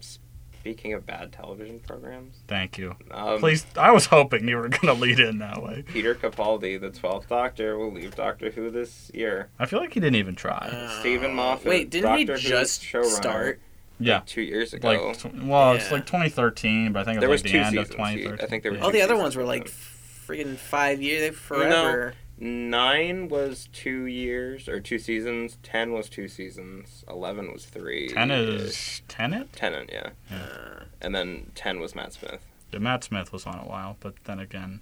[SPEAKER 2] Speaking of bad television programs,
[SPEAKER 1] thank you
[SPEAKER 2] um,
[SPEAKER 1] please i was hoping you were going to lead in that way
[SPEAKER 2] Peter Capaldi, the Twelfth Doctor, will leave Doctor Who this year.
[SPEAKER 1] i feel like he didn't even try
[SPEAKER 3] Uh,
[SPEAKER 2] Stephen Moffat,
[SPEAKER 3] Wait, didn't we
[SPEAKER 2] Doctor Who's
[SPEAKER 3] just
[SPEAKER 2] showrunner.
[SPEAKER 3] start?
[SPEAKER 1] yeah
[SPEAKER 2] Two years ago,
[SPEAKER 1] like tw- well it's
[SPEAKER 3] Yeah.
[SPEAKER 1] like 2013 but i think it was
[SPEAKER 2] There
[SPEAKER 1] like
[SPEAKER 2] was
[SPEAKER 1] the
[SPEAKER 2] two
[SPEAKER 1] end of
[SPEAKER 2] seasons, he- I
[SPEAKER 1] 2013
[SPEAKER 2] think there were
[SPEAKER 1] Yeah.
[SPEAKER 3] All the other
[SPEAKER 2] Six
[SPEAKER 3] ones were like friggin' five years. They forever.
[SPEAKER 2] nine was two years or two seasons. Ten was two seasons. Eleven was three.
[SPEAKER 1] tenet is tenet
[SPEAKER 2] Tenet, yeah.
[SPEAKER 3] Uh,
[SPEAKER 2] And then ten was Matt Smith.
[SPEAKER 1] Yeah, Matt Smith was on a while, but then again,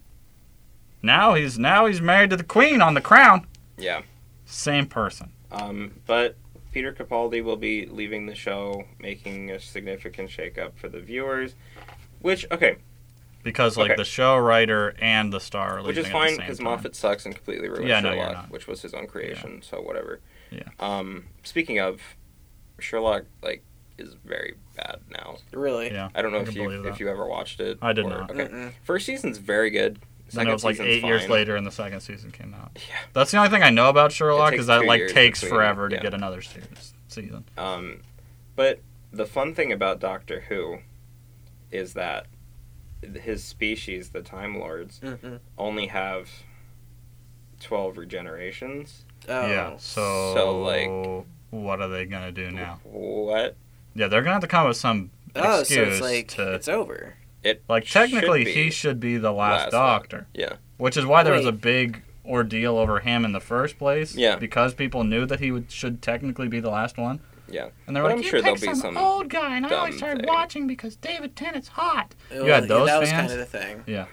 [SPEAKER 1] now he's now he's married to the Queen on The Crown.
[SPEAKER 2] Yeah.
[SPEAKER 1] Same person.
[SPEAKER 2] Um, but Peter Capaldi will be leaving the show, making a significant shakeup for the viewers. Which okay,
[SPEAKER 1] Because like
[SPEAKER 2] Okay.
[SPEAKER 1] the show writer and the star are
[SPEAKER 2] which
[SPEAKER 1] leaving at
[SPEAKER 2] is
[SPEAKER 1] the
[SPEAKER 2] fine
[SPEAKER 1] same
[SPEAKER 2] because
[SPEAKER 1] time.
[SPEAKER 2] Moffat sucks and completely ruined
[SPEAKER 1] Yeah, no, you're
[SPEAKER 2] Sherlock,
[SPEAKER 1] not.
[SPEAKER 2] which was his own creation. So whatever.
[SPEAKER 1] Yeah.
[SPEAKER 2] Um, speaking of Sherlock, like is very bad now.
[SPEAKER 3] really?
[SPEAKER 1] Yeah.
[SPEAKER 2] I don't know
[SPEAKER 1] I
[SPEAKER 2] if
[SPEAKER 1] can
[SPEAKER 2] you
[SPEAKER 1] believe that.
[SPEAKER 2] if you ever watched it.
[SPEAKER 1] I did
[SPEAKER 2] or-
[SPEAKER 1] not.
[SPEAKER 2] Okay.
[SPEAKER 3] Mm-mm.
[SPEAKER 2] First season's very good.
[SPEAKER 1] Then
[SPEAKER 2] Second
[SPEAKER 1] it was like
[SPEAKER 2] season's
[SPEAKER 1] eight years
[SPEAKER 2] fine.
[SPEAKER 1] later, and the second season came out.
[SPEAKER 2] Yeah.
[SPEAKER 1] That's the only thing I know about Sherlock
[SPEAKER 2] takes
[SPEAKER 1] is that
[SPEAKER 2] two
[SPEAKER 1] it like
[SPEAKER 2] years
[SPEAKER 1] takes
[SPEAKER 2] between,
[SPEAKER 1] forever to
[SPEAKER 2] yeah.
[SPEAKER 1] get another series season.
[SPEAKER 2] Um, but the fun thing about Doctor Who is that his species, the Time Lords,
[SPEAKER 3] Mm-mm.
[SPEAKER 2] only have twelve regenerations.
[SPEAKER 3] Oh.
[SPEAKER 1] Yeah. So,
[SPEAKER 2] So, like-
[SPEAKER 1] what are they gonna do now?
[SPEAKER 2] What?
[SPEAKER 1] Yeah, they're gonna have to come up with some
[SPEAKER 3] Oh, so
[SPEAKER 1] excuse
[SPEAKER 3] it's like
[SPEAKER 1] to
[SPEAKER 3] it's over.
[SPEAKER 2] It
[SPEAKER 1] like
[SPEAKER 2] should
[SPEAKER 1] technically
[SPEAKER 2] be.
[SPEAKER 1] he should be the last,
[SPEAKER 2] last
[SPEAKER 1] Doctor.
[SPEAKER 2] Yeah.
[SPEAKER 1] Which is why there was
[SPEAKER 3] Wait.
[SPEAKER 1] a big ordeal over him in the first place.
[SPEAKER 2] Yeah.
[SPEAKER 1] Because people knew that he would, should technically be the last one.
[SPEAKER 2] Yeah.
[SPEAKER 1] And they were
[SPEAKER 2] But
[SPEAKER 1] like,
[SPEAKER 2] I'm
[SPEAKER 1] you
[SPEAKER 2] sure
[SPEAKER 1] picked
[SPEAKER 2] there'll be
[SPEAKER 1] some,
[SPEAKER 2] some
[SPEAKER 1] old guy, and I always
[SPEAKER 2] dumb
[SPEAKER 1] started
[SPEAKER 2] thing.
[SPEAKER 1] watching because David Tennant's hot.
[SPEAKER 3] Well,
[SPEAKER 1] had those
[SPEAKER 3] yeah, that
[SPEAKER 1] fans?
[SPEAKER 3] was kind of the thing.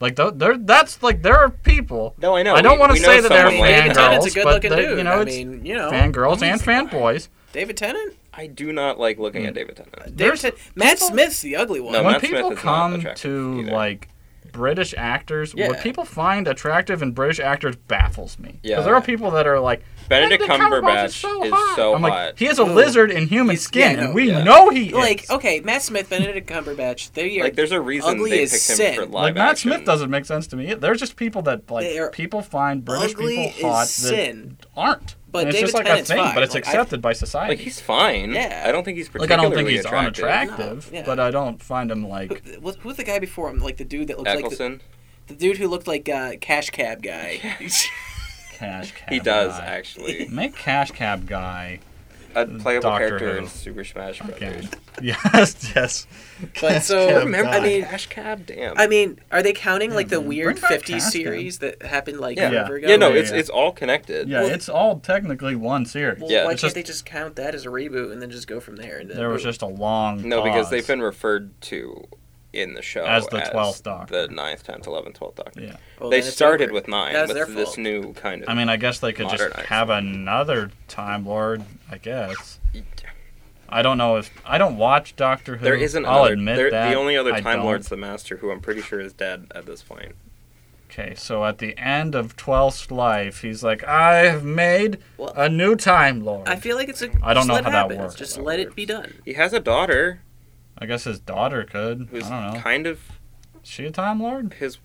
[SPEAKER 1] Like, th- there, that's like there are people,
[SPEAKER 2] No, I know.
[SPEAKER 1] I don't
[SPEAKER 2] We-
[SPEAKER 1] wanna
[SPEAKER 2] we
[SPEAKER 1] say
[SPEAKER 2] know
[SPEAKER 1] that they're
[SPEAKER 2] someone like
[SPEAKER 1] fan
[SPEAKER 3] David
[SPEAKER 2] that.
[SPEAKER 1] girls.
[SPEAKER 3] Tennant's a
[SPEAKER 1] but
[SPEAKER 3] good-looking
[SPEAKER 1] they-
[SPEAKER 3] dude.
[SPEAKER 1] you know,
[SPEAKER 3] I
[SPEAKER 1] it's
[SPEAKER 3] mean, you know,
[SPEAKER 1] fangirls and
[SPEAKER 3] he's fine.
[SPEAKER 1] fanboys.
[SPEAKER 3] David Tennant.
[SPEAKER 2] I do not like
[SPEAKER 1] Mm.
[SPEAKER 2] looking at David Tennant.
[SPEAKER 3] David
[SPEAKER 1] There's
[SPEAKER 3] Tennant. Matt
[SPEAKER 1] people-
[SPEAKER 3] Smith's the ugly one.
[SPEAKER 2] No,
[SPEAKER 1] when
[SPEAKER 2] Matt Smith
[SPEAKER 1] people
[SPEAKER 2] is not
[SPEAKER 1] come
[SPEAKER 2] attractive
[SPEAKER 1] to
[SPEAKER 2] either.
[SPEAKER 1] like British actors,
[SPEAKER 3] Yeah.
[SPEAKER 1] what people find attractive in British actors baffles me. Because
[SPEAKER 2] Yeah.
[SPEAKER 1] there are people that are like,
[SPEAKER 2] Benedict Cumberbatch
[SPEAKER 1] is
[SPEAKER 2] is
[SPEAKER 1] hot.
[SPEAKER 2] so
[SPEAKER 1] I'm like,
[SPEAKER 2] hot.
[SPEAKER 1] he is a
[SPEAKER 3] Ooh.
[SPEAKER 1] lizard in human
[SPEAKER 3] He's-
[SPEAKER 1] skin,
[SPEAKER 3] yeah, no,
[SPEAKER 1] and we
[SPEAKER 2] yeah.
[SPEAKER 1] know he is.
[SPEAKER 3] Like okay, Matt Smith, Benedict Cumberbatch, they are
[SPEAKER 2] Like, there's a reason
[SPEAKER 3] Ugly
[SPEAKER 2] they
[SPEAKER 3] as
[SPEAKER 2] picked him
[SPEAKER 3] sin.
[SPEAKER 2] for live
[SPEAKER 1] Like, Matt
[SPEAKER 2] action.
[SPEAKER 1] Smith doesn't make sense to me. There's just people that
[SPEAKER 3] They are
[SPEAKER 1] like people find British
[SPEAKER 3] ugly
[SPEAKER 1] people hot
[SPEAKER 3] as
[SPEAKER 1] that
[SPEAKER 3] sin.
[SPEAKER 1] aren't.
[SPEAKER 3] But
[SPEAKER 1] And it's
[SPEAKER 3] David
[SPEAKER 1] just like
[SPEAKER 3] Tennant's
[SPEAKER 1] a thing,
[SPEAKER 3] fine.
[SPEAKER 1] but it's
[SPEAKER 3] Like, I-
[SPEAKER 1] accepted by society.
[SPEAKER 2] Like he's fine.
[SPEAKER 3] Yeah.
[SPEAKER 2] I don't think he's
[SPEAKER 1] Like
[SPEAKER 2] particularly
[SPEAKER 1] I don't think he's
[SPEAKER 2] attractive.
[SPEAKER 1] unattractive,
[SPEAKER 3] No, yeah.
[SPEAKER 1] but I don't find him like
[SPEAKER 3] Who- who- Who's the guy before him? Like the dude that looked like the,
[SPEAKER 2] Eccleston.
[SPEAKER 3] the dude who looked like uh, cash cab guy.
[SPEAKER 1] cash cab.
[SPEAKER 2] he does
[SPEAKER 1] guy.
[SPEAKER 2] actually.
[SPEAKER 1] Make cash cab guy.
[SPEAKER 2] A playable
[SPEAKER 1] Doctor
[SPEAKER 2] character
[SPEAKER 1] Who.
[SPEAKER 2] in Super Smash Brothers.
[SPEAKER 1] Again. Yes, yes.
[SPEAKER 3] but
[SPEAKER 1] Cash
[SPEAKER 3] so
[SPEAKER 1] cab
[SPEAKER 2] Remember,
[SPEAKER 1] guy.
[SPEAKER 2] I mean, Ash Cab, damn.
[SPEAKER 3] I mean, are they counting like the
[SPEAKER 1] man. Bring
[SPEAKER 3] weird
[SPEAKER 1] back
[SPEAKER 3] '50s
[SPEAKER 1] Castan.
[SPEAKER 3] series that happened like
[SPEAKER 2] Yeah.
[SPEAKER 3] forever ago?
[SPEAKER 2] yeah, no,
[SPEAKER 1] yeah,
[SPEAKER 2] it's
[SPEAKER 1] yeah.
[SPEAKER 2] it's all connected.
[SPEAKER 1] yeah,
[SPEAKER 3] well-
[SPEAKER 1] it's all technically one series.
[SPEAKER 3] Well,
[SPEAKER 2] yeah,
[SPEAKER 3] why can't
[SPEAKER 1] it's just-
[SPEAKER 3] they just count that as a reboot and then just go from there? And then
[SPEAKER 1] There was
[SPEAKER 3] boom.
[SPEAKER 1] just a long
[SPEAKER 2] No, because
[SPEAKER 1] pause.
[SPEAKER 2] they've been referred to in the show
[SPEAKER 1] As the 12th Doctor.
[SPEAKER 2] the ninth, tenth, eleventh, twelfth Doctor.
[SPEAKER 1] Yeah.
[SPEAKER 3] Well,
[SPEAKER 2] they
[SPEAKER 3] then it's
[SPEAKER 2] started
[SPEAKER 3] over.
[SPEAKER 2] with nine
[SPEAKER 3] That was
[SPEAKER 2] with
[SPEAKER 3] their
[SPEAKER 2] this
[SPEAKER 3] fault.
[SPEAKER 2] new kind of.
[SPEAKER 1] I mean, I guess they could just
[SPEAKER 2] Modernized.
[SPEAKER 1] have another Time Lord. I guess. I don't know if I don't watch Doctor Who.
[SPEAKER 2] there isn't.
[SPEAKER 1] Hmm. I'll
[SPEAKER 2] other,
[SPEAKER 1] admit
[SPEAKER 2] there-
[SPEAKER 1] that
[SPEAKER 2] the only other
[SPEAKER 1] I
[SPEAKER 2] Time
[SPEAKER 1] don't.
[SPEAKER 2] Lord's the Master, who I'm pretty sure is dead at this point.
[SPEAKER 1] Okay, so at the end of Twelfth's life, he's like, "I have made
[SPEAKER 3] Well,
[SPEAKER 1] a new Time Lord."
[SPEAKER 3] I feel like it's a.
[SPEAKER 1] I don't
[SPEAKER 3] just
[SPEAKER 1] know
[SPEAKER 3] let
[SPEAKER 1] how
[SPEAKER 3] it
[SPEAKER 1] that
[SPEAKER 3] happen.
[SPEAKER 1] works.
[SPEAKER 3] Just let it be done.
[SPEAKER 2] He has a daughter
[SPEAKER 1] I guess his daughter could. I
[SPEAKER 2] who's
[SPEAKER 1] don't know.
[SPEAKER 2] kind of
[SPEAKER 1] Is she a Time Lord?
[SPEAKER 2] his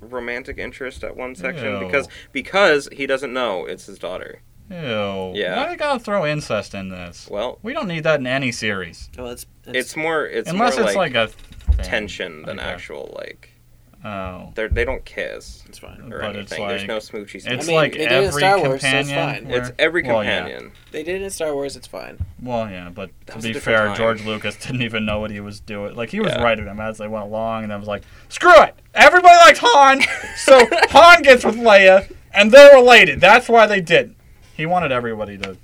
[SPEAKER 2] romantic interest at one section
[SPEAKER 1] Ew.
[SPEAKER 2] because because he doesn't know it's his daughter.
[SPEAKER 1] Ew.
[SPEAKER 2] Yeah.
[SPEAKER 1] Why do you gotta throw incest in this?
[SPEAKER 2] Well,
[SPEAKER 1] We don't need that in any series,
[SPEAKER 3] Well, it's,
[SPEAKER 2] it's more it's
[SPEAKER 1] unless
[SPEAKER 2] more
[SPEAKER 1] it's like,
[SPEAKER 2] like,
[SPEAKER 1] a thing.
[SPEAKER 2] tension than
[SPEAKER 1] Okay.
[SPEAKER 2] actual like
[SPEAKER 1] Oh,
[SPEAKER 2] they they don't kiss
[SPEAKER 3] it's fine.
[SPEAKER 2] or
[SPEAKER 1] But it's
[SPEAKER 2] anything. There's
[SPEAKER 1] like-
[SPEAKER 2] no
[SPEAKER 1] it's
[SPEAKER 2] smoochies.
[SPEAKER 3] I mean,
[SPEAKER 1] like
[SPEAKER 3] they did it in
[SPEAKER 1] every
[SPEAKER 3] Star Wars, so it's
[SPEAKER 1] companion.
[SPEAKER 3] fine.
[SPEAKER 1] where-
[SPEAKER 2] It's every
[SPEAKER 1] Well, yeah.
[SPEAKER 2] companion.
[SPEAKER 3] They did it in Star Wars. It's fine.
[SPEAKER 1] Well, yeah, but
[SPEAKER 2] That
[SPEAKER 1] to
[SPEAKER 2] was a
[SPEAKER 1] be
[SPEAKER 2] different
[SPEAKER 1] fair,
[SPEAKER 2] time.
[SPEAKER 1] George Lucas didn't even know what he was doing. Like he was
[SPEAKER 2] Yeah.
[SPEAKER 1] writing them as they went along, and I was like, "Screw it! Everybody likes Han, so Han gets with Leia, and they're related. That's why they did." He wanted everybody to.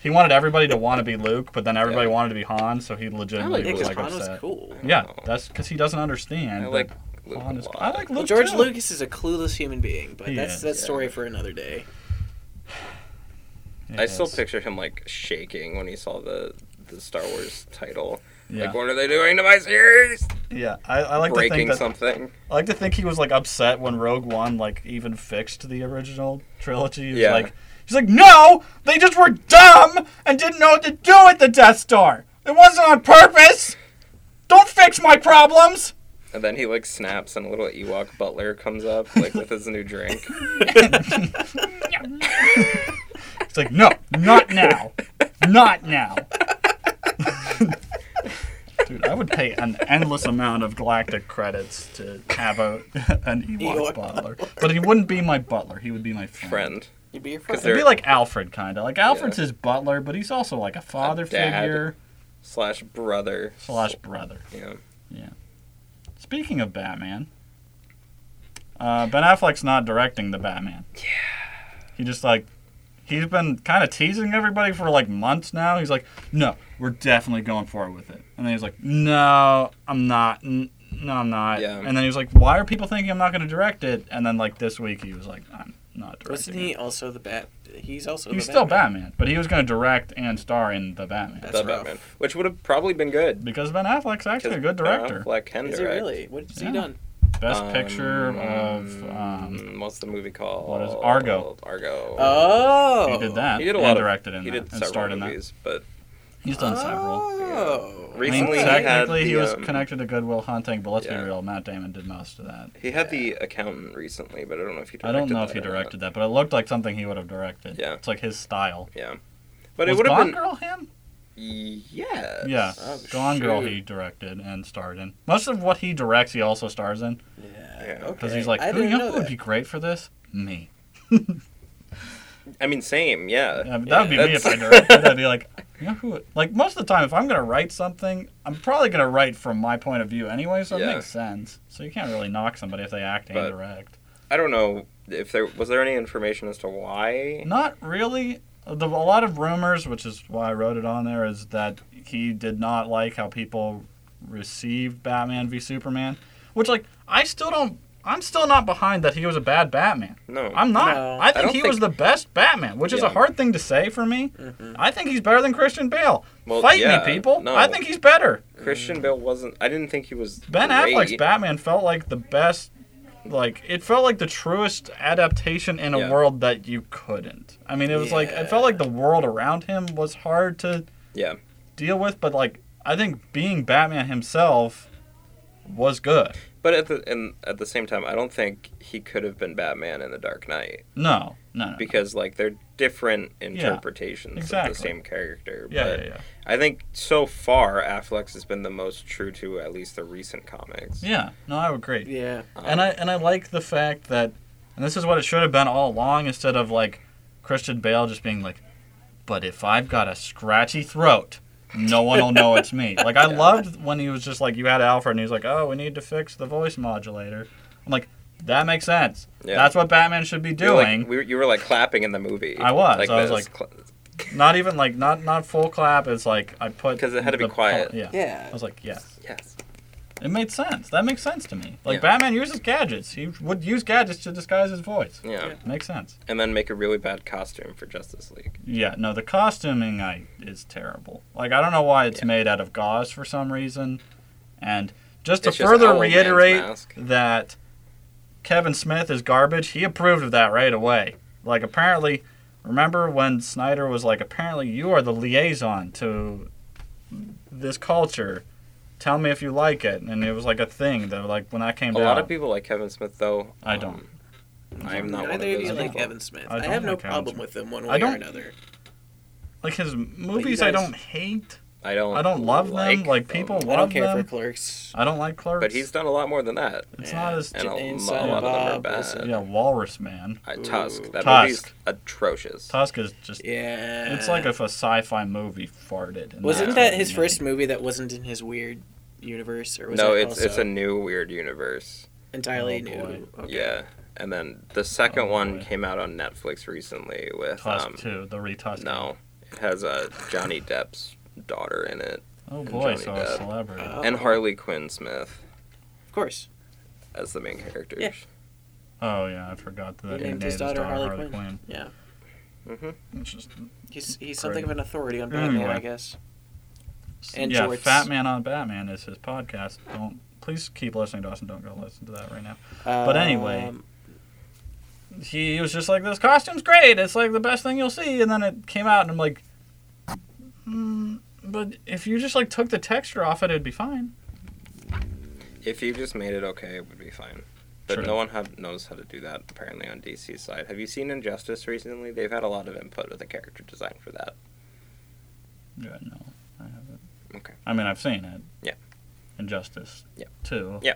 [SPEAKER 1] He wanted everybody to want to be Luke, but then everybody
[SPEAKER 2] Yeah.
[SPEAKER 1] wanted to be Han, so he legitimately
[SPEAKER 2] like
[SPEAKER 3] Yeah,
[SPEAKER 1] was
[SPEAKER 3] 'cause
[SPEAKER 1] like
[SPEAKER 3] Han
[SPEAKER 1] upset.
[SPEAKER 3] was cool.
[SPEAKER 1] Yeah,
[SPEAKER 2] Oh.
[SPEAKER 1] that's because he doesn't understand.
[SPEAKER 2] I
[SPEAKER 1] but
[SPEAKER 2] like Luke
[SPEAKER 1] Han is.
[SPEAKER 2] a lot.
[SPEAKER 1] I like Luke.
[SPEAKER 3] Well, George
[SPEAKER 1] too.
[SPEAKER 3] Lucas is a clueless human being, but
[SPEAKER 1] He
[SPEAKER 3] that's
[SPEAKER 1] is,
[SPEAKER 3] that's
[SPEAKER 2] yeah.
[SPEAKER 3] story for another day.
[SPEAKER 1] It
[SPEAKER 2] I still
[SPEAKER 1] is.
[SPEAKER 2] picture him like shaking when he saw the the Star Wars title.
[SPEAKER 1] Yeah,
[SPEAKER 2] Like what are they doing to my series?
[SPEAKER 1] yeah. I, I like to
[SPEAKER 2] Breaking
[SPEAKER 1] think that
[SPEAKER 2] something.
[SPEAKER 1] I like to think he was like upset when Rogue One like even fixed the original trilogy. He was
[SPEAKER 2] Yeah.
[SPEAKER 1] like he's like, No! They just were dumb and didn't know what to do with the Death Star. It wasn't on purpose. Don't fix my problems.
[SPEAKER 2] And then he like snaps and a little Ewok butler comes up like with his new drink.
[SPEAKER 1] It's like, no, not now. Not now. Dude, I would pay an endless amount of galactic credits to have a an Ewok
[SPEAKER 3] Ewok
[SPEAKER 1] butler. But he wouldn't be my butler, he would be my
[SPEAKER 2] Friend.
[SPEAKER 3] You'd be your
[SPEAKER 2] 'Cause
[SPEAKER 1] It'd
[SPEAKER 3] friend.
[SPEAKER 2] they're-
[SPEAKER 1] be like Alfred, kind of. Like Alfred's his butler, but he's also like a father
[SPEAKER 2] dad.
[SPEAKER 1] figure
[SPEAKER 2] Slash brother.
[SPEAKER 1] slash brother.
[SPEAKER 2] Yeah.
[SPEAKER 1] Speaking of Batman, uh, Ben Affleck's not directing the Batman. Yeah. He just like he's been kind of teasing everybody for like months now. He's like, "No, we're definitely going forward with it," and then he's like, "No, I'm not." N- no, I'm not.
[SPEAKER 2] Yeah.
[SPEAKER 1] And then he was like, "Why are people thinking I'm not going to direct it?" And then like this week, he was like, "I'm not directing."
[SPEAKER 3] Wasn't
[SPEAKER 1] it."
[SPEAKER 3] he also the bat? He's also
[SPEAKER 1] He's
[SPEAKER 3] the
[SPEAKER 1] still Batman, but he was going to direct and star in the Batman
[SPEAKER 3] That's
[SPEAKER 2] The
[SPEAKER 3] rough.
[SPEAKER 2] Batman. Which would have probably been good. uh,
[SPEAKER 1] because Ben Affleck's actually a good
[SPEAKER 2] Ben
[SPEAKER 1] director.
[SPEAKER 2] Affleck can
[SPEAKER 3] Is he
[SPEAKER 2] direct.
[SPEAKER 3] really? What has he
[SPEAKER 1] Yeah.
[SPEAKER 3] done?
[SPEAKER 1] Best
[SPEAKER 2] Um, mm,
[SPEAKER 1] picture of um,
[SPEAKER 2] what's the movie called?
[SPEAKER 1] what is it? Argo.
[SPEAKER 2] Argo.
[SPEAKER 3] Oh,
[SPEAKER 1] he did that.
[SPEAKER 2] he did a
[SPEAKER 1] and
[SPEAKER 2] lot of
[SPEAKER 1] directed in
[SPEAKER 2] He
[SPEAKER 1] that
[SPEAKER 2] did
[SPEAKER 1] and starred
[SPEAKER 2] several
[SPEAKER 1] in that.
[SPEAKER 2] movies, but
[SPEAKER 1] He's done several.
[SPEAKER 3] Oh,
[SPEAKER 2] Yeah. uh, Recently
[SPEAKER 1] I mean,
[SPEAKER 2] he had
[SPEAKER 1] technically, he
[SPEAKER 2] the,
[SPEAKER 1] was
[SPEAKER 2] um,
[SPEAKER 1] connected to Goodwill Hunting, but let's
[SPEAKER 2] yeah.
[SPEAKER 1] be real, Matt Damon did most of that.
[SPEAKER 2] he had the accountant recently, but I don't know if he.
[SPEAKER 1] I
[SPEAKER 2] Directed
[SPEAKER 1] don't know if
[SPEAKER 2] that
[SPEAKER 1] he
[SPEAKER 2] or not.
[SPEAKER 1] directed that, but it looked like something he would have directed.
[SPEAKER 2] Yeah.
[SPEAKER 1] it's like his style. was
[SPEAKER 2] But it would have
[SPEAKER 1] Gone
[SPEAKER 2] been. Uh,
[SPEAKER 1] Girl him?
[SPEAKER 2] Yes.
[SPEAKER 1] Yeah,
[SPEAKER 3] Oh,
[SPEAKER 1] Gone Girl
[SPEAKER 3] shoot.
[SPEAKER 1] he directed and starred in. Most of what he directs, he also stars in.
[SPEAKER 3] yeah.
[SPEAKER 2] Yeah.
[SPEAKER 3] Okay.
[SPEAKER 1] Because he's like,
[SPEAKER 3] I
[SPEAKER 1] who, you know
[SPEAKER 3] didn't know
[SPEAKER 1] who would
[SPEAKER 3] that.
[SPEAKER 1] be great for this? Me.
[SPEAKER 2] I mean, same. Yeah.
[SPEAKER 1] I mean, Uh, that would be me if
[SPEAKER 2] That's-
[SPEAKER 1] I directed. I'd be like, you know who? Like most of the time, if I'm gonna write something, I'm probably gonna write from my point of view anyway, so
[SPEAKER 2] Yeah.
[SPEAKER 1] it makes sense. So you can't really knock somebody if they act and
[SPEAKER 2] But-
[SPEAKER 1] direct.
[SPEAKER 2] I don't know if there was there any information as to why.
[SPEAKER 1] Not really. The, a lot of rumors, which is why I wrote it on there, is that he did not like how people received Batman v Superman, which like I still don't. I'm still not behind that he was a bad Batman.
[SPEAKER 2] No.
[SPEAKER 1] I'm not.
[SPEAKER 3] No.
[SPEAKER 1] I
[SPEAKER 2] I
[SPEAKER 1] think
[SPEAKER 2] don't
[SPEAKER 1] he
[SPEAKER 2] think-
[SPEAKER 1] was the best Batman, which is a
[SPEAKER 2] Yeah.
[SPEAKER 1] hard thing to say for me. I think he's better than Christian Bale.
[SPEAKER 2] Well,
[SPEAKER 1] Fight
[SPEAKER 2] yeah,
[SPEAKER 1] me, people.
[SPEAKER 2] no.
[SPEAKER 1] I think he's better.
[SPEAKER 2] Christian Bale wasn't. I didn't think he was.
[SPEAKER 1] Ben
[SPEAKER 2] great.
[SPEAKER 1] Affleck's Batman felt like the best like it felt like the truest adaptation in a
[SPEAKER 2] Yeah.
[SPEAKER 1] world that you couldn't. I mean, it was like it felt like the world around him was hard to
[SPEAKER 2] Yeah.
[SPEAKER 1] deal with, but like I think being Batman himself was good.
[SPEAKER 2] But at the and at the same time, I don't think he could have been Batman in the Dark Knight
[SPEAKER 1] No, no, no.
[SPEAKER 2] because like they're different interpretations
[SPEAKER 1] exactly.
[SPEAKER 2] of the same character.
[SPEAKER 1] yeah,
[SPEAKER 2] but
[SPEAKER 1] yeah, yeah,
[SPEAKER 2] I think so far Affleck has been the most true to at least the recent comics.
[SPEAKER 1] yeah. No, I would agree.
[SPEAKER 3] Yeah.
[SPEAKER 2] Um,
[SPEAKER 1] And I and I like the fact that, and this is what it should have been all along, instead of like Christian Bale just being like, "But if I've got a scratchy throat, no one will know it's me." Like I loved when he was just like, "You had Alfred," and he was like, "Oh, we need to fix the voice modulator." I'm like, that makes sense.
[SPEAKER 2] Yeah.
[SPEAKER 1] That's what Batman should be
[SPEAKER 2] you were,
[SPEAKER 1] doing.
[SPEAKER 2] like, we were, you were like clapping in the movie.
[SPEAKER 1] I was. I was
[SPEAKER 2] this. Cla-
[SPEAKER 1] not even like not not full clap. It's like I put
[SPEAKER 2] 'Cause it had to be
[SPEAKER 1] the-
[SPEAKER 2] quiet.
[SPEAKER 1] Yeah. I
[SPEAKER 3] Yeah.
[SPEAKER 1] was like, yeah,
[SPEAKER 2] yes.
[SPEAKER 1] it made sense. That makes sense to me. Like
[SPEAKER 2] Yeah.
[SPEAKER 1] Batman uses gadgets. He would use gadgets to disguise his voice.
[SPEAKER 2] Yeah.
[SPEAKER 3] Yeah.
[SPEAKER 1] Makes sense.
[SPEAKER 2] And then make a really bad costume for Justice League.
[SPEAKER 1] Yeah, no, the costuming I is terrible. Like I don't know why it's
[SPEAKER 2] Yeah.
[SPEAKER 1] made out of gauze for some reason. And just
[SPEAKER 2] It's
[SPEAKER 1] to
[SPEAKER 2] just
[SPEAKER 1] further
[SPEAKER 2] Owlman's
[SPEAKER 1] reiterate
[SPEAKER 2] mask.
[SPEAKER 1] that Kevin Smith is garbage, he approved of that right away. Like apparently remember when Snyder was like apparently you are the liaison to this culture. Tell me if you like it. And it was like a thing that like when I came
[SPEAKER 2] A
[SPEAKER 1] down
[SPEAKER 2] lot of people like Kevin Smith though.
[SPEAKER 1] I don't.
[SPEAKER 2] I am not one of
[SPEAKER 3] Neither of
[SPEAKER 2] those
[SPEAKER 3] you like
[SPEAKER 2] people.
[SPEAKER 3] Kevin Smith.
[SPEAKER 1] I
[SPEAKER 3] I,
[SPEAKER 1] don't
[SPEAKER 3] have no
[SPEAKER 1] like Kevin
[SPEAKER 3] problem
[SPEAKER 1] Smith.
[SPEAKER 3] with them one
[SPEAKER 1] I
[SPEAKER 3] way or
[SPEAKER 1] don't-
[SPEAKER 3] another.
[SPEAKER 1] like his movies I
[SPEAKER 3] guys-
[SPEAKER 1] don't hate.
[SPEAKER 2] I don't.
[SPEAKER 1] I don't love them, like, people
[SPEAKER 3] I
[SPEAKER 1] Love
[SPEAKER 3] don't care
[SPEAKER 1] them.
[SPEAKER 3] for clerks.
[SPEAKER 1] I don't like clerks.
[SPEAKER 2] But he's done a lot more than that.
[SPEAKER 1] it's
[SPEAKER 3] Yeah.
[SPEAKER 1] not as
[SPEAKER 2] And a,
[SPEAKER 3] Jane
[SPEAKER 2] m- a
[SPEAKER 3] Silent
[SPEAKER 2] lot of them are
[SPEAKER 3] Bob,
[SPEAKER 2] bad.
[SPEAKER 3] Wilson.
[SPEAKER 1] yeah, Walrus Man.
[SPEAKER 2] Uh, Tusk.
[SPEAKER 3] Ooh.
[SPEAKER 2] That
[SPEAKER 1] Tusk.
[SPEAKER 2] movie's atrocious.
[SPEAKER 1] Tusk is just
[SPEAKER 3] Yeah.
[SPEAKER 1] It's like if a sci-fi movie farted. and
[SPEAKER 3] Wasn't
[SPEAKER 1] that's
[SPEAKER 3] that
[SPEAKER 1] what
[SPEAKER 3] his
[SPEAKER 1] it
[SPEAKER 3] first
[SPEAKER 1] made.
[SPEAKER 3] movie that wasn't in his weird universe, or was
[SPEAKER 2] No,
[SPEAKER 3] it
[SPEAKER 2] it's it's
[SPEAKER 3] also
[SPEAKER 2] a new weird universe.
[SPEAKER 3] entirely
[SPEAKER 1] Oh,
[SPEAKER 3] new? Okay.
[SPEAKER 2] Yeah. And then the second
[SPEAKER 1] Oh,
[SPEAKER 2] one
[SPEAKER 1] boy.
[SPEAKER 2] came out on Netflix recently with
[SPEAKER 1] Tusk
[SPEAKER 2] um
[SPEAKER 1] too? The retusk.
[SPEAKER 2] no, it has uh, Johnny Depp's daughter in it
[SPEAKER 1] Oh
[SPEAKER 2] and
[SPEAKER 1] boy,
[SPEAKER 2] Johnny
[SPEAKER 1] so a
[SPEAKER 2] Depp.
[SPEAKER 1] celebrity.
[SPEAKER 3] Uh,
[SPEAKER 2] and
[SPEAKER 3] Oh.
[SPEAKER 2] Harley Quinn Smith
[SPEAKER 3] Of course.
[SPEAKER 2] as the main characters.
[SPEAKER 3] Yeah.
[SPEAKER 1] oh yeah, I forgot that.
[SPEAKER 3] He
[SPEAKER 1] he
[SPEAKER 3] named his daughter Harley Quinn. Yeah.
[SPEAKER 2] Mm-hmm.
[SPEAKER 1] It's just-
[SPEAKER 3] He's he's something
[SPEAKER 1] Great.
[SPEAKER 3] of an authority on Batman,
[SPEAKER 1] Anyway.
[SPEAKER 3] I guess. And
[SPEAKER 1] yeah,
[SPEAKER 3] jorts.
[SPEAKER 1] Fat Man on Batman is his podcast. Don't please keep listening to us and don't go listen to that right now.
[SPEAKER 3] But
[SPEAKER 1] anyway,
[SPEAKER 3] Um,
[SPEAKER 1] He was just like, this costume's great. It's like the best thing you'll see. And then it came out, and I'm like, mm, but if you just like took the texture off it, it'd be fine.
[SPEAKER 2] If you just made it okay, it would be fine. But
[SPEAKER 1] True.
[SPEAKER 2] no one have, knows how to do that apparently on DC's side. Have you seen Injustice recently? They've had a lot of input with the character design for that.
[SPEAKER 1] Yeah, no, I haven't.
[SPEAKER 2] Okay.
[SPEAKER 1] I mean, I've seen it.
[SPEAKER 2] Yeah.
[SPEAKER 1] Injustice.
[SPEAKER 2] Yeah.
[SPEAKER 1] Two.
[SPEAKER 2] Yeah.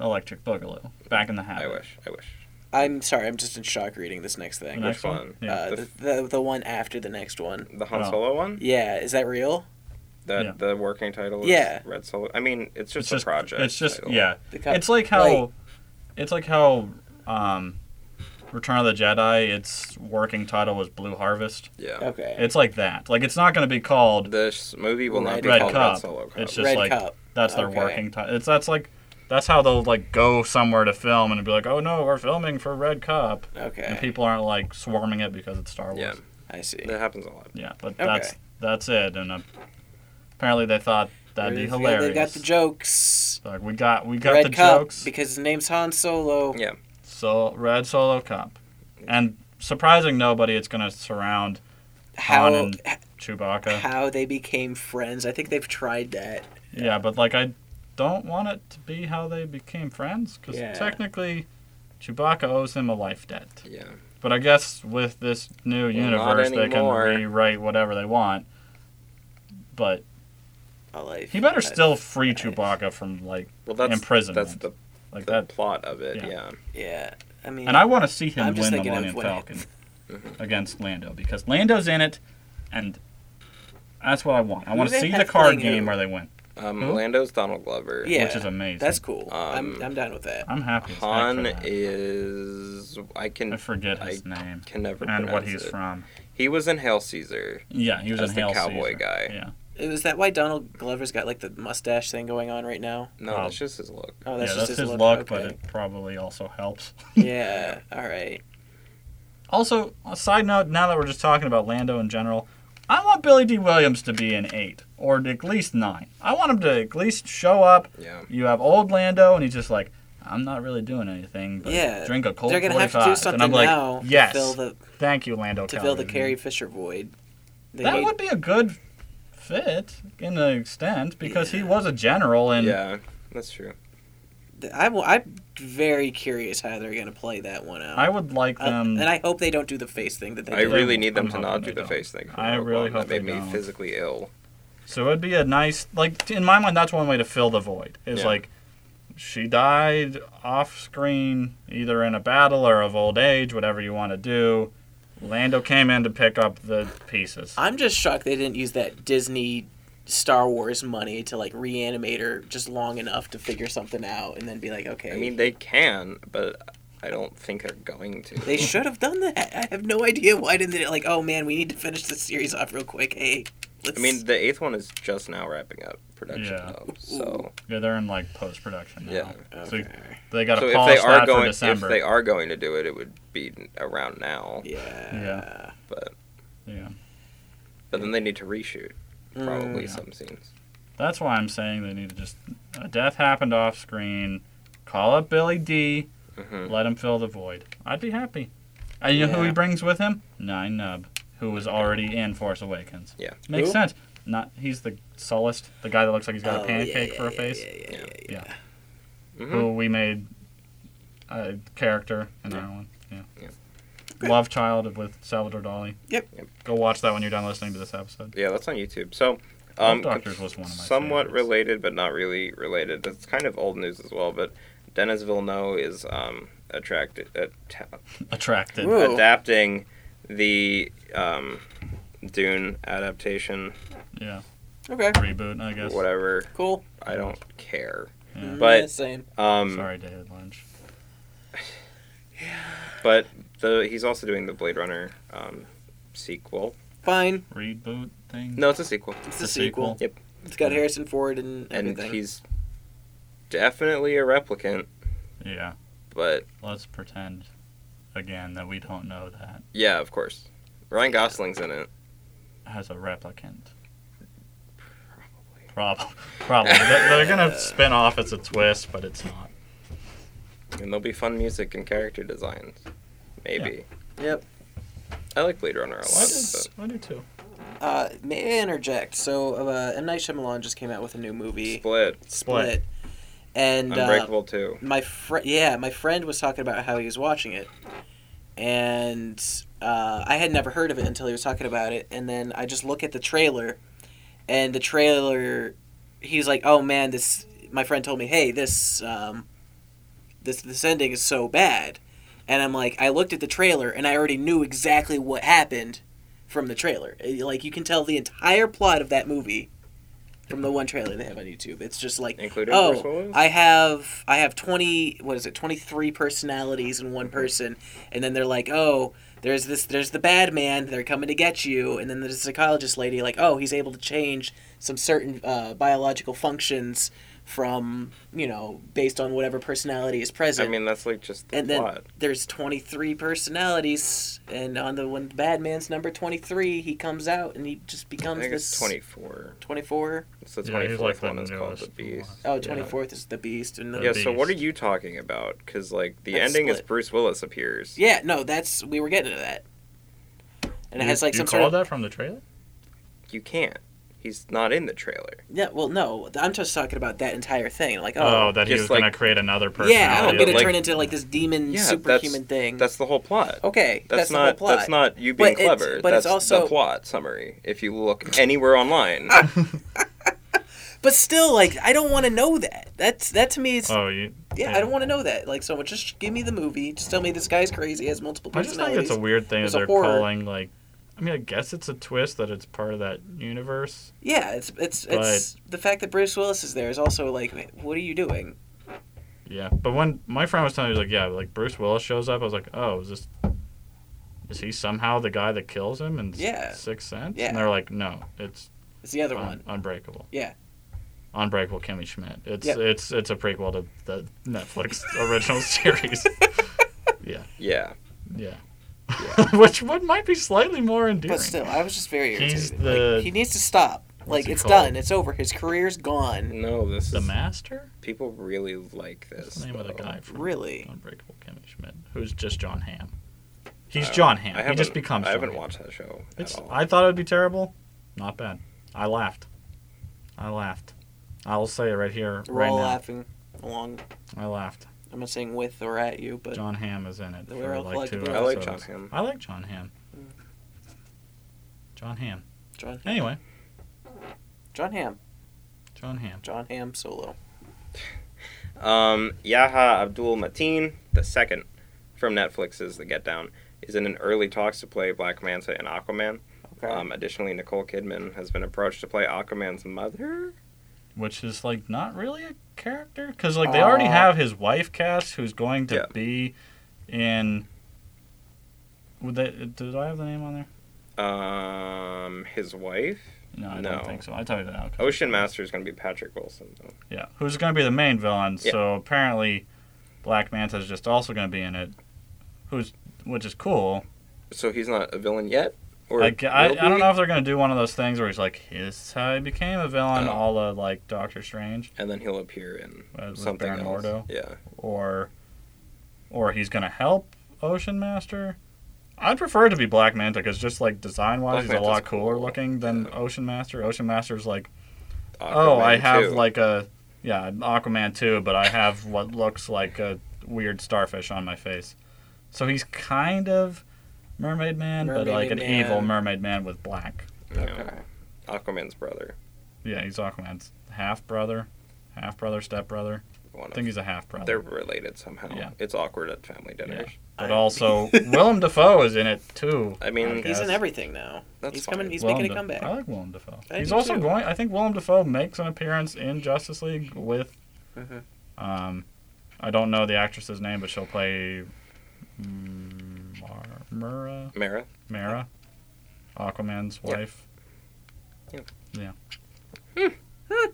[SPEAKER 1] Electric Boogaloo. Back in the habit.
[SPEAKER 2] I wish. I wish.
[SPEAKER 3] I'm sorry, I'm just in shock reading this next thing.
[SPEAKER 1] The next
[SPEAKER 2] Which
[SPEAKER 1] one?
[SPEAKER 2] one?
[SPEAKER 1] Yeah.
[SPEAKER 3] Uh, the, the the one after the next one.
[SPEAKER 2] The Han
[SPEAKER 1] Oh.
[SPEAKER 2] Solo one?
[SPEAKER 3] Yeah, is that real?
[SPEAKER 2] The
[SPEAKER 1] Yeah.
[SPEAKER 2] the working title is
[SPEAKER 3] Yeah.
[SPEAKER 2] Red Solo. I mean, it's just
[SPEAKER 1] it's
[SPEAKER 2] a
[SPEAKER 1] just
[SPEAKER 2] project.
[SPEAKER 1] It's just
[SPEAKER 2] title.
[SPEAKER 1] yeah.
[SPEAKER 3] The co-
[SPEAKER 1] It's like how, it's like how, um, Return of the Jedi. Its working title was Blue Harvest.
[SPEAKER 2] Yeah.
[SPEAKER 3] okay.
[SPEAKER 1] It's like that. Like it's not going to be called.
[SPEAKER 2] This movie will not be
[SPEAKER 1] Red
[SPEAKER 2] called
[SPEAKER 1] Cup.
[SPEAKER 2] Red Solo Cup.
[SPEAKER 1] It's just
[SPEAKER 3] Red
[SPEAKER 1] like
[SPEAKER 3] Cup.
[SPEAKER 1] that's their
[SPEAKER 3] Okay.
[SPEAKER 1] working title. It's that's like. That's how they'll like go somewhere to film and be like, "Oh no, we're filming for Red Cup," and
[SPEAKER 3] Okay.
[SPEAKER 1] people aren't like swarming it because it's Star Wars.
[SPEAKER 2] yeah,
[SPEAKER 3] I see.
[SPEAKER 2] that happens a lot.
[SPEAKER 1] Yeah, but
[SPEAKER 3] Okay.
[SPEAKER 1] that's that's it. And uh, apparently they thought that'd be
[SPEAKER 3] Yeah,
[SPEAKER 1] hilarious.
[SPEAKER 3] They got the jokes.
[SPEAKER 1] like we got we got
[SPEAKER 3] Red
[SPEAKER 1] the
[SPEAKER 3] Cup
[SPEAKER 1] jokes.
[SPEAKER 3] because his name's Han Solo.
[SPEAKER 2] Yeah.
[SPEAKER 1] so red solo cup, and surprising nobody, it's gonna surround
[SPEAKER 3] How
[SPEAKER 1] Han and Chewbacca.
[SPEAKER 3] how they became friends. I think they've tried that.
[SPEAKER 1] yeah, but like I don't want it to be how they became friends because
[SPEAKER 3] Yeah.
[SPEAKER 1] technically. Chewbacca owes him a life debt,
[SPEAKER 2] Yeah.
[SPEAKER 1] but I guess with this new
[SPEAKER 2] not
[SPEAKER 1] universe they can
[SPEAKER 2] anymore.
[SPEAKER 1] rewrite whatever they want. But
[SPEAKER 3] All life.
[SPEAKER 1] he better
[SPEAKER 3] Uh,
[SPEAKER 1] still free
[SPEAKER 3] nice.
[SPEAKER 1] Chewbacca from like
[SPEAKER 2] Well, that's
[SPEAKER 1] Imprisonment.
[SPEAKER 2] That's the,
[SPEAKER 1] like
[SPEAKER 2] the
[SPEAKER 1] that
[SPEAKER 2] plot of it.
[SPEAKER 1] Yeah.
[SPEAKER 2] Yeah.
[SPEAKER 3] Yeah. I mean.
[SPEAKER 1] And I want to see him
[SPEAKER 3] I'm just
[SPEAKER 1] win the
[SPEAKER 3] thinking of
[SPEAKER 1] Millennium
[SPEAKER 3] when it- Uh-huh.
[SPEAKER 1] Falcon against Lando because Lando's in it, and that's what I want. I
[SPEAKER 3] Who
[SPEAKER 1] want
[SPEAKER 3] do
[SPEAKER 1] to
[SPEAKER 3] they
[SPEAKER 1] see the
[SPEAKER 3] have
[SPEAKER 1] card
[SPEAKER 3] playing
[SPEAKER 1] game
[SPEAKER 3] who?
[SPEAKER 1] where they win,
[SPEAKER 2] Um,
[SPEAKER 1] Who?
[SPEAKER 2] Lando's Donald Glover.
[SPEAKER 3] Hmm? Yeah.
[SPEAKER 1] which is amazing.
[SPEAKER 3] That's cool. I'm
[SPEAKER 2] Um,
[SPEAKER 3] I'm down with that.
[SPEAKER 1] I'm happy. As heck for
[SPEAKER 2] Han
[SPEAKER 1] that.
[SPEAKER 2] is I can
[SPEAKER 1] I forget his
[SPEAKER 2] I
[SPEAKER 1] name
[SPEAKER 2] can never
[SPEAKER 1] and what
[SPEAKER 2] pronounce
[SPEAKER 1] he's
[SPEAKER 2] it.
[SPEAKER 1] from.
[SPEAKER 2] He was in Hail Caesar.
[SPEAKER 1] Yeah, he was
[SPEAKER 2] That's
[SPEAKER 1] in
[SPEAKER 2] the
[SPEAKER 1] Hail
[SPEAKER 2] cowboy
[SPEAKER 1] Caesar.
[SPEAKER 2] guy.
[SPEAKER 1] Yeah,
[SPEAKER 3] Is that why Donald Glover's got like the mustache thing going on right now?
[SPEAKER 2] No,
[SPEAKER 1] Oh.
[SPEAKER 2] that's just his look.
[SPEAKER 3] Oh,
[SPEAKER 1] yeah,
[SPEAKER 3] that's
[SPEAKER 1] that's
[SPEAKER 3] just
[SPEAKER 1] his
[SPEAKER 3] look.
[SPEAKER 1] luck, but
[SPEAKER 3] okay.
[SPEAKER 1] it probably also helps.
[SPEAKER 3] yeah. All right.
[SPEAKER 1] Also, a side note: now that we're just talking about Lando in general, I want Billy D. Williams to be an eight or at least nine. I want him to at least show up
[SPEAKER 2] Yeah.
[SPEAKER 1] You have old Lando, and he's just like, I'm not really doing anything. But
[SPEAKER 3] Yeah.
[SPEAKER 1] Drink a cold
[SPEAKER 3] They're gonna have
[SPEAKER 1] 45.
[SPEAKER 3] to do something
[SPEAKER 1] and I'm like,
[SPEAKER 3] now
[SPEAKER 1] yes.
[SPEAKER 3] to fill the
[SPEAKER 1] Thank you, Lando.
[SPEAKER 3] to fill the
[SPEAKER 1] Calrissian."
[SPEAKER 3] Carrie Fisher void. They
[SPEAKER 1] That
[SPEAKER 3] need-
[SPEAKER 1] would be a good fit in an extent because he was a general and
[SPEAKER 2] yeah, that's true.
[SPEAKER 3] th- I will, I'm very curious how they're gonna play that one out.
[SPEAKER 1] I um, would like
[SPEAKER 3] Uh,
[SPEAKER 1] them.
[SPEAKER 3] and I hope they don't do the face thing that they
[SPEAKER 2] I
[SPEAKER 3] did.
[SPEAKER 2] really need them
[SPEAKER 1] I'm
[SPEAKER 2] to
[SPEAKER 1] hoping
[SPEAKER 2] not
[SPEAKER 1] they
[SPEAKER 2] do the
[SPEAKER 1] don't.
[SPEAKER 2] face thing. for
[SPEAKER 1] I
[SPEAKER 2] Rogue
[SPEAKER 1] really
[SPEAKER 2] One.
[SPEAKER 1] hope
[SPEAKER 2] that made
[SPEAKER 1] they
[SPEAKER 2] me
[SPEAKER 1] don't.
[SPEAKER 2] physically ill.
[SPEAKER 1] so it'd be a nice like in my mind that's one way to fill the void is
[SPEAKER 2] Yeah.
[SPEAKER 1] like she died off screen either in a battle or of old age whatever you want to do. Lando came in to pick up the pieces.
[SPEAKER 3] I'm just shocked they didn't use that Disney Star Wars money to like reanimate her just long enough to figure something out and then be like, okay.
[SPEAKER 2] I mean, they can, but I don't think they're going to.
[SPEAKER 3] they should have done that. I have no idea why didn't they like, oh man, we need to finish this series off real quick. Hey, let's
[SPEAKER 2] I mean, the eighth one is just now wrapping up production,
[SPEAKER 1] Yeah.
[SPEAKER 2] though, so
[SPEAKER 1] Yeah, they're in like post production now.
[SPEAKER 2] Yeah.
[SPEAKER 1] So
[SPEAKER 3] okay.
[SPEAKER 1] they got to
[SPEAKER 2] so if they
[SPEAKER 1] polish
[SPEAKER 2] are
[SPEAKER 1] that for
[SPEAKER 2] going, if
[SPEAKER 1] December.
[SPEAKER 2] they are going to do it, it would be around now.
[SPEAKER 3] yeah.
[SPEAKER 1] Yeah.
[SPEAKER 2] But
[SPEAKER 1] Yeah.
[SPEAKER 2] but then they need to reshoot probably
[SPEAKER 1] Mm.
[SPEAKER 2] some scenes.
[SPEAKER 1] That's why I'm saying they need to just a death happened off screen. Call up Billy D.
[SPEAKER 2] hmm
[SPEAKER 1] Let him fill the void. I'd be happy. And you know who
[SPEAKER 3] Yeah.
[SPEAKER 1] he brings with him? Nine Nub, who was already in Force Awakens.
[SPEAKER 2] Yeah.
[SPEAKER 1] Makes
[SPEAKER 3] Who?
[SPEAKER 1] sense. Not he's the sullest, the guy that looks like he's got a pancake for a face.
[SPEAKER 3] Oh, Yeah, yeah,
[SPEAKER 2] Oh, Yeah.
[SPEAKER 3] yeah,
[SPEAKER 1] Yeah.
[SPEAKER 3] yeah.
[SPEAKER 2] hmm
[SPEAKER 1] Who we made a character in
[SPEAKER 2] Yeah.
[SPEAKER 1] that one. Yeah.
[SPEAKER 2] Yeah.
[SPEAKER 3] Okay.
[SPEAKER 1] Love Child with Salvador Dali.
[SPEAKER 3] Yep.
[SPEAKER 2] Yep.
[SPEAKER 1] Go watch that when you're done listening to this episode.
[SPEAKER 2] Yeah, that's on YouTube. So.
[SPEAKER 1] Love
[SPEAKER 2] Um,
[SPEAKER 1] Doctors was one of my
[SPEAKER 2] somewhat
[SPEAKER 1] favorites.
[SPEAKER 2] related, but not really related. That's kind of old news as well. But Dennis Villeneuve is um, attracted, att-
[SPEAKER 1] Attracted.
[SPEAKER 3] Woo. Cool.
[SPEAKER 2] adapting the um, Dune adaptation,
[SPEAKER 1] Yeah.
[SPEAKER 3] Okay.
[SPEAKER 1] Reboot, I guess.
[SPEAKER 2] whatever.
[SPEAKER 3] Cool.
[SPEAKER 2] I don't care.
[SPEAKER 1] Yeah.
[SPEAKER 2] But-
[SPEAKER 3] yeah, same.
[SPEAKER 2] Um,
[SPEAKER 1] Sorry, David Lynch.
[SPEAKER 2] But the he's also doing the Blade Runner um, sequel.
[SPEAKER 3] Fine.
[SPEAKER 1] Reboot thing.
[SPEAKER 2] No, it's a sequel,
[SPEAKER 3] It's
[SPEAKER 1] The
[SPEAKER 3] a sequel.
[SPEAKER 2] sequel.
[SPEAKER 3] It's got Harrison Ford and
[SPEAKER 2] and
[SPEAKER 3] everything.
[SPEAKER 2] he's definitely a replicant.
[SPEAKER 1] Yeah.
[SPEAKER 2] But
[SPEAKER 1] Let's pretend again that we don't know that
[SPEAKER 2] yeah, of course, Ryan Gosling's in it.
[SPEAKER 1] as a replicant. Probably. Probably. they're, they're gonna spin off as a twist, but it's not.
[SPEAKER 2] And there'll be fun music and character designs. Maybe.
[SPEAKER 3] Yep.
[SPEAKER 2] I like Blade Runner a lot.
[SPEAKER 3] S-
[SPEAKER 2] But
[SPEAKER 1] I do too.
[SPEAKER 3] Uh, may I interject? So, uh, M. Night Shyamalan just came out with a new movie,
[SPEAKER 2] Split.
[SPEAKER 3] Split,
[SPEAKER 1] Split.
[SPEAKER 3] and uh,
[SPEAKER 2] Unbreakable too.
[SPEAKER 3] my friend, yeah, my friend was talking about how he was watching it, and uh, I had never heard of it until he was talking about it, and then I just look at the trailer, and the trailer, he's like, "Oh man, this." My friend told me, "Hey, this, um, this, this ending is so bad," and I'm like, I looked at the trailer, and I already knew exactly what happened from the trailer. It- Like, you can tell the entire plot of that movie from the one trailer they have on YouTube. It's just like,
[SPEAKER 2] Including Bruce
[SPEAKER 3] oh,
[SPEAKER 2] Willis?
[SPEAKER 3] I have, I have twenty, what is it, twenty three personalities in one person, and then they're like, oh. There's this. There's the bad man. They're coming to get you. And then there's the psychologist lady. Like, oh, he's able to change some certain uh, biological functions from you know based on whatever personality is
[SPEAKER 2] I
[SPEAKER 3] present
[SPEAKER 2] mean, that's like just the
[SPEAKER 3] and then
[SPEAKER 2] plot.
[SPEAKER 3] there's 23 personalities and on the when bad man's number 23 he comes out and he just
[SPEAKER 2] I
[SPEAKER 3] becomes
[SPEAKER 2] think it's
[SPEAKER 3] this
[SPEAKER 2] 24core.
[SPEAKER 3] 24
[SPEAKER 2] It's the
[SPEAKER 1] Yeah,
[SPEAKER 2] 24th
[SPEAKER 1] he's like the
[SPEAKER 2] one. It's called The
[SPEAKER 1] newest
[SPEAKER 2] Beast.
[SPEAKER 1] one.
[SPEAKER 3] oh
[SPEAKER 1] Yeah.
[SPEAKER 3] 24th is the beast and the,
[SPEAKER 1] The
[SPEAKER 2] Yeah, so what are
[SPEAKER 1] Beast.
[SPEAKER 2] you talking about? Because, like, the
[SPEAKER 3] That's
[SPEAKER 2] ending is
[SPEAKER 3] Split.
[SPEAKER 2] Bruce Willis appears.
[SPEAKER 3] yeah no that's we were getting to that and it
[SPEAKER 1] you,
[SPEAKER 3] has like
[SPEAKER 1] you
[SPEAKER 3] some
[SPEAKER 1] called
[SPEAKER 3] sort of
[SPEAKER 1] that from the trailer?
[SPEAKER 2] You can't. He's not in the trailer.
[SPEAKER 3] yeah well no i'm just talking about that entire thing like
[SPEAKER 1] Oh,
[SPEAKER 3] oh,
[SPEAKER 1] that he
[SPEAKER 2] just
[SPEAKER 1] was
[SPEAKER 2] like-
[SPEAKER 1] gonna create another personality.
[SPEAKER 3] yeah i don't get to
[SPEAKER 2] but, like-
[SPEAKER 3] turn into like this demon
[SPEAKER 2] Yeah,
[SPEAKER 3] superhuman thing
[SPEAKER 2] That's the whole plot.
[SPEAKER 3] okay
[SPEAKER 2] That's,
[SPEAKER 3] Mm. Oh, the
[SPEAKER 2] not.
[SPEAKER 3] whole plot
[SPEAKER 2] That's not you being
[SPEAKER 3] But it's-
[SPEAKER 2] clever.
[SPEAKER 3] but it's
[SPEAKER 2] that's
[SPEAKER 3] also- Ah!
[SPEAKER 2] the plot summary. If you look anywhere online,
[SPEAKER 3] but still like i don't want to know that that's that to me is
[SPEAKER 1] Oh, you.
[SPEAKER 3] Yeah, I don't want to know that. Like, so much. Just give me the movie. Just tell me this guy's crazy. Has multiple
[SPEAKER 1] I just think it's
[SPEAKER 3] personalities.
[SPEAKER 1] a weird thing that
[SPEAKER 3] There's
[SPEAKER 1] they're
[SPEAKER 3] a horror.
[SPEAKER 1] calling like. I mean, I guess it's a twist that it's part of that universe.
[SPEAKER 3] yeah, it's it's it's the fact that Bruce Willis is there is also like, wait, what are you doing?
[SPEAKER 1] Yeah, but when my friend was telling me, he was like, yeah, like Bruce Willis shows up, I was like, oh, is this? Is he somehow the guy that kills him in
[SPEAKER 3] Yeah.
[SPEAKER 1] Sixth Sense?
[SPEAKER 3] Yeah.
[SPEAKER 1] And they're like, no, it's
[SPEAKER 3] It's the other
[SPEAKER 1] un-
[SPEAKER 3] one.
[SPEAKER 1] Unbreakable.
[SPEAKER 3] Yeah.
[SPEAKER 1] Unbreakable Kimmy Schmidt. It's
[SPEAKER 3] Yep.
[SPEAKER 1] it's it's a prequel to the Netflix original series.
[SPEAKER 2] yeah,
[SPEAKER 1] Yeah. Which would might be slightly more endearing.
[SPEAKER 3] But still, I was just very irritated.
[SPEAKER 1] He's
[SPEAKER 3] Like,
[SPEAKER 1] the-
[SPEAKER 3] he needs to stop. Like
[SPEAKER 1] it
[SPEAKER 3] it's
[SPEAKER 1] called?
[SPEAKER 3] done. It's over. His career's gone.
[SPEAKER 2] No, this
[SPEAKER 1] The
[SPEAKER 2] is
[SPEAKER 1] Master?
[SPEAKER 2] people really like this.
[SPEAKER 1] That's the name of the
[SPEAKER 2] though.
[SPEAKER 1] guy from
[SPEAKER 3] Really?
[SPEAKER 1] Unbreakable Kimmy Schmidt, who's just John Hamm. He's
[SPEAKER 2] I-
[SPEAKER 1] John
[SPEAKER 2] I
[SPEAKER 1] Hamm. He just
[SPEAKER 2] haven't-
[SPEAKER 1] becomes.
[SPEAKER 2] I
[SPEAKER 1] John
[SPEAKER 2] haven't
[SPEAKER 1] Hamm.
[SPEAKER 2] watched that show at
[SPEAKER 1] It's,
[SPEAKER 2] all.
[SPEAKER 1] I thought it would be terrible. Not bad. I laughed. I laughed. I will say it right here,
[SPEAKER 3] We're all
[SPEAKER 1] right now.
[SPEAKER 3] laughing along.
[SPEAKER 1] I laughed.
[SPEAKER 3] I'm not saying with or at you, but
[SPEAKER 1] John Hamm is in it
[SPEAKER 3] They
[SPEAKER 1] for
[SPEAKER 3] were all
[SPEAKER 1] like two
[SPEAKER 3] collectively-
[SPEAKER 2] I like John
[SPEAKER 1] episodes.
[SPEAKER 2] Hamm.
[SPEAKER 1] I like John Hamm.
[SPEAKER 3] Mm.
[SPEAKER 1] John Hamm.
[SPEAKER 3] John
[SPEAKER 1] Anyway,
[SPEAKER 3] John Ham.
[SPEAKER 1] John Hamm.
[SPEAKER 3] John Ham solo.
[SPEAKER 2] Um, Yaha Abdul Mateen the second from Netflix's The Get Down is in an early talks to play Black Manta and Aquaman.
[SPEAKER 3] Okay.
[SPEAKER 2] Um, additionally, Nicole Kidman has been approached to play Aquaman's mother.
[SPEAKER 1] Which is like not really a character because like they already
[SPEAKER 3] Aw.
[SPEAKER 1] have his wife cast, who's going to
[SPEAKER 2] Yeah.
[SPEAKER 1] be in. Would they, did I have the name on there?
[SPEAKER 2] Um, his wife.
[SPEAKER 1] No, I
[SPEAKER 2] No.
[SPEAKER 1] don't think so. I typed it out. 'cause-
[SPEAKER 2] Ocean Master is going to be Patrick Wilson. Though.
[SPEAKER 1] Yeah, who's going to be the main villain?
[SPEAKER 2] Yeah.
[SPEAKER 1] So apparently, Black Manta's just also going to be in it, who's which is cool.
[SPEAKER 2] So he's not a villain yet. Or
[SPEAKER 1] Like I,
[SPEAKER 2] will
[SPEAKER 1] I don't
[SPEAKER 2] be?
[SPEAKER 1] know if they're going to do one of those things where he's like, "This is how he became a villain,"
[SPEAKER 2] Oh.
[SPEAKER 1] all of like Doctor Strange
[SPEAKER 2] And then he'll appear in
[SPEAKER 1] uh, with
[SPEAKER 2] something
[SPEAKER 1] Baron
[SPEAKER 2] else.
[SPEAKER 1] Mordo,
[SPEAKER 2] Yeah.
[SPEAKER 1] or or he's going to help Ocean Master. I'd prefer it to be Black Manta because just like design wise,
[SPEAKER 2] Black
[SPEAKER 1] he's a
[SPEAKER 2] Manta's
[SPEAKER 1] lot cooler
[SPEAKER 2] cool.
[SPEAKER 1] looking than
[SPEAKER 2] Yeah.
[SPEAKER 1] Ocean Master. Ocean Master's like. Oh, I
[SPEAKER 2] Aquaman
[SPEAKER 1] have
[SPEAKER 2] too.
[SPEAKER 1] like a yeah, an Aquaman too, but I have what looks like a weird starfish on my face. So he's kind of Mermaid Man, but
[SPEAKER 3] Mermaid
[SPEAKER 1] like an
[SPEAKER 3] Man.
[SPEAKER 1] evil Mermaid Man with black.
[SPEAKER 2] Yeah.
[SPEAKER 3] Okay.
[SPEAKER 2] Aquaman's brother.
[SPEAKER 1] Yeah, he's Aquaman's half brother, half brother, step brother.
[SPEAKER 2] One
[SPEAKER 1] I
[SPEAKER 2] of
[SPEAKER 1] think he's a half
[SPEAKER 2] They're
[SPEAKER 1] brother.
[SPEAKER 2] related somehow.
[SPEAKER 1] Yeah.
[SPEAKER 2] It's awkward at family dinners.
[SPEAKER 1] But also, Willem Dafoe is in it too.
[SPEAKER 2] I mean,
[SPEAKER 1] I
[SPEAKER 3] He's
[SPEAKER 1] guess.
[SPEAKER 3] in everything now.
[SPEAKER 2] That's
[SPEAKER 3] he's coming.
[SPEAKER 2] fine.
[SPEAKER 3] He's
[SPEAKER 1] Willem
[SPEAKER 3] making a
[SPEAKER 1] Da-
[SPEAKER 3] comeback.
[SPEAKER 1] I like Willem Dafoe.
[SPEAKER 3] I
[SPEAKER 1] he's
[SPEAKER 3] do,
[SPEAKER 1] also
[SPEAKER 3] too.
[SPEAKER 1] going. I think Willem Dafoe makes an appearance in Justice League with.
[SPEAKER 3] Mhm.
[SPEAKER 1] Um, I don't know the actress's name, but she'll play. mm, Mar- Mara,
[SPEAKER 2] Mara.
[SPEAKER 1] Mara, Aquaman's
[SPEAKER 2] Yeah.
[SPEAKER 1] wife.
[SPEAKER 2] Yeah.
[SPEAKER 1] Yeah.
[SPEAKER 3] Hmm.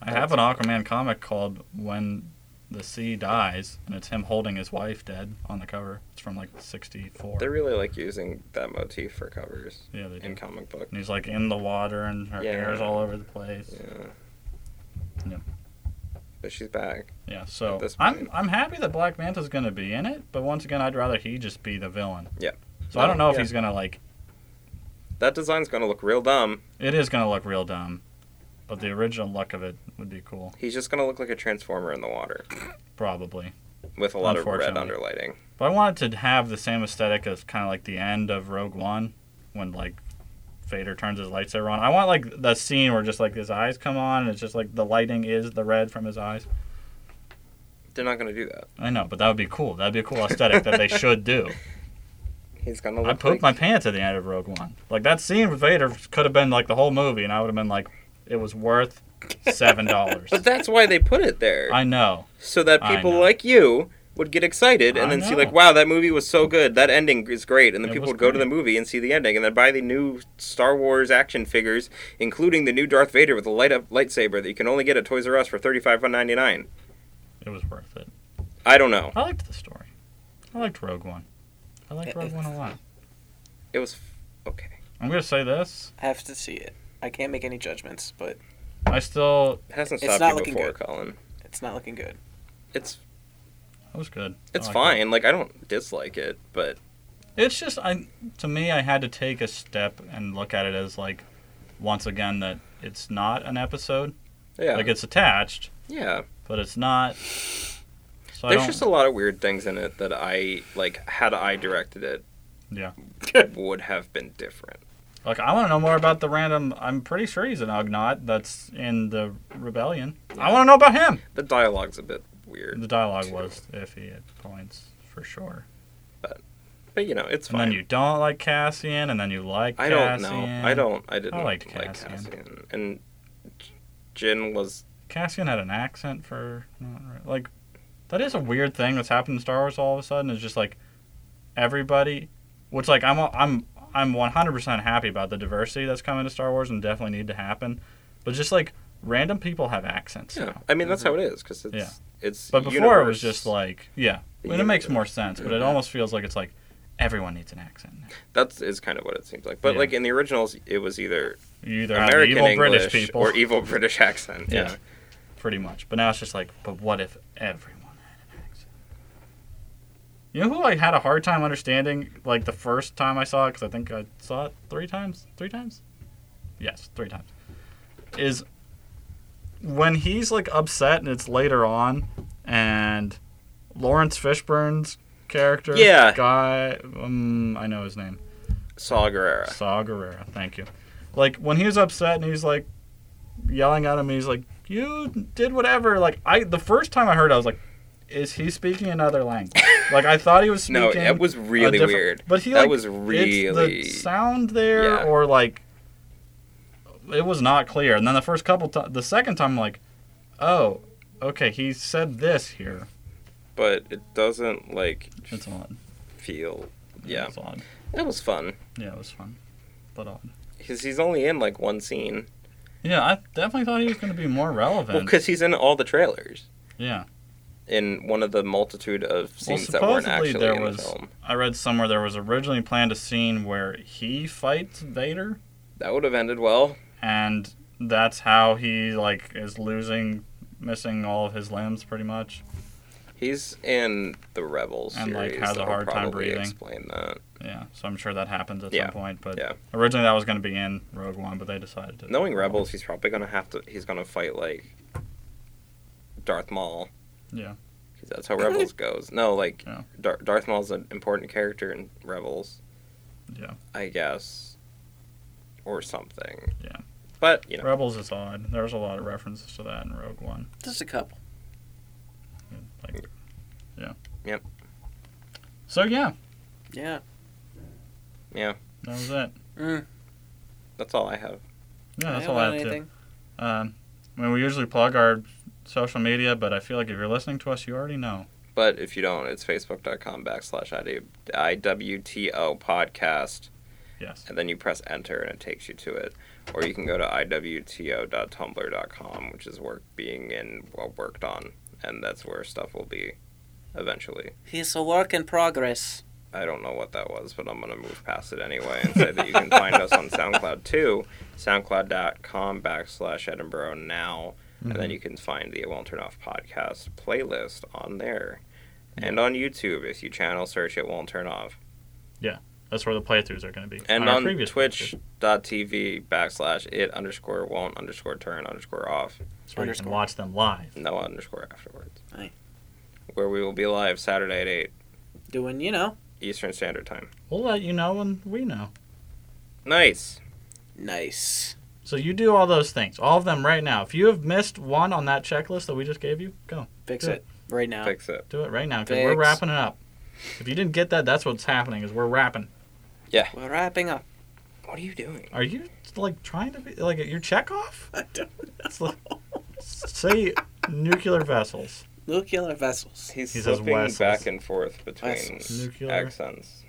[SPEAKER 1] I have an Aquaman comic called "When the Sea Dies," and it's him holding his wife dead on the cover. It's from like '64.
[SPEAKER 2] They really like using that motif for covers
[SPEAKER 1] Yeah, they do.
[SPEAKER 2] in comic book.
[SPEAKER 1] And he's like in the water, and her
[SPEAKER 2] Yeah.
[SPEAKER 1] hair's all over the place.
[SPEAKER 2] Yeah.
[SPEAKER 1] Yeah.
[SPEAKER 2] But she's back.
[SPEAKER 1] Yeah, so
[SPEAKER 2] At this
[SPEAKER 1] I'm
[SPEAKER 2] point.
[SPEAKER 1] I'm happy that Black Manta's going to be in it, but once again, I'd rather he just be the villain.
[SPEAKER 2] Yeah.
[SPEAKER 1] So I don't know if
[SPEAKER 2] Yeah.
[SPEAKER 1] he's going to like.
[SPEAKER 2] That design's gonna look real dumb.
[SPEAKER 1] It is going to look real dumb, but the original look of it would be cool,
[SPEAKER 2] He's just gonna look like a transformer in the water
[SPEAKER 1] probably.
[SPEAKER 2] with a lot of red
[SPEAKER 1] Unfortunately.
[SPEAKER 2] underlighting.
[SPEAKER 1] But I wanted to have the same aesthetic as kind of like the end of Rogue One, when like Vader turns his lightsaber on. I want like the scene where just like his eyes come on, and it's just like the lighting is the red from his eyes.
[SPEAKER 2] They're not gonna do that.
[SPEAKER 1] I know, but that would be cool. That'd be a cool aesthetic that they should do.
[SPEAKER 2] He's gonna look.
[SPEAKER 1] I pooped
[SPEAKER 2] like,
[SPEAKER 1] my pants at the end of Rogue One. Like that scene with Vader could have been like the whole movie, and I would have been like, it was worth seven dollars.
[SPEAKER 2] But that's why they put it there,
[SPEAKER 1] I know.
[SPEAKER 2] so that
[SPEAKER 1] I
[SPEAKER 2] people
[SPEAKER 1] know.
[SPEAKER 2] like you would get excited and
[SPEAKER 1] I
[SPEAKER 2] then see
[SPEAKER 1] know.
[SPEAKER 2] like, wow, that movie was so good. That ending is great, and then
[SPEAKER 1] It
[SPEAKER 2] people
[SPEAKER 1] was
[SPEAKER 2] would go to
[SPEAKER 1] great.
[SPEAKER 2] the movie and see the ending, and then buy the new Star Wars action figures, including the new Darth Vader with a light up lightsaber that you can only get at Toys R Us for thirty five ninety nine.
[SPEAKER 1] It was worth it.
[SPEAKER 2] I don't know.
[SPEAKER 1] I liked the story. I liked Rogue One. I liked
[SPEAKER 3] It-
[SPEAKER 1] Rogue One a lot.
[SPEAKER 2] It was f- okay.
[SPEAKER 1] I'm gonna say this.
[SPEAKER 3] I have to see it. I can't make any judgments, but
[SPEAKER 1] I still
[SPEAKER 2] It hasn't
[SPEAKER 3] It's
[SPEAKER 2] stopped
[SPEAKER 3] not
[SPEAKER 2] you
[SPEAKER 3] looking
[SPEAKER 2] before,
[SPEAKER 3] good.
[SPEAKER 2] Colin.
[SPEAKER 3] it's not looking good.
[SPEAKER 2] It's
[SPEAKER 1] it was good. Oh, I
[SPEAKER 2] it's
[SPEAKER 1] liked
[SPEAKER 2] fine. Like I don't dislike it, but
[SPEAKER 1] it. It's just I to me I had to take a step and look at it as like once again that it's not an episode.
[SPEAKER 2] yeah,
[SPEAKER 1] Like it's attached,
[SPEAKER 2] yeah.
[SPEAKER 1] but it's not. So I
[SPEAKER 2] There's
[SPEAKER 1] don't-
[SPEAKER 2] just a lot of weird things in it that I like. Had I directed it,
[SPEAKER 1] Yeah.
[SPEAKER 2] would have been different.
[SPEAKER 1] Like, I want to know more about the random. I'm pretty sure he's an Ugnaught that's in the rebellion. I want to know about him.
[SPEAKER 2] The dialogue's a bit weird,
[SPEAKER 1] The dialogue was iffy at points, for sure.
[SPEAKER 2] but you know it's
[SPEAKER 1] And
[SPEAKER 2] fine.
[SPEAKER 1] then you don't like Cassian, and then you like
[SPEAKER 2] I don't
[SPEAKER 1] Cassian.
[SPEAKER 2] know. I don't. I didn't
[SPEAKER 1] liked
[SPEAKER 2] like
[SPEAKER 1] Cassian.
[SPEAKER 2] Cassian. And J- Jin was
[SPEAKER 1] Cassian had an accent for. not re- Like, that is a weird thing that's happened in Star Wars all of a sudden. It's just like everybody. Which, like, I'm, I'm, I'm 100% happy about the diversity that's coming to Star Wars and definitely need to happen. But just like random people have accents.
[SPEAKER 2] yeah.
[SPEAKER 1] now.
[SPEAKER 2] I mean that's how it is because it's it's.
[SPEAKER 1] But before it was
[SPEAKER 2] universe.
[SPEAKER 1] just like, yeah,
[SPEAKER 2] The
[SPEAKER 1] and it makes
[SPEAKER 2] universe.
[SPEAKER 1] more sense. But it
[SPEAKER 2] Mhm.
[SPEAKER 1] almost feels like it's like everyone needs an accent. now.
[SPEAKER 2] That is kind of what it seems like. But
[SPEAKER 1] Yeah.
[SPEAKER 2] like in the originals, it was either
[SPEAKER 1] You either have
[SPEAKER 2] American
[SPEAKER 1] evil
[SPEAKER 2] English
[SPEAKER 1] British people,
[SPEAKER 2] or evil British accent.
[SPEAKER 1] Yeah.
[SPEAKER 2] Yeah.
[SPEAKER 1] pretty much. But now it's just like, but what if everyone had an accent? You know who I had a hard time understanding, like the first time I saw it, because I think I saw it three times. Three times? Yes, three times. Is when he's like upset and it's later on, and Lawrence Fishburne's character,
[SPEAKER 2] Yeah.
[SPEAKER 1] guy, um, I know his name.
[SPEAKER 2] Saul Guerrero.
[SPEAKER 1] Saw Guerrero, thank you. Like when he was upset and he's like yelling at him, he's like, "You did whatever." Like I, the first time I heard, it, I was like, "Is he speaking another language?" like I thought he was speaking.
[SPEAKER 2] No, it was
[SPEAKER 1] a
[SPEAKER 2] really
[SPEAKER 1] different-
[SPEAKER 2] weird.
[SPEAKER 1] But he
[SPEAKER 2] That
[SPEAKER 1] like
[SPEAKER 2] was really-
[SPEAKER 1] it's the sound there
[SPEAKER 2] Yeah.
[SPEAKER 1] or like it was not clear. And then the first couple, ti the second time, I'm like, "Oh, okay, he said this here."
[SPEAKER 2] But it doesn't like
[SPEAKER 1] It's odd.
[SPEAKER 2] feel. Yeah.
[SPEAKER 1] it's odd.
[SPEAKER 2] That was fun
[SPEAKER 1] Yeah, it was fun, but odd.
[SPEAKER 2] because he's only in like one scene.
[SPEAKER 1] Yeah, I definitely thought he was going to be more relevant.
[SPEAKER 2] Well, because he's in all the trailers.
[SPEAKER 1] yeah.
[SPEAKER 2] In one of the multitude of
[SPEAKER 1] Well,
[SPEAKER 2] scenes that weren't
[SPEAKER 1] supposedly
[SPEAKER 2] actually
[SPEAKER 1] there
[SPEAKER 2] in the
[SPEAKER 1] was.
[SPEAKER 2] film.
[SPEAKER 1] I read somewhere there was originally planned a scene where he fights Vader,
[SPEAKER 2] That would have ended well.
[SPEAKER 1] and that's how he like is losing, missing all of his limbs, pretty much.
[SPEAKER 2] He's in the Rebels
[SPEAKER 1] And, like,
[SPEAKER 2] series.
[SPEAKER 1] has a
[SPEAKER 2] That'll
[SPEAKER 1] hard time
[SPEAKER 2] probably
[SPEAKER 1] breathing.
[SPEAKER 2] Explain that.
[SPEAKER 1] Yeah, so I'm sure that happens at
[SPEAKER 2] Yeah.
[SPEAKER 1] some point. But
[SPEAKER 2] Yeah.
[SPEAKER 1] originally that was going to be in Rogue One, but they decided to.
[SPEAKER 2] Knowing Rebels, he's probably gonna have to. He's gonna fight like Darth Maul.
[SPEAKER 1] Yeah.
[SPEAKER 2] 'Cause that's how Rebels goes. No, like
[SPEAKER 1] Yeah.
[SPEAKER 2] Dar- Darth Maul's an important character in Rebels.
[SPEAKER 1] Yeah.
[SPEAKER 2] I guess, or something.
[SPEAKER 1] Yeah.
[SPEAKER 2] But you know,
[SPEAKER 1] Rebels is odd. There's a lot of references to that in Rogue One.
[SPEAKER 3] Just a couple.
[SPEAKER 1] Like, yeah.
[SPEAKER 2] Yep.
[SPEAKER 1] So yeah,
[SPEAKER 3] Yeah.
[SPEAKER 1] that was it.
[SPEAKER 3] Mm.
[SPEAKER 2] that's all I have.
[SPEAKER 1] Yeah, that's
[SPEAKER 3] don't
[SPEAKER 1] all I
[SPEAKER 3] want
[SPEAKER 1] have to.
[SPEAKER 3] anything.
[SPEAKER 1] Um, I mean, we usually plug our social media, but I feel like if you're listening to us, you already know.
[SPEAKER 2] But if you don't, it's facebook.com backslash ID IWTO podcast,
[SPEAKER 1] Yes.
[SPEAKER 2] and then you press enter and it takes you to it. Or you can go to IWTO.tumblr.com, which is work being in well, worked on, and that's where stuff will be eventually.
[SPEAKER 3] He's a work in progress.
[SPEAKER 2] I don't know what that was, but I'm going to move past it anyway and say that you can find us on SoundCloud too, soundcloud.com backslash Edinburgh now. And
[SPEAKER 3] Mm-hmm.
[SPEAKER 1] Mm-hmm.
[SPEAKER 2] then you can find the It Won't Turn Off podcast playlist on there. And on YouTube, if you channel search It Won't Turn Off.
[SPEAKER 1] That's where the playthroughs are going to be.
[SPEAKER 2] And
[SPEAKER 1] our
[SPEAKER 2] on,
[SPEAKER 1] previous playthrough.
[SPEAKER 2] twitch.tv backslash it underscore won't underscore turn underscore off.
[SPEAKER 1] That's where you can
[SPEAKER 3] underscore.
[SPEAKER 1] watch them live.
[SPEAKER 2] No underscore afterwards.
[SPEAKER 3] Aye.
[SPEAKER 2] Where we will be live Saturday at 8
[SPEAKER 3] Doing, you know,
[SPEAKER 2] Eastern Standard Time.
[SPEAKER 1] We'll let you know when we know.
[SPEAKER 2] Nice.
[SPEAKER 3] nice.
[SPEAKER 1] So you do all those things, all of them right now. If you have missed one on that checklist that we just gave you, go
[SPEAKER 3] Fix
[SPEAKER 1] Good.
[SPEAKER 3] it right now.
[SPEAKER 2] Fix it.
[SPEAKER 1] do it right now because we're
[SPEAKER 3] Thanks.
[SPEAKER 1] wrapping it up. If you didn't get that, that's what's happening is we're wrapping.
[SPEAKER 3] We're wrapping up.
[SPEAKER 2] What are you doing?
[SPEAKER 1] Are you like trying to be like your Chekhov?
[SPEAKER 3] I don't
[SPEAKER 1] It's like, say nuclear vessels.
[SPEAKER 3] Nuclear vessels.
[SPEAKER 2] He's
[SPEAKER 1] He says
[SPEAKER 2] slipping
[SPEAKER 1] Wessels.
[SPEAKER 2] back and forth between
[SPEAKER 3] Wessels.
[SPEAKER 1] Nuclear.
[SPEAKER 2] accents.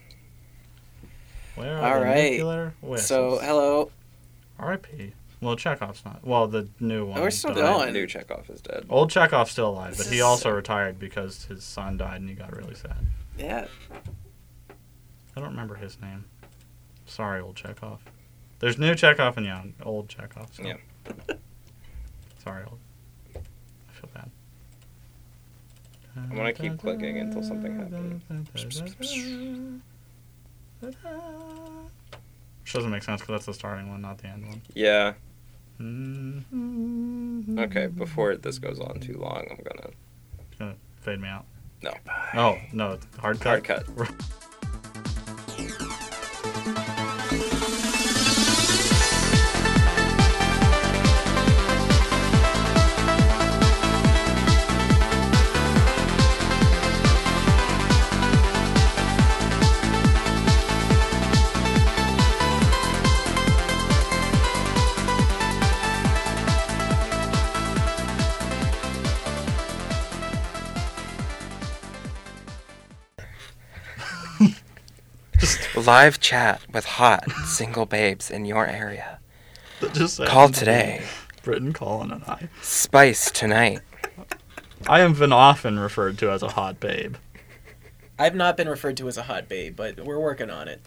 [SPEAKER 1] Where are
[SPEAKER 3] All
[SPEAKER 1] the
[SPEAKER 3] right.
[SPEAKER 1] nuclear vessels?
[SPEAKER 3] So, hello.
[SPEAKER 1] R.I.P. Well, Chekhov's not. Well, the new one.
[SPEAKER 3] we're still
[SPEAKER 1] died.
[SPEAKER 3] going.
[SPEAKER 2] New Chekhov is dead.
[SPEAKER 1] Old Chekhov's still alive,
[SPEAKER 3] This
[SPEAKER 1] but he
[SPEAKER 3] is-
[SPEAKER 1] also retired because his son died and he got really sad.
[SPEAKER 3] Yeah.
[SPEAKER 1] I don't remember his name. Sorry, old Chekhov. There's new Chekhov and young old Chekhov. So.
[SPEAKER 2] Yeah.
[SPEAKER 1] Sorry, old. I feel bad.
[SPEAKER 2] I'm gonna keep clicking until something
[SPEAKER 1] happens. Which doesn't make sense because that's the starting one, not the end one.
[SPEAKER 2] Yeah.
[SPEAKER 1] Mm.
[SPEAKER 2] Okay. Before this goes on too long, I'm gonna
[SPEAKER 1] Fade me out.
[SPEAKER 2] No.
[SPEAKER 1] Oh, no. it's Hard cut.
[SPEAKER 2] hard cut. Live chat with hot single babes in your area.
[SPEAKER 1] Just say- Britain Colin and I.
[SPEAKER 2] Spice tonight.
[SPEAKER 1] I have been often referred to as a hot babe.
[SPEAKER 3] I've not been referred to as a hot babe, but we're working on it.